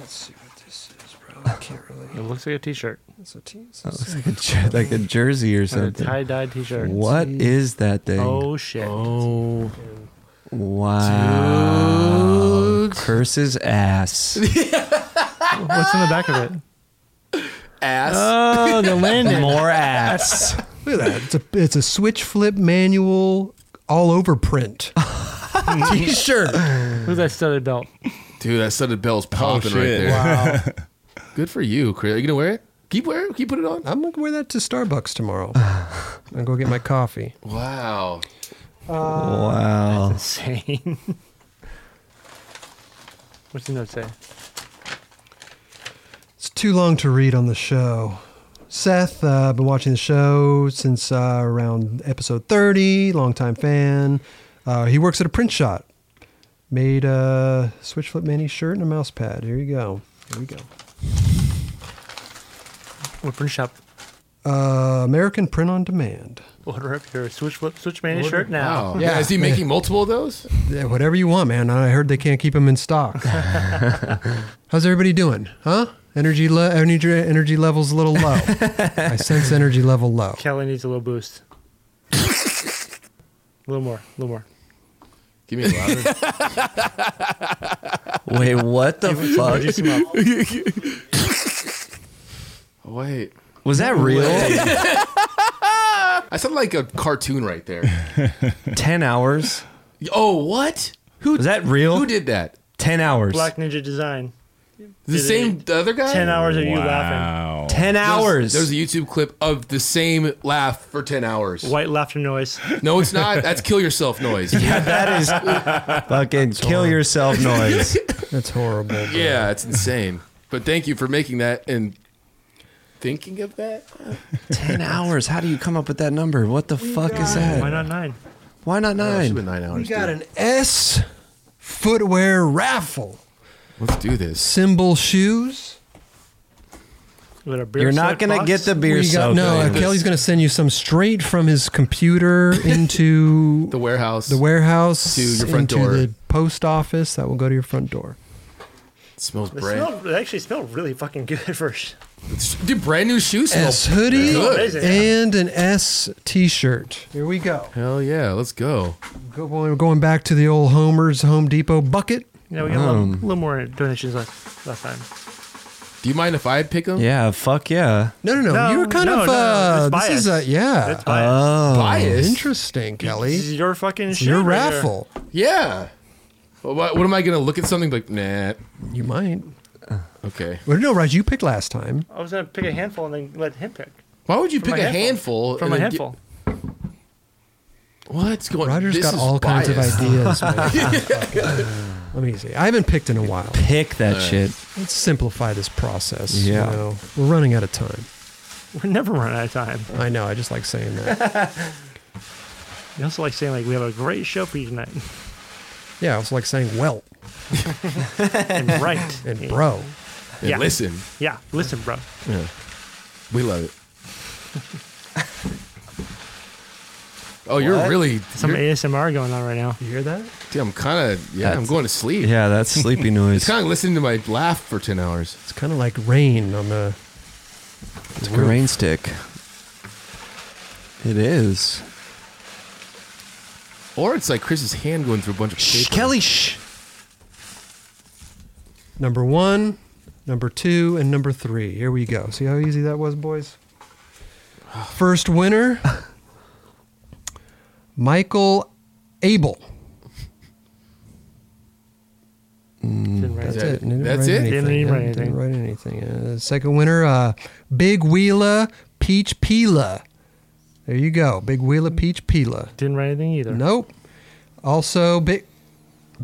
let's see what this is, bro. I can't It Oh. really. looks like a T-shirt, It's a t- it's a That looks like a, jer- like a jersey or a something. tie-dyed T-shirt. What Jersey. is that thing? Oh shit! Oh, wow. Curses ass. What's in the back of it? ass. Oh, the landing. More ass. Look at that. It's a it's a switch flip manual all over print T-shirt. Look at that studded belt. Oh, Dude, that studded bell's popping right shit. there. Good for you, Chris. Are you gonna wear it? Keep wear. Keep put it on. I'm gonna wear that to Starbucks tomorrow. and go get my coffee. Wow. wow. Insane. What's the note say? It's too long to read on the show. Seth, uh, I've been watching the show since uh, around episode 30, longtime fan. Uh, he works at a print shop. Made a Switch Flip Manny shirt and a mouse pad. Here you go. Here we go. What print shop? Uh, American Print on Demand. Order up your Switch Flip, Switch Mania shirt now. Wow. Yeah. Oh, Is he making multiple of those? Yeah, whatever you want, man. I heard they can't keep them in stock. How's everybody doing? Huh? Energy le- energy energy levels a little low. I sense energy level low. Kelly needs a little boost. a little more, a little more. Give me a louder. Wait, what the fuck? Juice him up. Wait. Was that real? I sound like a cartoon right there. 10 hours? Oh, what? Who Was that real? Who did that? 10 hours. Black Ninja Design. The same the other guy. 10 hours of you laughing. Wow. 10 hours. There's, there's a YouTube clip of the same laugh for ten hours. White laughter noise. No, it's not. That's kill yourself noise. yeah, that is fucking kill yourself noise. That's horrible. bro. Yeah, it's insane. But thank you for making that and thinking of that. Oh, 10 hours. How do you come up with that number? What the fuck is that? Why not nine? Why not Oh, it nine? should've been nine We hours. got dude. an S footwear raffle. Let's do this. Symbol shoes. With a beer You're not soaked going to box? get the beer We got- soaked. no, uh, noise. Kelly's going to send you some straight from his computer into The warehouse. the warehouse, To your front into door. the post office. That will go to your front door. It smells It, brand. smelled, it actually smelled really fucking good first. Dude, brand new shoes smell. S hoodie Good. and an S T-shirt. Here we go. Hell yeah, let's go. Go- We're going back to the old Homer's Home Depot bucket. You know, we got Hmm. a, little, little more donations last, last time. Do you mind if I pick them? Yeah, fuck yeah. No, no, no. No, Oh, you were kind no, of no, uh, it's this is a biased. yeah. Oh, That's fine. Biased. Interesting, Kelly. This is your fucking It's shit your right here. raffle. Yeah. Well, What, what am I gonna look at something like? Nah. You might. Okay. Well, no, Raj, you picked last time. I was gonna pick a handful and then let him pick Why would you From pick a a handful? from and a then get- handful. What's going? Roger's Oh, this got is all kinds of biased. ideas. man. Let me see. I haven't picked in a while. Pick that shit. Let's simplify this process. Yeah. You know? We're running out of time. We're never running out of time. I know. I just like saying that. You also like saying like we have a great show for you tonight. yeah, I also like saying well And right. and bro. And Yeah. Listen, Yeah. Listen, bro. we love it. oh, you're really. Some you're- ASMR going on right now. You hear that? dude, I'm kind of. Yeah, I'm That's- going to sleep. Yeah, that's sleepy noise. Kind of listening to my laugh for ten hours. It's kind of like rain on the. It's a rain stick. It is. Or it's like Chris's hand going through a bunch of Shh, paper. Kelly, shh. Number one, number two, and number three. Here we go. See how easy that was, boys? First winner Michael Abel. Didn't write Mm, That's that- it. Didn't that's write it? anything. Didn't write Yeah, anything. Didn't write anything. Uh, second winner, uh, Big Wheela Peach Pila. There you go. Big Wheela Peach Pila. Didn't write anything either. Nope. Also, big,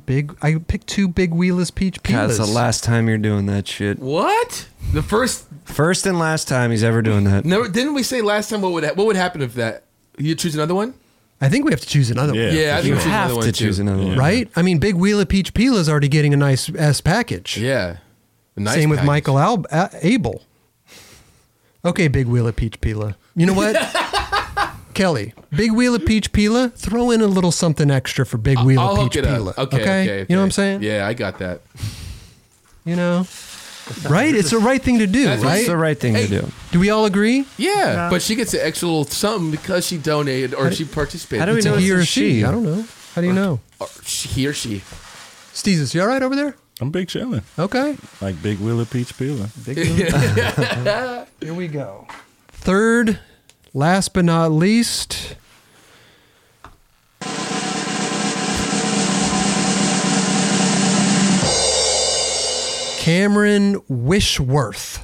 big. I picked two big wheelers peach God, peelers. that's the last time you're doing that shit. What? The first First and last time he's ever doing that. Never, didn't we say last time what would ha- what would happen if that you choose another one? I think we have to choose another Yeah. one, I think you we choose have to one, too. choose another one. right? I mean, big wheeler peach pila is already getting a nice s package. Yeah. A nice Same with package. Michael Al- A- Abel. Okay, big wheeler peach pila. You know what? Kelly, big wheeler peach pila. Throw in a little something extra for big wheeler I'll hook peach it pila. up. Okay, okay, You know what I'm okay. saying? Yeah, I got that. You know. Right, it's the right thing to do, That's- right? It's the right thing Hey. to do. Do we all agree? Yeah, Nah. but she gets an extra little something because she donated or she participated. how do we It's know a it's he a or she? she. I don't know. How do you know? Or she, he or she? Steezus, you all right over there? I'm big chilling. Okay. Like Big Willa Peach Peeler. Here we go. Third, last but not least. Cameron Wishworth.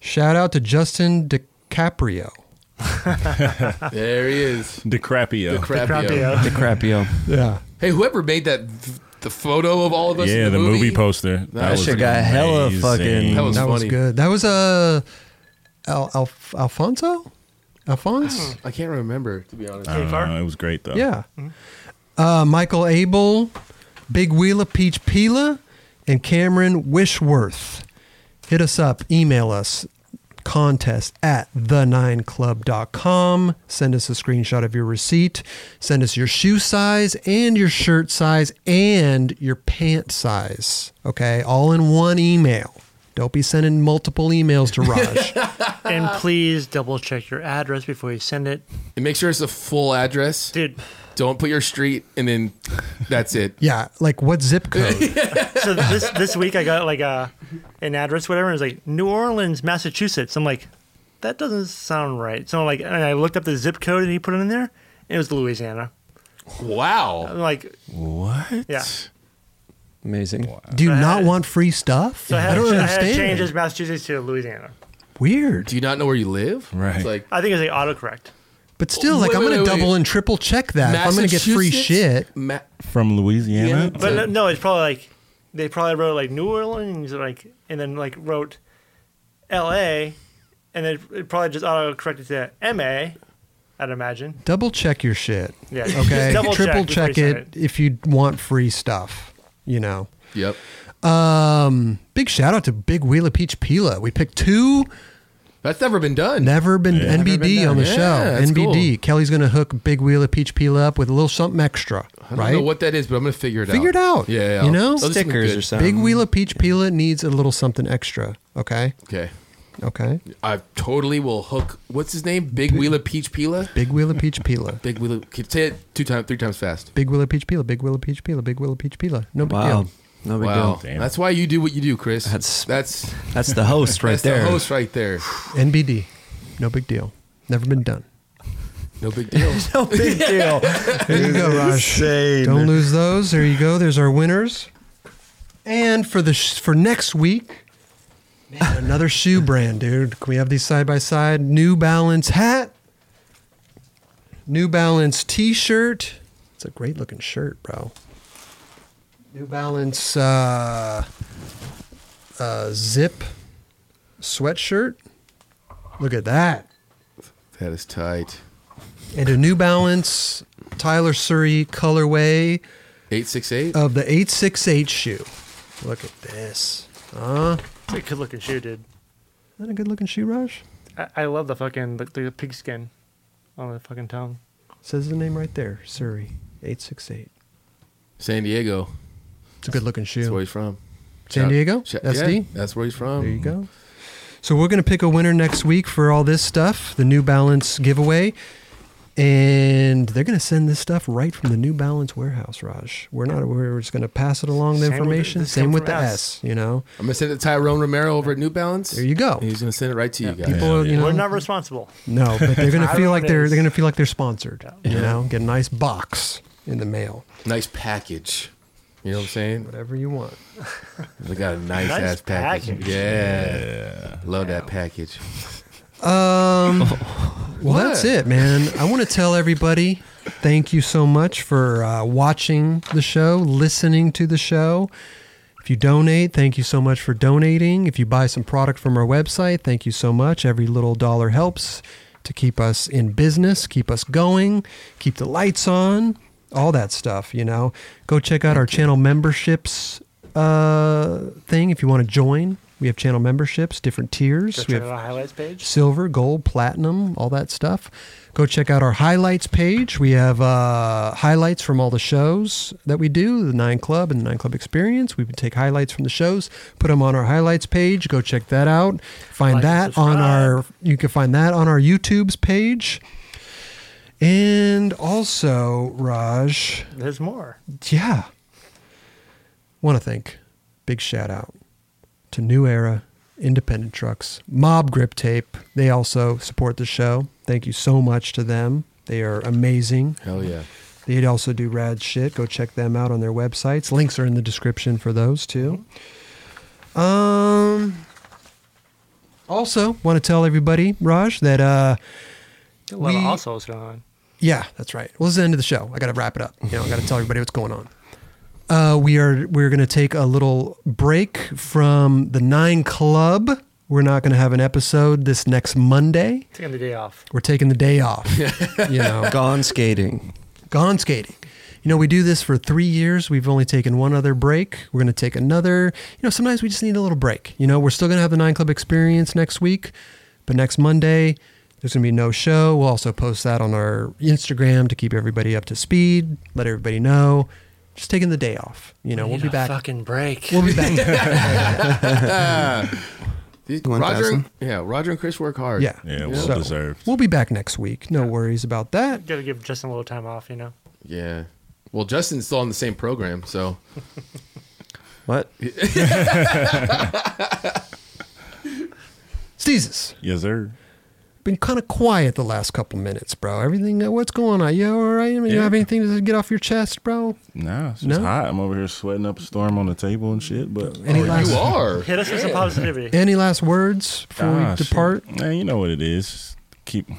Shout out to Justin DiCaprio. There he is. DiCrapio. Crapio. Crapio. DiCrapio. Yeah. Hey, whoever made that th- the photo of all of us. yeah, in the movie, poster. That, was shit got hella amazing. fucking- That was That was funny. good. That was uh, Al, Al, Alfonso? Alphonse? I can't remember to be honest. I don't know, it was great Oh. though. Yeah. Uh, Michael Abel, Big Wheela, Peach Pila, and Cameron Wishworth. Hit us up. Email us. Contest at the9club.com. Send us a screenshot of your receipt. Send us your shoe size and your shirt size and your pant size. Okay. All in one email. Don't be sending multiple emails to Raj. and please double check your address before you send it, And make sure it's a full address. dude. Don't put your street and then that's it. yeah. Like what zip code? So this this week I got like a an address whatever. And it was like New Orleans, Massachusetts. I'm like, that doesn't sound right. So like, and I looked up the zip code and he put it in there. And it was Louisiana. Wow. I'm like, What? yeah. Amazing. Do you I not had- want free stuff? So I I, had, don't to, I had understand. to change his Massachusetts to Louisiana. Weird. Do you not know where you live? Right. It's like I think it's like autocorrect. But still, like Wait, I'm wait, gonna wait, double wait. and triple check that. Uh, If I'm gonna get free Massachusetts? shit. Ma- From Louisiana? Yeah. But So- no, no, it's probably like they probably wrote like New Orleans, like and then like wrote L.A. and then it probably just auto corrected to M.A. I'd imagine. Double check your shit. Yeah. Okay. Double check triple before you check, send it, if you want free stuff. You know. yep. Um. Big shout out to Big Wheel of Peach Pila. We picked two. That's never been done. Never been NBD on the Yeah, show. that's NBD. Kelly's gonna hook Big Wheel of Peach Pila up with a little something extra. I don't right. know what that is, but I'm gonna figure it Figure it out. out. Yeah, yeah. You know? Those are some Stickers good- or something. Big Wheel of Peach Pila needs a little something extra. Okay. Okay. Okay. I totally will hook. What's his name? Big Wheeler Peach Pila. Big Wheel of Peach Pila. Big Wheeler. Say it two times, three times fast. Big Wheel of Peach Pila. Big Wheel of Peach Pila. Big Wheel of Peach Pila. No big Wow. deal. No big Wow, deal. Damn. that's why you do what you do, Chris. That's- that's That's the host right that's there. the host right there. NBD. No big deal. Never been done. No big deal. No big deal. There you go, Raj. Don't lose those. There you go. There's our winners. And for the sh- for next week, man, another shoe brand, dude. Can we have these side by side? New Balance hat, New Balance T-shirt. It's a great looking shirt, bro. New Balance uh, uh, zip sweatshirt. Look at that. that is tight. and a New Balance Tyler Surrey colorway Eight six eight. of the 868 shoe. Look at this. Huh? It's a good looking shoe, dude. Isn't that a good looking shoe, Raj? I, I love the fucking the, the pigskin on the fucking tongue. Says the name right there Surrey 868. San Diego. It's a good looking That's where shoe. he's from. San Diego? Sh- SD? yeah, that's where he's from. There you go. So we're going to pick a winner next week for all this stuff, the New Balance giveaway. And they're going to send this stuff right from the New Balance warehouse, Raj. We're not, we're just going to pass it along the Same with the- information. this Same come with the from us. S, you know? I'm gonna send it to Tyrone Romero over at New Balance. There you go. And he's gonna send it right to you guys. People, you know, We're not responsible. No, but they're gonna I feel don't like know they're this. they're gonna feel like they're sponsored. You know, get a nice box in the mail, Nice package. You know what I'm saying? whatever you want. They got a nice, Nice ass package. package. Yeah. Love that package. Um, Well, that's it, man. I want to tell everybody thank you so much for uh, watching the show, listening to the show. If you donate, thank you so much for donating. If you buy some product from our website, thank you so much. Every little dollar helps to keep us in business, keep us going, keep the lights on, all that stuff, you know. Go check out our channel memberships uh, thing if you want to join. We have channel memberships, different tiers. Go we check have out our highlights page. silver, gold, platinum, all that stuff. Go check out our highlights page. We have uh, highlights from all the shows that we do, the Nine Club and the Nine Club Experience. We take highlights from the shows, put them on our highlights page. Go check that out. Find Like and that on our. subscribe. You can find that on our YouTube's page. And also, Raj, There's more. yeah, want to thank, big shout out to New Era Independent Trucks, Mob Grip Tape. They also support the show. Thank you so much to them. They are amazing. Hell yeah. They also do rad shit. Go check them out on their websites. Links are in the description for those too. Um. Also, want to tell everybody, Raj, that uh, A lot We- of alsos going on. yeah, that's right. Well, this is the end of the show. I got to wrap it up. You know, I got to tell everybody what's going on. Uh, we are we're going to take a little break from the Nine Club. We're not going to have an episode this next Monday. Taking the day off. We're taking the day off. you know, Gone skating. gone skating. You know, we do this for three years. We've only taken one other break. We're going to take another. You know, sometimes we just need a little break. You know, we're still going to have the Nine Club experience next week, but next Monday, there's going to be no show. We'll also post that on our Instagram to keep everybody up to speed, let everybody know. Just taking the day off. You know, we'll be Need a back. Fucking break. We'll be back. These- One Roger, and, thousand. yeah, Roger and Chris work hard. yeah. Yeah, well So, deserved. We'll be back next week. No worries about that. Gotta give Justin a little time off, you know. yeah. Well, Justin's still on the same program, so What? Steezes. Yes, sir. Been kind of quiet the last couple minutes, bro. Everything, uh, what's going on? You all right? You Yeah. Oh, have anything to get off your chest, bro? Nah, it's No? just hot. I'm over here sweating up a storm on the table and shit. But oh, Any last you are. Hit us with some positivity. any last words before Ah, we shit. depart? Man, you know what it is. Keep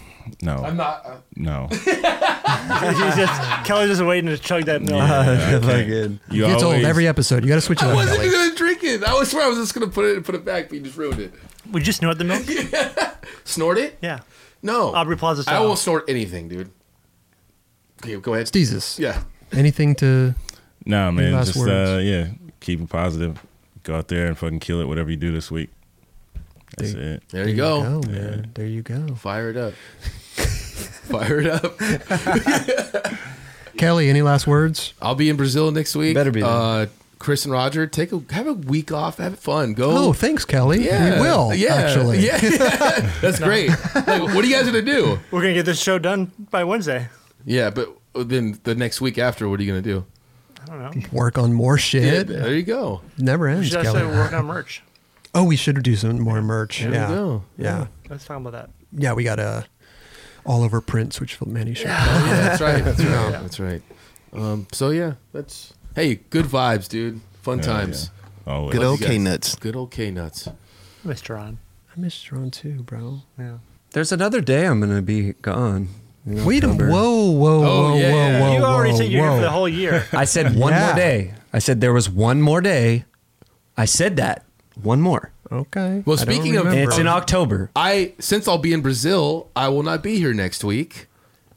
no. I'm not. Uh, no. He's just, Kelly's just waiting to chug that milk. Yeah, I can't. Fucking- You It's always, old every episode. You got to switch it I up, wasn't Kelly. gonna drink it. I was swear I was just gonna put it put it back, but you just ruined it. We just snort the milk? Snort it? Yeah. No. Aubrey Plaza I style. won't snort anything, dude. Okay, go ahead. Steezes. Yeah. Anything to? Nah, man. last Just words? uh, yeah. Keep it positive. Go out there and fucking kill it. Whatever you do this week. That's Dude. it. There, you go. go, man. There you go. Fire it up. Fire it up. Kelly, any last words? I'll be in Brazil next week. Better be there. Uh, Chris and Roger, take a have a week off. Have fun. Go. Oh, thanks, Kelly. We will Yeah. actually. Yeah. That's great. Like, what are you guys gonna do? We're gonna get this show done by Wednesday. Yeah, but then the next week after, what are you gonna do? I don't know. Work on more shit. There you go. Never We ends, should also Kelly. work on merch. Oh, we should do some more merch. There we yeah. go. yeah, Let's talk about that. yeah. We got a all over prints, which Phil Manny shirt. Oh, yeah, that's right. That's right. That's right. Um, so yeah, that's hey, good vibes, dude. Fun times. Always. Good old You guys- K nuts. Good old K nuts. Mr. On. I missed Ron too, bro. Yeah. There's another day I'm gonna be gone. in Wait a October. whoa, whoa, whoa, Oh, yeah, whoa, yeah. whoa. you already whoa, said you're here whoa. for the whole year. I said one Yeah. more day. I said there was one more day. I said that one more. Okay. Well, I don't speaking of- And remember. it's in October. I since I'll be in Brazil, I will not be here next week.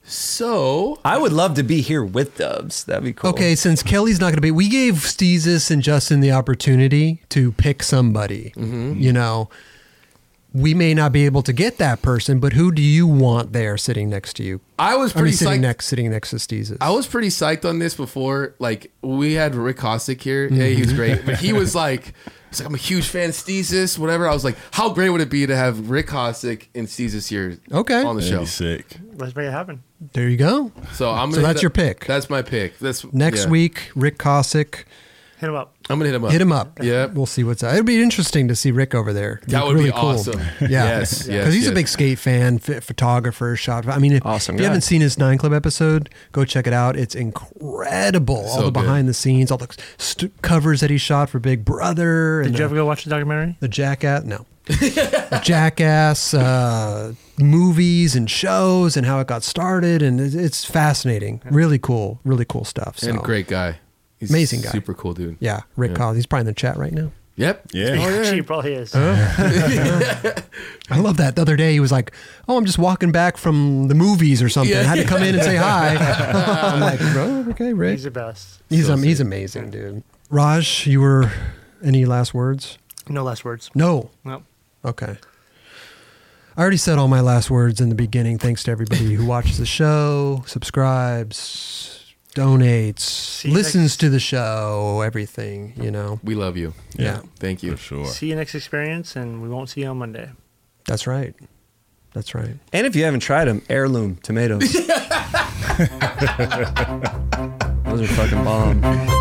So I would love to be here with Dubs. That'd be cool. Okay, since Kelly's not going to be, we gave Steezus and Justin the opportunity to pick somebody. Mm-hmm. You know, we may not be able to get that person, but who do you want there sitting next to you? I was I mean, pretty sitting psyched. next, sitting next to Steezus. I was pretty psyched on this before. Like we had Rick Hosick here. Yeah, he was great, but Mm-hmm. he was like, he's like, I'm a huge fan of Steezus, whatever. I was like, how great would it be to have Rick Hosick and Steezus here Okay. on the That'd show? be sick. Let's make it happen. there you go. So I'm. So Gonna that's your pick. That's my pick. That's Next yeah. week, Rick Cossack, Hit him up. I'm gonna hit him up. hit him up. Yep. we'll see what's up. It'll be interesting to see Rick over there. That would Really be cool. awesome. Yeah, Yes, yes, because he's a yes. big skate fan, ph- photographer, shot. I mean, if, Awesome if you guy. haven't seen his Nine Club episode, go check it out. It's incredible. all So the good. behind the scenes, all the st- covers that he shot for Big Brother. Did and you the, ever go watch the documentary? the Jackass? No, The Jackass uh, movies and shows and how it got started, and it- it's fascinating. Really cool, really cool stuff. So. And great guy. He's Amazing guy. Super cool dude. Yeah, Rick Yeah. Collins. He's probably in the chat right now. Yep. Yeah. She probably is. I love that. The other day he was like, "Oh, I'm just walking back from the movies or something. I had to come in and say hi." I'm like, "Bro, okay, Rick. He's the best. He's um, he's amazing, dude." Raj, you were any last words? No last words. No. No. Okay. I already said all my last words in the beginning. Thanks to everybody who watches the show, subscribes, donates, you listens next- to the show, everything. You know. We love you. Yeah. Thank you. For sure. See you next experience, and we won't see you on Monday. That's right. That's right. And if you haven't tried them, heirloom tomatoes. Those are fucking bomb.